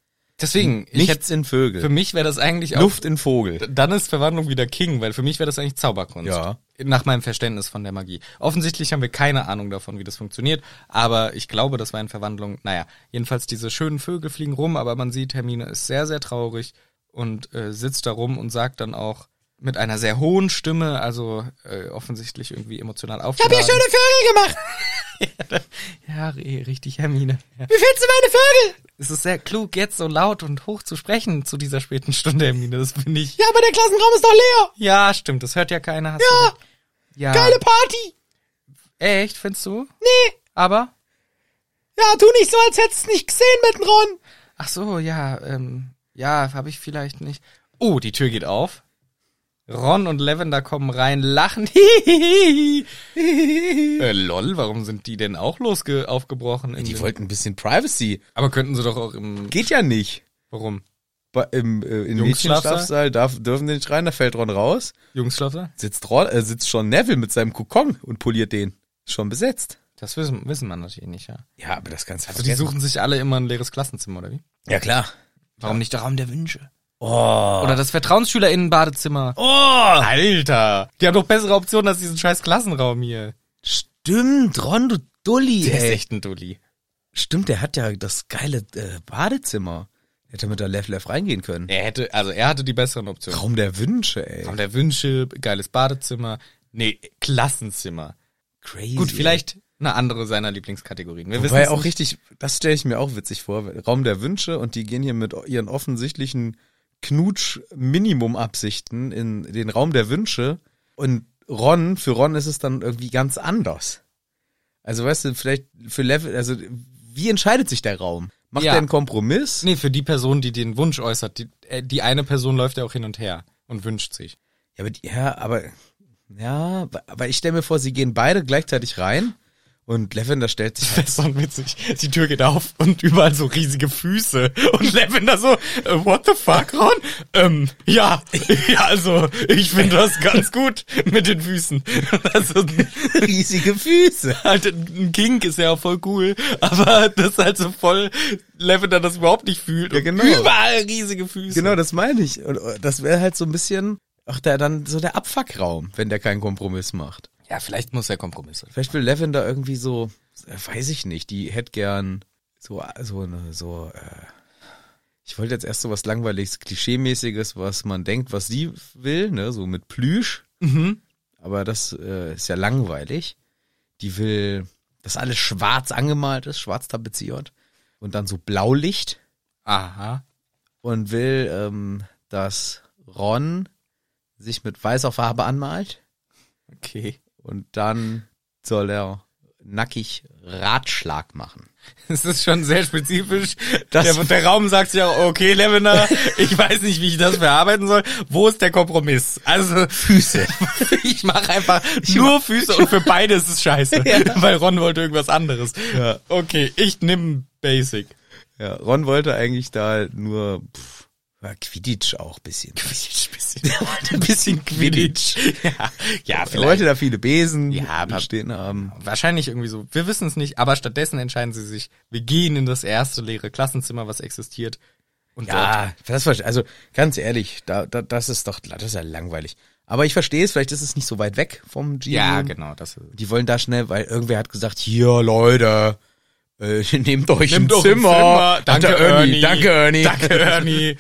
Speaker 1: Deswegen, ich hätte,
Speaker 2: Nichts in
Speaker 1: für
Speaker 2: Vögel.
Speaker 1: mich wäre das eigentlich auch,
Speaker 2: Luft in Vogel.
Speaker 1: dann ist Verwandlung wieder King, weil für mich wäre das eigentlich Zauberkunst.
Speaker 2: Ja.
Speaker 1: Nach meinem Verständnis von der Magie. Offensichtlich haben wir keine Ahnung davon, wie das funktioniert, aber ich glaube, das war in Verwandlung, naja, jedenfalls diese schönen Vögel fliegen rum, aber man sieht, Hermine ist sehr, sehr traurig und äh, sitzt da rum und sagt dann auch mit einer sehr hohen Stimme, also äh, offensichtlich irgendwie emotional aufgeladen. Ich hab hier
Speaker 6: Vögel gemacht.
Speaker 1: Ja, re- richtig, Hermine. Ja.
Speaker 6: Wie findest du meine Vögel?
Speaker 1: Es ist sehr klug, jetzt so laut und hoch zu sprechen zu dieser späten Stunde, Hermine. Das finde ich.
Speaker 6: Ja, aber der Klassenraum ist doch leer.
Speaker 1: Ja, stimmt, das hört ja keiner. Hast ja, ja.
Speaker 6: Party.
Speaker 1: Echt, findest du?
Speaker 6: Nee.
Speaker 1: Aber?
Speaker 6: Ja, tu nicht so, als hättest du es nicht gesehen mit dem Ron.
Speaker 1: Ach so, ja, ähm, ja, habe ich vielleicht nicht. Oh, die Tür geht auf. Ron und Lavender kommen rein, lachen. Hihihihi. äh, lol, warum sind die denn auch losge aufgebrochen? in
Speaker 2: Die
Speaker 1: den-
Speaker 2: wollten ein bisschen Privacy.
Speaker 1: Aber könnten sie doch auch im.
Speaker 2: Geht ja nicht.
Speaker 1: Warum?
Speaker 2: Bei, im, äh, Im
Speaker 1: Jungsschlafsaal?
Speaker 2: Mädchenschlafsaal darf, dürfen die nicht rein, da fällt Ron raus.
Speaker 1: Jungsschlafsaal?
Speaker 2: Sitzt, Ron, äh, sitzt schon Neville mit seinem Kokon und poliert den. Schon besetzt.
Speaker 1: Das wissen, wissen man natürlich nicht, ja.
Speaker 2: Ja, aber das Ganze.
Speaker 1: Also die suchen sich alle immer ein leeres Klassenzimmer, oder wie?
Speaker 2: Ja, klar.
Speaker 1: Warum nicht der Raum der Wünsche? Oh. Oder das VertrauensschülerInnen-Badezimmer. Oh. Alter. Die haben doch bessere Optionen als diesen scheiß Klassenraum hier.
Speaker 2: Stimmt, Ron, du Dulli,
Speaker 1: Der ist
Speaker 2: ey.
Speaker 1: echt ein Dulli.
Speaker 2: Stimmt, der hat ja das geile äh, Badezimmer. Hätte mit der Left Left reingehen können.
Speaker 1: Er hätte, also er hatte die besseren Optionen.
Speaker 2: Raum der Wünsche, ey.
Speaker 1: Raum der Wünsche, geiles Badezimmer. Nee, Klassenzimmer.
Speaker 2: Crazy.
Speaker 1: Gut, vielleicht eine andere seiner Lieblingskategorien. Wir
Speaker 2: Wobei
Speaker 1: wissen
Speaker 2: auch richtig, das stelle ich mir auch witzig vor. Raum der Wünsche und die gehen hier mit ihren offensichtlichen Knutsch-Minimum-Absichten in den Raum der Wünsche und Ron, für Ron ist es dann irgendwie ganz anders. Also weißt du, vielleicht für Level, also wie entscheidet sich der Raum? Macht
Speaker 1: Ja.
Speaker 2: er einen Kompromiss?
Speaker 1: Nee, für die Person, die den Wunsch äußert, die, äh, die eine Person läuft ja auch hin und her und wünscht sich.
Speaker 2: Ja, aber, die- ja, aber, ja, aber ich stelle mir vor, sie gehen beide gleichzeitig rein und Lavender stellt sich
Speaker 1: Das ist so witzig. Die Tür geht auf und überall so riesige Füße. Und Lavender so, äh, what the fuck, Ron? Ähm, ja, ja, also, ich finde das ganz gut mit den Füßen. Also,
Speaker 2: riesige Füße.
Speaker 1: halt, ein Kink ist ja auch voll cool, aber das ist halt so voll, Lavender das überhaupt nicht fühlt.
Speaker 2: Ja, genau.
Speaker 1: Und überall riesige Füße.
Speaker 2: Genau, das meine ich. Und äh, das wäre halt so ein bisschen, ach, der dann so der Abfuckraum, wenn der keinen Kompromiss macht.
Speaker 1: Ja, vielleicht muss er Kompromisse.
Speaker 2: Vielleicht will Lavender irgendwie so, äh, weiß ich nicht, die hätte gern so, so eine, so, äh, ich wollte jetzt erst so was langweiliges, klischeemäßiges, was man denkt, was sie will, ne, so mit Plüsch. Aber das äh, ist ja langweilig. Die will, dass alles schwarz angemalt ist, schwarz tapeziert und dann so Blaulicht
Speaker 1: Aha.
Speaker 2: und will, ähm, dass Ron sich mit weißer Farbe anmalt
Speaker 1: Okay.
Speaker 2: und dann soll er nackig Ratschlag machen.
Speaker 1: Es ist schon sehr spezifisch.
Speaker 2: Das-
Speaker 1: der, der Raum sagt sich auch, okay, Lavender, ich weiß nicht, wie ich das verarbeiten soll. Wo ist der Kompromiss? Also Füße. Ich mache einfach nur Füße und für beide ist es scheiße. Weil Ron wollte irgendwas anderes.
Speaker 2: Ja.
Speaker 1: Okay, ich nimm Basic.
Speaker 2: Ja, Ron wollte eigentlich da nur pff, ja, Quidditch auch bisschen.
Speaker 4: ein bisschen Quidditch. ja, ja,
Speaker 2: Leute
Speaker 4: vielleicht.
Speaker 2: da viele Besen
Speaker 4: Ja, aber-
Speaker 2: stehen haben.
Speaker 1: Wahrscheinlich irgendwie so. Wir wissen es nicht, aber stattdessen entscheiden sie sich, wir gehen in das erste leere Klassenzimmer, was existiert. Und dort.
Speaker 2: Ja, das war, also ganz ehrlich, da, da, das ist doch, das ist ja langweilig. Aber ich verstehe es, vielleicht ist es nicht so weit weg vom Genie.
Speaker 1: Ja, genau. Das ist
Speaker 2: Die wollen da schnell, weil irgendwer hat gesagt, hier Leute, äh, nehmt euch
Speaker 1: Nimm
Speaker 2: ein
Speaker 1: doch ein
Speaker 2: Zimmer.
Speaker 1: Zimmer. Danke,
Speaker 2: Hat der
Speaker 1: Ernie.
Speaker 2: Ernie. Danke, Ernie.
Speaker 1: Danke, Ernie.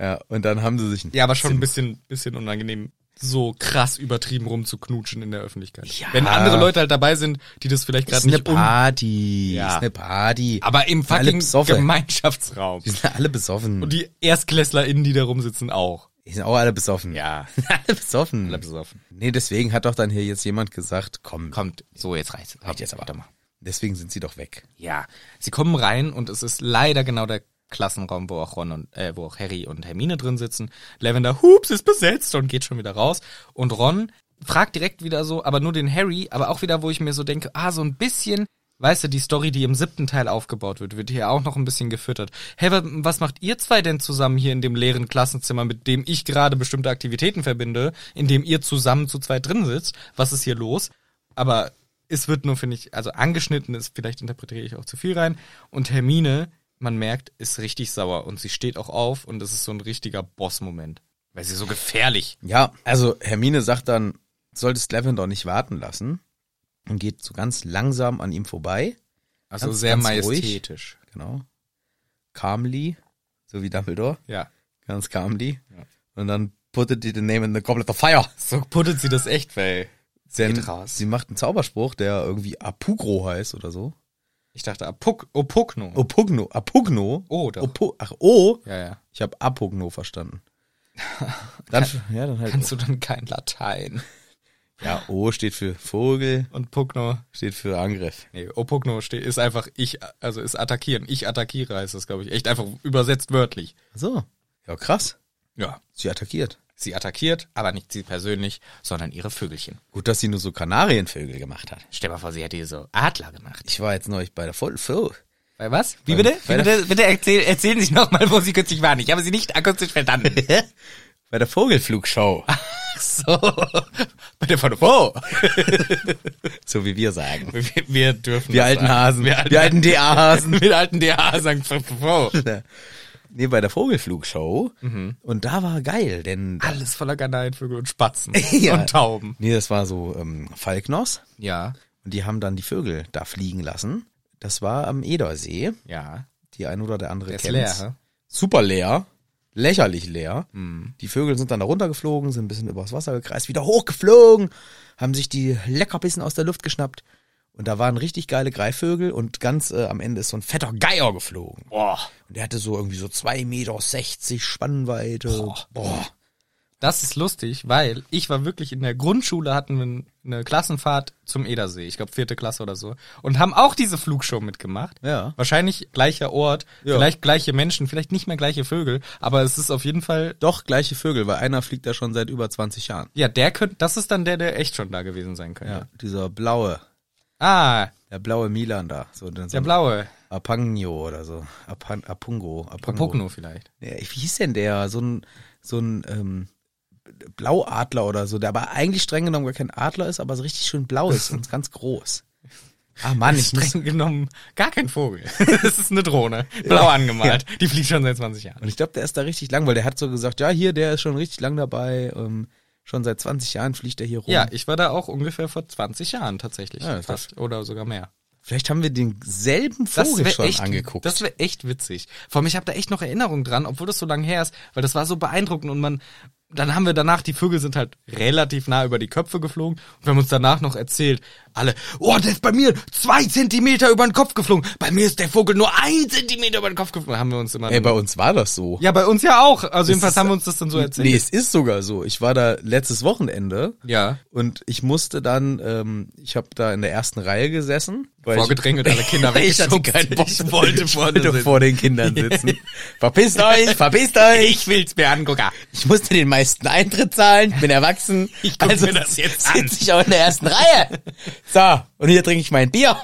Speaker 2: Ja, und dann haben sie sich ein
Speaker 1: Ja, aber schon ein bisschen, bisschen unangenehm, so krass übertrieben rumzuknutschen in der Öffentlichkeit.
Speaker 2: Ja.
Speaker 1: Wenn andere Leute halt dabei sind, die das vielleicht
Speaker 2: Ist
Speaker 1: gerade
Speaker 2: eine
Speaker 1: nicht um...
Speaker 2: Party.
Speaker 1: Ja.
Speaker 2: Ist eine Party.
Speaker 1: Aber im
Speaker 2: Alle
Speaker 1: fucking
Speaker 2: besoffen.
Speaker 1: Gemeinschaftsraum.
Speaker 2: die sind alle besoffen.
Speaker 1: Und die ErstklässlerInnen, die da rumsitzen, auch.
Speaker 2: die sind auch alle besoffen.
Speaker 1: Ja.
Speaker 2: Alle besoffen.
Speaker 1: Alle besoffen.
Speaker 2: Nee, deswegen hat doch dann hier jetzt jemand gesagt, komm,
Speaker 4: Kommt, so jetzt reicht's.
Speaker 2: reicht jetzt aber doch mal. Deswegen sind sie doch weg.
Speaker 1: Ja. Sie kommen rein und es ist leider genau der Klassenraum, wo auch Ron und, äh, wo auch Harry und Hermine drin sitzen. Lavender, hups, ist besetzt und geht schon wieder raus. Und Ron fragt direkt wieder so, aber nur den Harry, aber auch wieder, wo ich mir so denke, ah, so ein bisschen, weißt du, die Story, die im siebten Teil aufgebaut wird, wird hier auch noch ein bisschen gefüttert. Hey, wa- was macht ihr zwei denn zusammen hier in dem leeren Klassenzimmer, mit dem ich gerade bestimmte Aktivitäten verbinde, in dem ihr zusammen zu zweit drin sitzt? Was ist hier los? Aber es wird nur, finde ich, also angeschnitten ist, vielleicht interpretiere ich auch zu viel rein. Und Hermine, man merkt, ist richtig sauer und sie steht auch auf und es ist so ein richtiger Boss-Moment. Weil sie so gefährlich.
Speaker 2: Ja, also Hermine sagt dann, solltest Lavender nicht warten lassen und geht so ganz langsam an ihm vorbei.
Speaker 1: Also
Speaker 2: Ganz,
Speaker 1: sehr
Speaker 2: ganz
Speaker 1: majestätisch.
Speaker 2: Genau. Calmly, so wie Dumbledore,
Speaker 1: Ja.
Speaker 2: ganz calmly. Und dann puttet die den Name in the Goblet of Fire.
Speaker 1: So puttet sie das echt, weil.
Speaker 2: Denn
Speaker 1: geht raus.
Speaker 2: sie macht einen Zauberspruch, der irgendwie Apugro heißt oder so.
Speaker 1: Ich dachte, "Ah, oh, Apuk, Opukno.
Speaker 2: Opugno, Apugno.
Speaker 1: Oh, doch.
Speaker 2: Opu Ach, oh.
Speaker 1: ja, ja.
Speaker 2: Ich habe Apugno verstanden. Dann, ja, dann halt.
Speaker 1: Kannst du dann kein Latein?
Speaker 2: ja, O steht für Vogel,
Speaker 1: Und Pukno,
Speaker 2: steht für Angriff.
Speaker 1: nee, Opukno steht, ist einfach ich, also ist attackieren. Ich attackiere heißt das, glaube ich. Echt einfach übersetzt wörtlich.
Speaker 2: Ach So. Ja, krass.
Speaker 1: Ja.
Speaker 2: Sie attackiert.
Speaker 1: Sie attackiert, aber nicht sie persönlich, sondern ihre Vögelchen.
Speaker 2: Gut, dass sie nur so Kanarienvögel gemacht hat.
Speaker 4: Stell mal vor, sie hätte hier so Adler gemacht.
Speaker 2: Ich war jetzt neulich bei der Voll. Voll.
Speaker 1: Bei was?
Speaker 4: Wie bitte? Wie bitte, bitte erzähl, erzählen Sie nochmal, wo Sie kürzlich waren. Ich habe Sie nicht akustisch verstanden.
Speaker 2: Bei der Vogelflugshow.
Speaker 4: so. Bei der von oh.
Speaker 2: so wie wir sagen.
Speaker 1: Wir, wir dürfen.
Speaker 2: Wir
Speaker 1: das
Speaker 2: alten
Speaker 1: sagen.
Speaker 2: Hasen.
Speaker 1: Wir alten,
Speaker 2: Wir alten DA-Hasen.
Speaker 1: wir alten DA sagen. Wow.
Speaker 2: Nee, bei der Vogelflugshow. Und da war geil, denn.
Speaker 1: Alles voller Kanarienvögel und Spatzen.
Speaker 2: Ja.
Speaker 1: Und Tauben.
Speaker 2: Nee, das war so ähm, Falknos.
Speaker 1: Ja.
Speaker 2: Und die haben dann die Vögel da fliegen lassen. Das war am Edersee.
Speaker 1: Ja.
Speaker 2: Die ein oder der andere
Speaker 1: Der ist
Speaker 2: kennt's.
Speaker 1: leer, hä?
Speaker 2: Super leer. Lächerlich leer. Die Vögel sind dann da runtergeflogen, sind ein bisschen übers Wasser gekreist, wieder hochgeflogen, haben sich die Leckerbissen aus der Luft geschnappt. Und da waren richtig geile Greifvögel und ganz äh, am Ende ist so ein fetter Geier geflogen.
Speaker 1: Boah.
Speaker 2: Und der hatte so irgendwie so 2,60 Meter Spannweite. Boah.
Speaker 1: Das ist lustig, weil ich war wirklich in der Grundschule, hatten wir eine Klassenfahrt zum Edersee, ich glaube vierte Klasse oder so, und haben auch diese Flugshow mitgemacht.
Speaker 2: Ja.
Speaker 1: Wahrscheinlich gleicher Ort,
Speaker 2: Ja.
Speaker 1: vielleicht gleiche Menschen, vielleicht nicht mehr gleiche Vögel, aber es ist auf jeden Fall,
Speaker 2: Doch, gleiche Vögel, weil einer fliegt da schon seit über 20 Jahren.
Speaker 1: ja, der könnte, das ist dann der, der echt schon da gewesen sein könnte.
Speaker 2: Dieser blaue,
Speaker 1: Ah,
Speaker 2: der blaue Milan da. So, der so
Speaker 1: der
Speaker 2: ein
Speaker 1: blaue,
Speaker 2: Apagno oder so. Apan Apungo. Apango.
Speaker 1: Popokno vielleicht.
Speaker 2: Ja, wie hieß denn der? So ein, so ein ähm, Blauadler oder so, der aber eigentlich streng genommen gar kein Adler ist, aber so richtig schön blau ist und ganz groß. Ah Mann, ich muss,
Speaker 1: Streng genommen gar kein Vogel. Das ist eine Drohne, blau angemalt, die fliegt schon seit 20 Jahren.
Speaker 2: und ich glaube, der ist da richtig lang, weil der hat so gesagt, ja, hier, der ist schon richtig lang dabei, ähm, schon seit 20 Jahren fliegt er hier rum.
Speaker 1: Ja, ich war da auch ungefähr vor 20 Jahren tatsächlich,
Speaker 2: Ja, das
Speaker 1: fast, oder sogar mehr.
Speaker 2: Vielleicht haben wir denselben
Speaker 1: Das
Speaker 2: Vogel
Speaker 1: wär
Speaker 2: schon
Speaker 1: echt,
Speaker 2: angeguckt.
Speaker 1: Das wäre echt witzig. Vor allem, ich habe da echt noch Erinnerungen dran, obwohl das so lange her ist, weil das war so beeindruckend und man, dann haben wir danach, die Vögel sind halt relativ nah über die Köpfe geflogen und wir haben uns danach noch erzählt, alle, oh, der ist bei mir zwei Zentimeter über den Kopf geflogen, bei mir ist der Vogel nur ein Zentimeter über den Kopf geflogen, haben wir uns immer...
Speaker 2: Ey, bei uns war das so.
Speaker 1: ja, bei uns ja auch. Also jedenfalls
Speaker 2: ist-
Speaker 1: haben wir uns das dann so erzählt.
Speaker 2: Nee, es ist sogar so. Ich war da letztes Wochenende.
Speaker 1: Ja.
Speaker 2: Und ich musste dann, ähm, ich habe da in der ersten Reihe gesessen. weil ich-
Speaker 1: Vorgedrängelt, alle Kinder
Speaker 2: Weil ich hatte
Speaker 1: weggeschubst.
Speaker 2: keinen Bock.
Speaker 1: Ich wollte vorne
Speaker 2: Ich wollte
Speaker 1: sitzen.
Speaker 2: vor den Kindern sitzen. verpisst euch, verpisst euch.
Speaker 4: Ich will's mir angucken.
Speaker 1: Ah,
Speaker 2: Ich musste den meisten Eintritt zahlen, bin erwachsen. Ich
Speaker 4: guck mir das jetzt an.
Speaker 2: sitze ich auch in der ersten Reihe. So, und hier trinke ich mein Bier.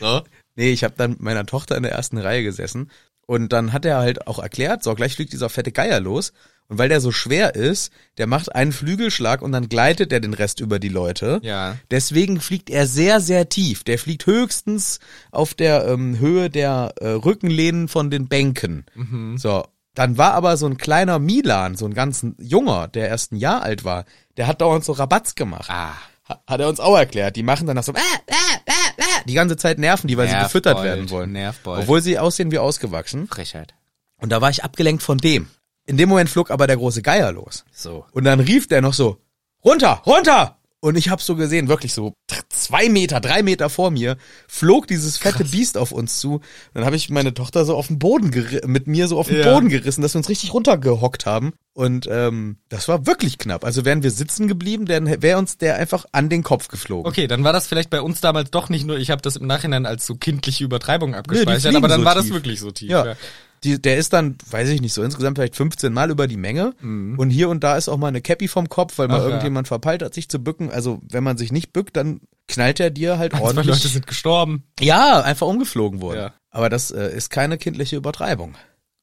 Speaker 4: So.
Speaker 2: Nee, ich habe dann mit meiner Tochter in der ersten Reihe gesessen. Und dann hat er halt auch erklärt, so gleich fliegt dieser fette Geier los. Und weil der so schwer ist, der macht einen Flügelschlag und dann gleitet er den Rest über die Leute.
Speaker 1: Ja.
Speaker 2: Deswegen fliegt er sehr, sehr tief. Der fliegt höchstens auf der ähm, Höhe der äh, Rückenlehnen von den Bänken.
Speaker 1: Mhm.
Speaker 2: So. Dann war aber so ein kleiner Milan, so ein ganz junger, der erst ein Jahr alt war, der hat dauernd so Rabatz gemacht.
Speaker 1: Ah.
Speaker 2: Ha- Hat er uns auch erklärt. Die machen danach so, äh, äh, äh, äh, die ganze Zeit nerven die, weil sie
Speaker 1: Nervbold,
Speaker 2: gefüttert werden wollen.
Speaker 1: Nervbold.
Speaker 2: Obwohl sie aussehen wie ausgewachsen.
Speaker 1: Frechheit.
Speaker 2: Und da war ich abgelenkt von dem. In dem Moment flog aber der große Geier los.
Speaker 1: So.
Speaker 2: Und dann rief der noch so, runter, runter! Und ich hab's so gesehen, wirklich so tr- zwei Meter, drei Meter vor mir, flog dieses fette Biest auf uns zu. Dann habe ich meine Tochter so auf den Boden geri- mit mir so auf den
Speaker 1: Ja.
Speaker 2: Boden gerissen, dass wir uns richtig runtergehockt haben. Und ähm, das war wirklich knapp. Also wären wir sitzen geblieben, dann wäre uns der einfach an den Kopf geflogen.
Speaker 1: Okay, dann war das vielleicht bei uns damals doch nicht nur, ich habe das im Nachhinein als so kindliche Übertreibung abgespeichert,
Speaker 2: fliegen
Speaker 1: aber dann
Speaker 2: so
Speaker 1: war das
Speaker 2: tief.
Speaker 1: wirklich so tief.
Speaker 2: Ja. Die, der ist dann, weiß ich nicht, so insgesamt vielleicht 15 Mal über die Menge. Und hier und da ist auch mal eine Cappy vom Kopf, weil mal
Speaker 1: Ach ja.
Speaker 2: irgendjemand verpeilt hat, sich zu bücken. Also wenn man sich nicht bückt, dann knallt er dir halt
Speaker 1: Zwei Leute
Speaker 2: ordentlich.
Speaker 1: sind gestorben.
Speaker 2: Ja, einfach umgeflogen wurde.
Speaker 1: Ja.
Speaker 2: Aber das äh, ist keine kindliche Übertreibung.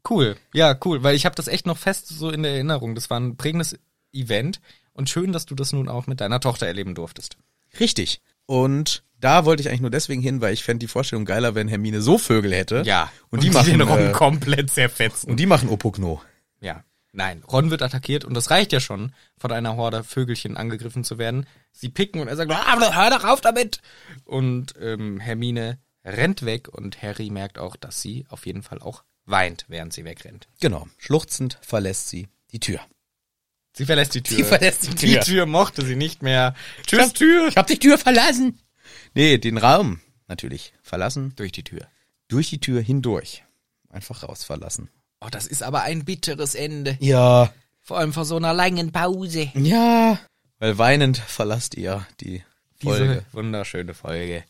Speaker 1: Cool, ja, cool, weil ich habe das echt noch fest so in der Erinnerung. Das war ein prägendes Event und schön, dass du das nun auch mit deiner Tochter erleben durftest.
Speaker 2: Richtig. Und da wollte ich eigentlich nur deswegen hin, weil ich fände die Vorstellung geiler, wenn Hermine so Vögel hätte. Und, die, machen
Speaker 1: den Ron
Speaker 2: äh,
Speaker 1: komplett zerfetzen.
Speaker 2: und die machen Opokno.
Speaker 1: ja, nein, Ron wird attackiert und das reicht ja schon, von einer Horde Vögelchen angegriffen zu werden. Sie picken und er sagt, ah, hör doch auf damit! Und ähm, Hermine rennt weg und Harry merkt auch, dass sie auf jeden Fall auch weint, während sie wegrennt.
Speaker 2: Genau. Schluchzend verlässt sie die Tür.
Speaker 1: Sie verlässt die Tür.
Speaker 4: Sie verlässt die Tür.
Speaker 1: Die Tür mochte sie nicht mehr. Tschüss, Tür!
Speaker 4: Ich hab die Tür verlassen.
Speaker 2: Nee, den Raum natürlich verlassen.
Speaker 1: Durch die Tür.
Speaker 2: durch die Tür hindurch. Einfach raus verlassen.
Speaker 4: Oh, das ist aber ein bitteres Ende.
Speaker 2: Ja.
Speaker 4: Vor allem vor so einer langen Pause.
Speaker 2: Ja. Weil weinend verlasst ihr die Folge.
Speaker 1: Diese wunderschöne Folge.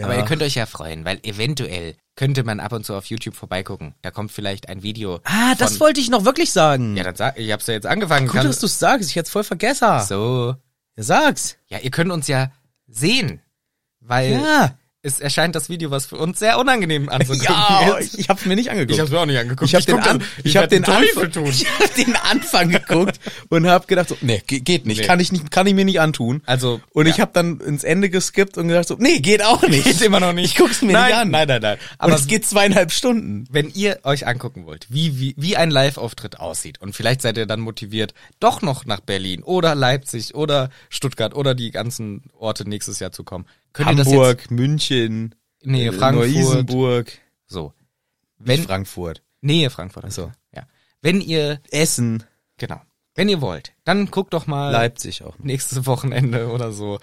Speaker 4: Aber ihr könnt euch ja freuen, weil eventuell könnte man ab und zu auf YouTube vorbeigucken. Da kommt vielleicht ein Video.
Speaker 2: ah, das wollte ich noch wirklich sagen.
Speaker 1: Ja, dann sag, ich hab's ja jetzt angefangen.
Speaker 2: Gut, dass du es sagst. Ich hätte es voll vergessen.
Speaker 1: so.
Speaker 2: Ja, sag's.
Speaker 1: Ja, ihr könnt uns ja sehen, weil
Speaker 2: Ja.
Speaker 1: es erscheint das Video, was für uns sehr unangenehm anzugucken ist.
Speaker 2: ich, ich hab's mir nicht angeguckt.
Speaker 1: Ich hab's mir auch nicht angeguckt.
Speaker 2: Ich hab den
Speaker 1: guck
Speaker 2: An-
Speaker 1: das-
Speaker 2: ich hab
Speaker 1: werd
Speaker 2: den
Speaker 1: Teufel
Speaker 2: Anfang-
Speaker 1: tun.
Speaker 2: ich hab den Anfang geguckt und hab gedacht so, nee, ge- geht nicht,
Speaker 1: Nee.
Speaker 2: kann ich nicht, kann ich mir nicht antun.
Speaker 1: Also,
Speaker 2: und
Speaker 1: ja.
Speaker 2: ich hab dann ins Ende geskippt und gedacht so, nee, geht auch nicht.
Speaker 1: Geht immer noch nicht.
Speaker 2: Ich guck's mir
Speaker 1: nein,
Speaker 2: nicht an.
Speaker 1: Nein, nein, nein.
Speaker 2: Aber
Speaker 1: Aber
Speaker 2: und es geht zweieinhalb Stunden.
Speaker 1: wenn ihr euch angucken wollt, wie, wie, wie ein Live-Auftritt aussieht und vielleicht seid ihr dann motiviert, doch noch nach Berlin oder Leipzig oder Stuttgart oder die ganzen Orte nächstes Jahr zu kommen, könnt ihr das jetzt...
Speaker 2: Hamburg, München,
Speaker 1: Nee,
Speaker 2: äh,
Speaker 1: Frankfurt.
Speaker 2: Neu-Isenburg.
Speaker 1: So. Wenn,
Speaker 2: Frankfurt.
Speaker 1: Nähe Frankfurt.
Speaker 2: so.
Speaker 1: Ja. Wenn ihr,
Speaker 2: Essen,
Speaker 1: genau, wenn ihr wollt, dann guckt doch mal
Speaker 2: Leipzig auch. noch.
Speaker 1: nächstes Wochenende oder so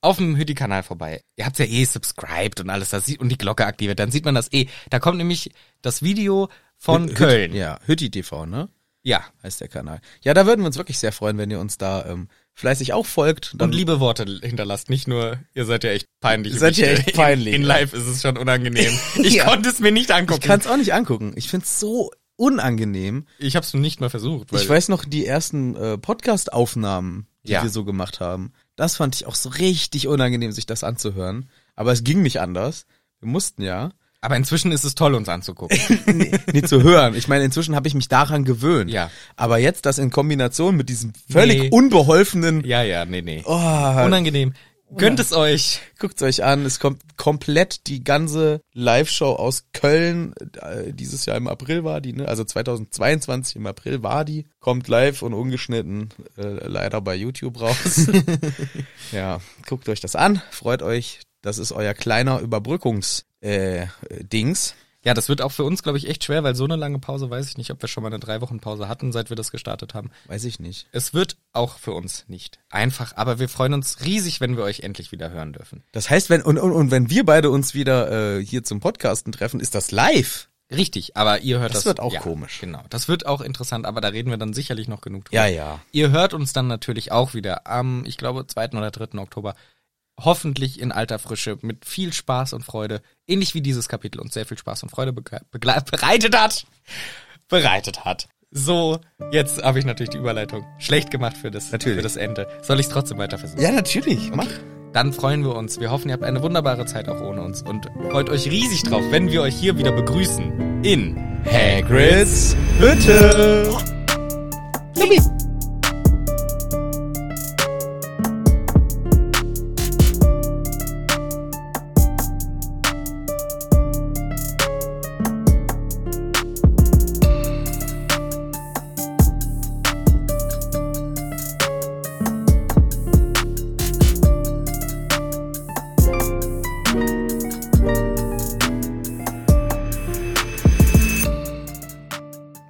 Speaker 1: auf dem Hüdi-Kanal vorbei. Ihr habt ja eh subscribed und alles das sieht und die Glocke aktiviert, dann sieht man das eh. Da kommt nämlich das Video von
Speaker 2: Hü-
Speaker 1: Köln.
Speaker 2: Hütti- Ja, Hütti TV, ne?
Speaker 1: ja.
Speaker 2: Heißt der Kanal. Ja, da würden wir uns wirklich sehr freuen, wenn ihr uns da ähm, fleißig auch folgt. Dann
Speaker 1: Und liebe Worte hinterlasst, nicht nur, ihr seid ja echt peinlich.
Speaker 2: Ihr seid ja echt peinlich,
Speaker 1: In, in
Speaker 2: ja.
Speaker 1: live ist es schon unangenehm. Ich
Speaker 2: Ja.
Speaker 1: konnte es mir nicht angucken.
Speaker 2: ich kann es auch nicht angucken. Ich find's so unangenehm.
Speaker 1: ich hab's nicht mal versucht. Weil
Speaker 2: Ich weiß noch die ersten äh, Podcast-Aufnahmen, die
Speaker 1: Ja.
Speaker 2: wir so gemacht haben. Das fand ich auch so richtig unangenehm, sich das anzuhören. Aber es ging nicht anders. Wir mussten ja.
Speaker 1: Aber inzwischen ist es toll, uns anzugucken.
Speaker 2: nee, zu hören. Ich meine, inzwischen habe ich mich daran gewöhnt.
Speaker 1: Ja.
Speaker 2: Aber jetzt das in Kombination mit diesem völlig
Speaker 1: Nee.
Speaker 2: unbeholfenen.
Speaker 1: ja, ja, nee, nee.
Speaker 2: Oh,
Speaker 1: Unangenehm. Gönnt es euch.
Speaker 2: Guckt's euch an, es kommt komplett die ganze Live-Show aus Köln, äh, dieses Jahr im April war die, ne? also 2022 im April war die, kommt live und ungeschnitten, äh, leider bei YouTube raus. ja, guckt euch das an, freut euch, das ist euer kleiner Überbrückungs- äh, äh, Dings.
Speaker 1: Ja, das wird auch für uns, glaube ich, echt schwer, weil so eine lange Pause weiß ich nicht, ob wir schon mal eine drei Wochen Pause hatten, seit wir das gestartet haben.
Speaker 2: Weiß ich nicht.
Speaker 1: Es wird auch für uns nicht einfach, aber wir freuen uns riesig, wenn wir euch endlich wieder hören dürfen.
Speaker 2: Das heißt, wenn und, und, und wenn wir beide uns wieder äh, hier zum Podcasten treffen, ist das live.
Speaker 1: Richtig, aber ihr hört
Speaker 2: Das
Speaker 1: das.
Speaker 2: wird auch komisch.
Speaker 1: Genau, das wird auch interessant, aber da reden wir dann sicherlich noch genug drüber.
Speaker 2: ja.
Speaker 1: Ihr hört uns dann natürlich auch wieder am, ich glaube, 2. oder 3. Oktober. Hoffentlich in alter Frische, mit viel Spaß und Freude, ähnlich wie dieses Kapitel uns sehr viel Spaß und Freude begle- begle- bereitet hat. Bereitet hat. So, jetzt habe ich natürlich die Überleitung schlecht gemacht für das,
Speaker 2: Natürlich.
Speaker 1: für das Ende. Soll ich es trotzdem weiter versuchen?
Speaker 2: Ja, natürlich. Mach.
Speaker 1: Dann freuen wir uns. Wir hoffen, ihr habt eine wunderbare Zeit auch ohne uns und freut euch riesig drauf, wenn wir euch hier wieder begrüßen in
Speaker 2: Hagrids Hütte.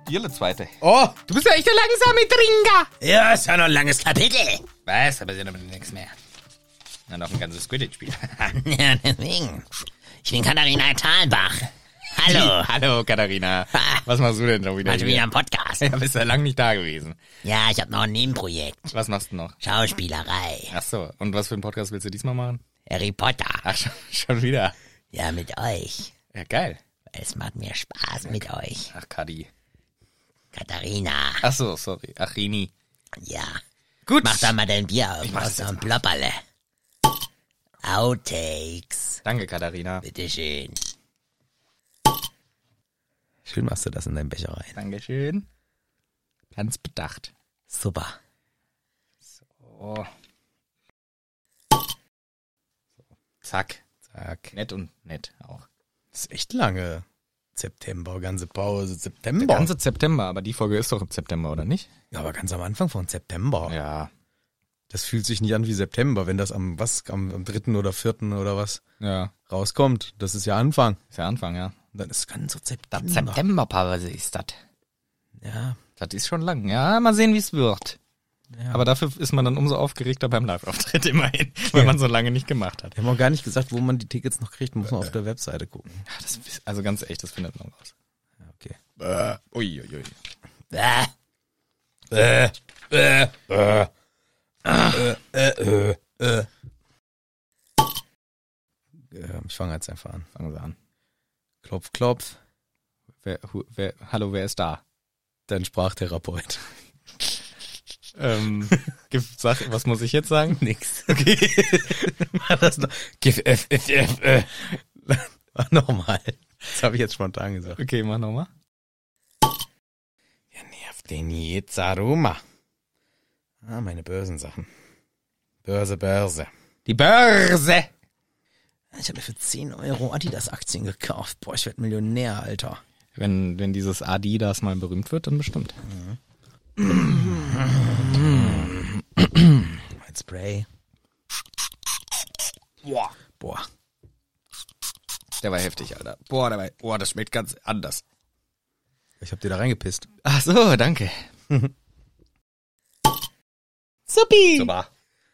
Speaker 1: Jelle zweite.
Speaker 2: Oh,
Speaker 4: Du bist ja echt der langsame Trinker.
Speaker 6: Ja, ist ja noch ein langes Kapitel.
Speaker 4: Was? Aber sind aber nichts mehr. Na, noch ein ganzes Quidditch-Spiel.
Speaker 6: Ja, deswegen. Ich bin Katharina Thalbach. Hallo.
Speaker 4: Hallo, Katharina. Was machst du denn da wieder?
Speaker 6: Heute wieder ein Podcast.
Speaker 4: Ja, bist ja lang nicht da gewesen.
Speaker 6: Ja, ich habe noch ein Nebenprojekt.
Speaker 4: Was machst du noch?
Speaker 6: Schauspielerei.
Speaker 4: Ach so, und was für einen Podcast willst du diesmal machen?
Speaker 6: Harry Potter.
Speaker 4: Ach, schon, schon wieder.
Speaker 6: Ja, mit euch.
Speaker 4: Ja, geil.
Speaker 6: Es macht mir Spaß mit euch.
Speaker 1: Ach, Kadi.
Speaker 6: Katharina.
Speaker 1: Ach so, sorry. Ach, Rini.
Speaker 6: Ja.
Speaker 4: Gut.
Speaker 6: Mach da mal dein Bier auf. Mach so ein Plopperle. Outtakes.
Speaker 1: Danke, Katharina.
Speaker 6: Bitteschön.
Speaker 2: schön machst du das in deinen Becher rein.
Speaker 1: Dankeschön. Ganz bedacht.
Speaker 6: Super.
Speaker 1: Oh. Zack.
Speaker 2: Zack.
Speaker 1: Nett und nett auch.
Speaker 2: Das ist echt lange. September, ganze Pause,
Speaker 1: Der
Speaker 2: September.
Speaker 1: ganze September, aber die Folge ist doch im September, oder nicht?
Speaker 2: ja, aber ganz am Anfang von September.
Speaker 1: Ja.
Speaker 2: Das fühlt sich nicht an wie September, wenn das am was am, am dritten oder vierten oder was
Speaker 1: Ja.
Speaker 2: rauskommt. Das ist ja Anfang.
Speaker 1: Ist ja Anfang, ja.
Speaker 2: Und dann ist es ganz so September.
Speaker 4: Septemberpause ist das.
Speaker 2: Ja.
Speaker 1: Das ist schon lang. Ja, mal sehen, wie es wird. Aber dafür ist man dann umso aufgeregter beim Live-Auftritt immerhin, weil man so lange nicht gemacht hat.
Speaker 2: Wir haben auch gar nicht gesagt, wo man die Tickets noch kriegt. Muss man auf der Webseite gucken.
Speaker 1: Ja, Das ist, also ganz echt, das findet man raus.
Speaker 2: Okay.
Speaker 1: Uiuiui.
Speaker 6: Bäh.
Speaker 2: Äh, ich fange jetzt einfach an.
Speaker 1: Fangen wir an.
Speaker 2: Klopf, klopf.
Speaker 1: Wer, hu, wer, hallo, wer ist da?
Speaker 2: Dein Sprachtherapeut.
Speaker 1: Ähm, gib- sag, was muss ich jetzt sagen?
Speaker 2: Nix. Okay. War das noch? Gif, f, f, f, äh. Nochmal. Das habe ich jetzt spontan gesagt.
Speaker 1: Okay, mach nochmal.
Speaker 2: Ja, nervt den jetzt Aroma. Ah, meine Börsensachen. Börse, Börse.
Speaker 1: Die Börse!
Speaker 2: Ich habe mir für 10 Euro Adidas-Aktien gekauft. Boah, ich werde Millionär, Alter.
Speaker 1: Wenn, wenn dieses Adidas mal berühmt wird, dann bestimmt.
Speaker 2: Mein Spray. Boah. Boah.
Speaker 1: Der war heftig, Alter. Boah, der war, boah, das schmeckt ganz anders.
Speaker 2: Ich habe dir da reingepisst.
Speaker 1: Ach so, danke.
Speaker 4: Supi.
Speaker 1: Super.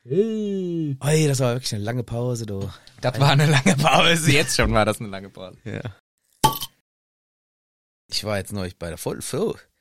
Speaker 2: Ey, das war wirklich eine lange Pause, du.
Speaker 1: Das war eine lange Pause. Jetzt schon war das eine lange Pause.
Speaker 2: Ja. Ich war jetzt neulich bei der Voll Voll-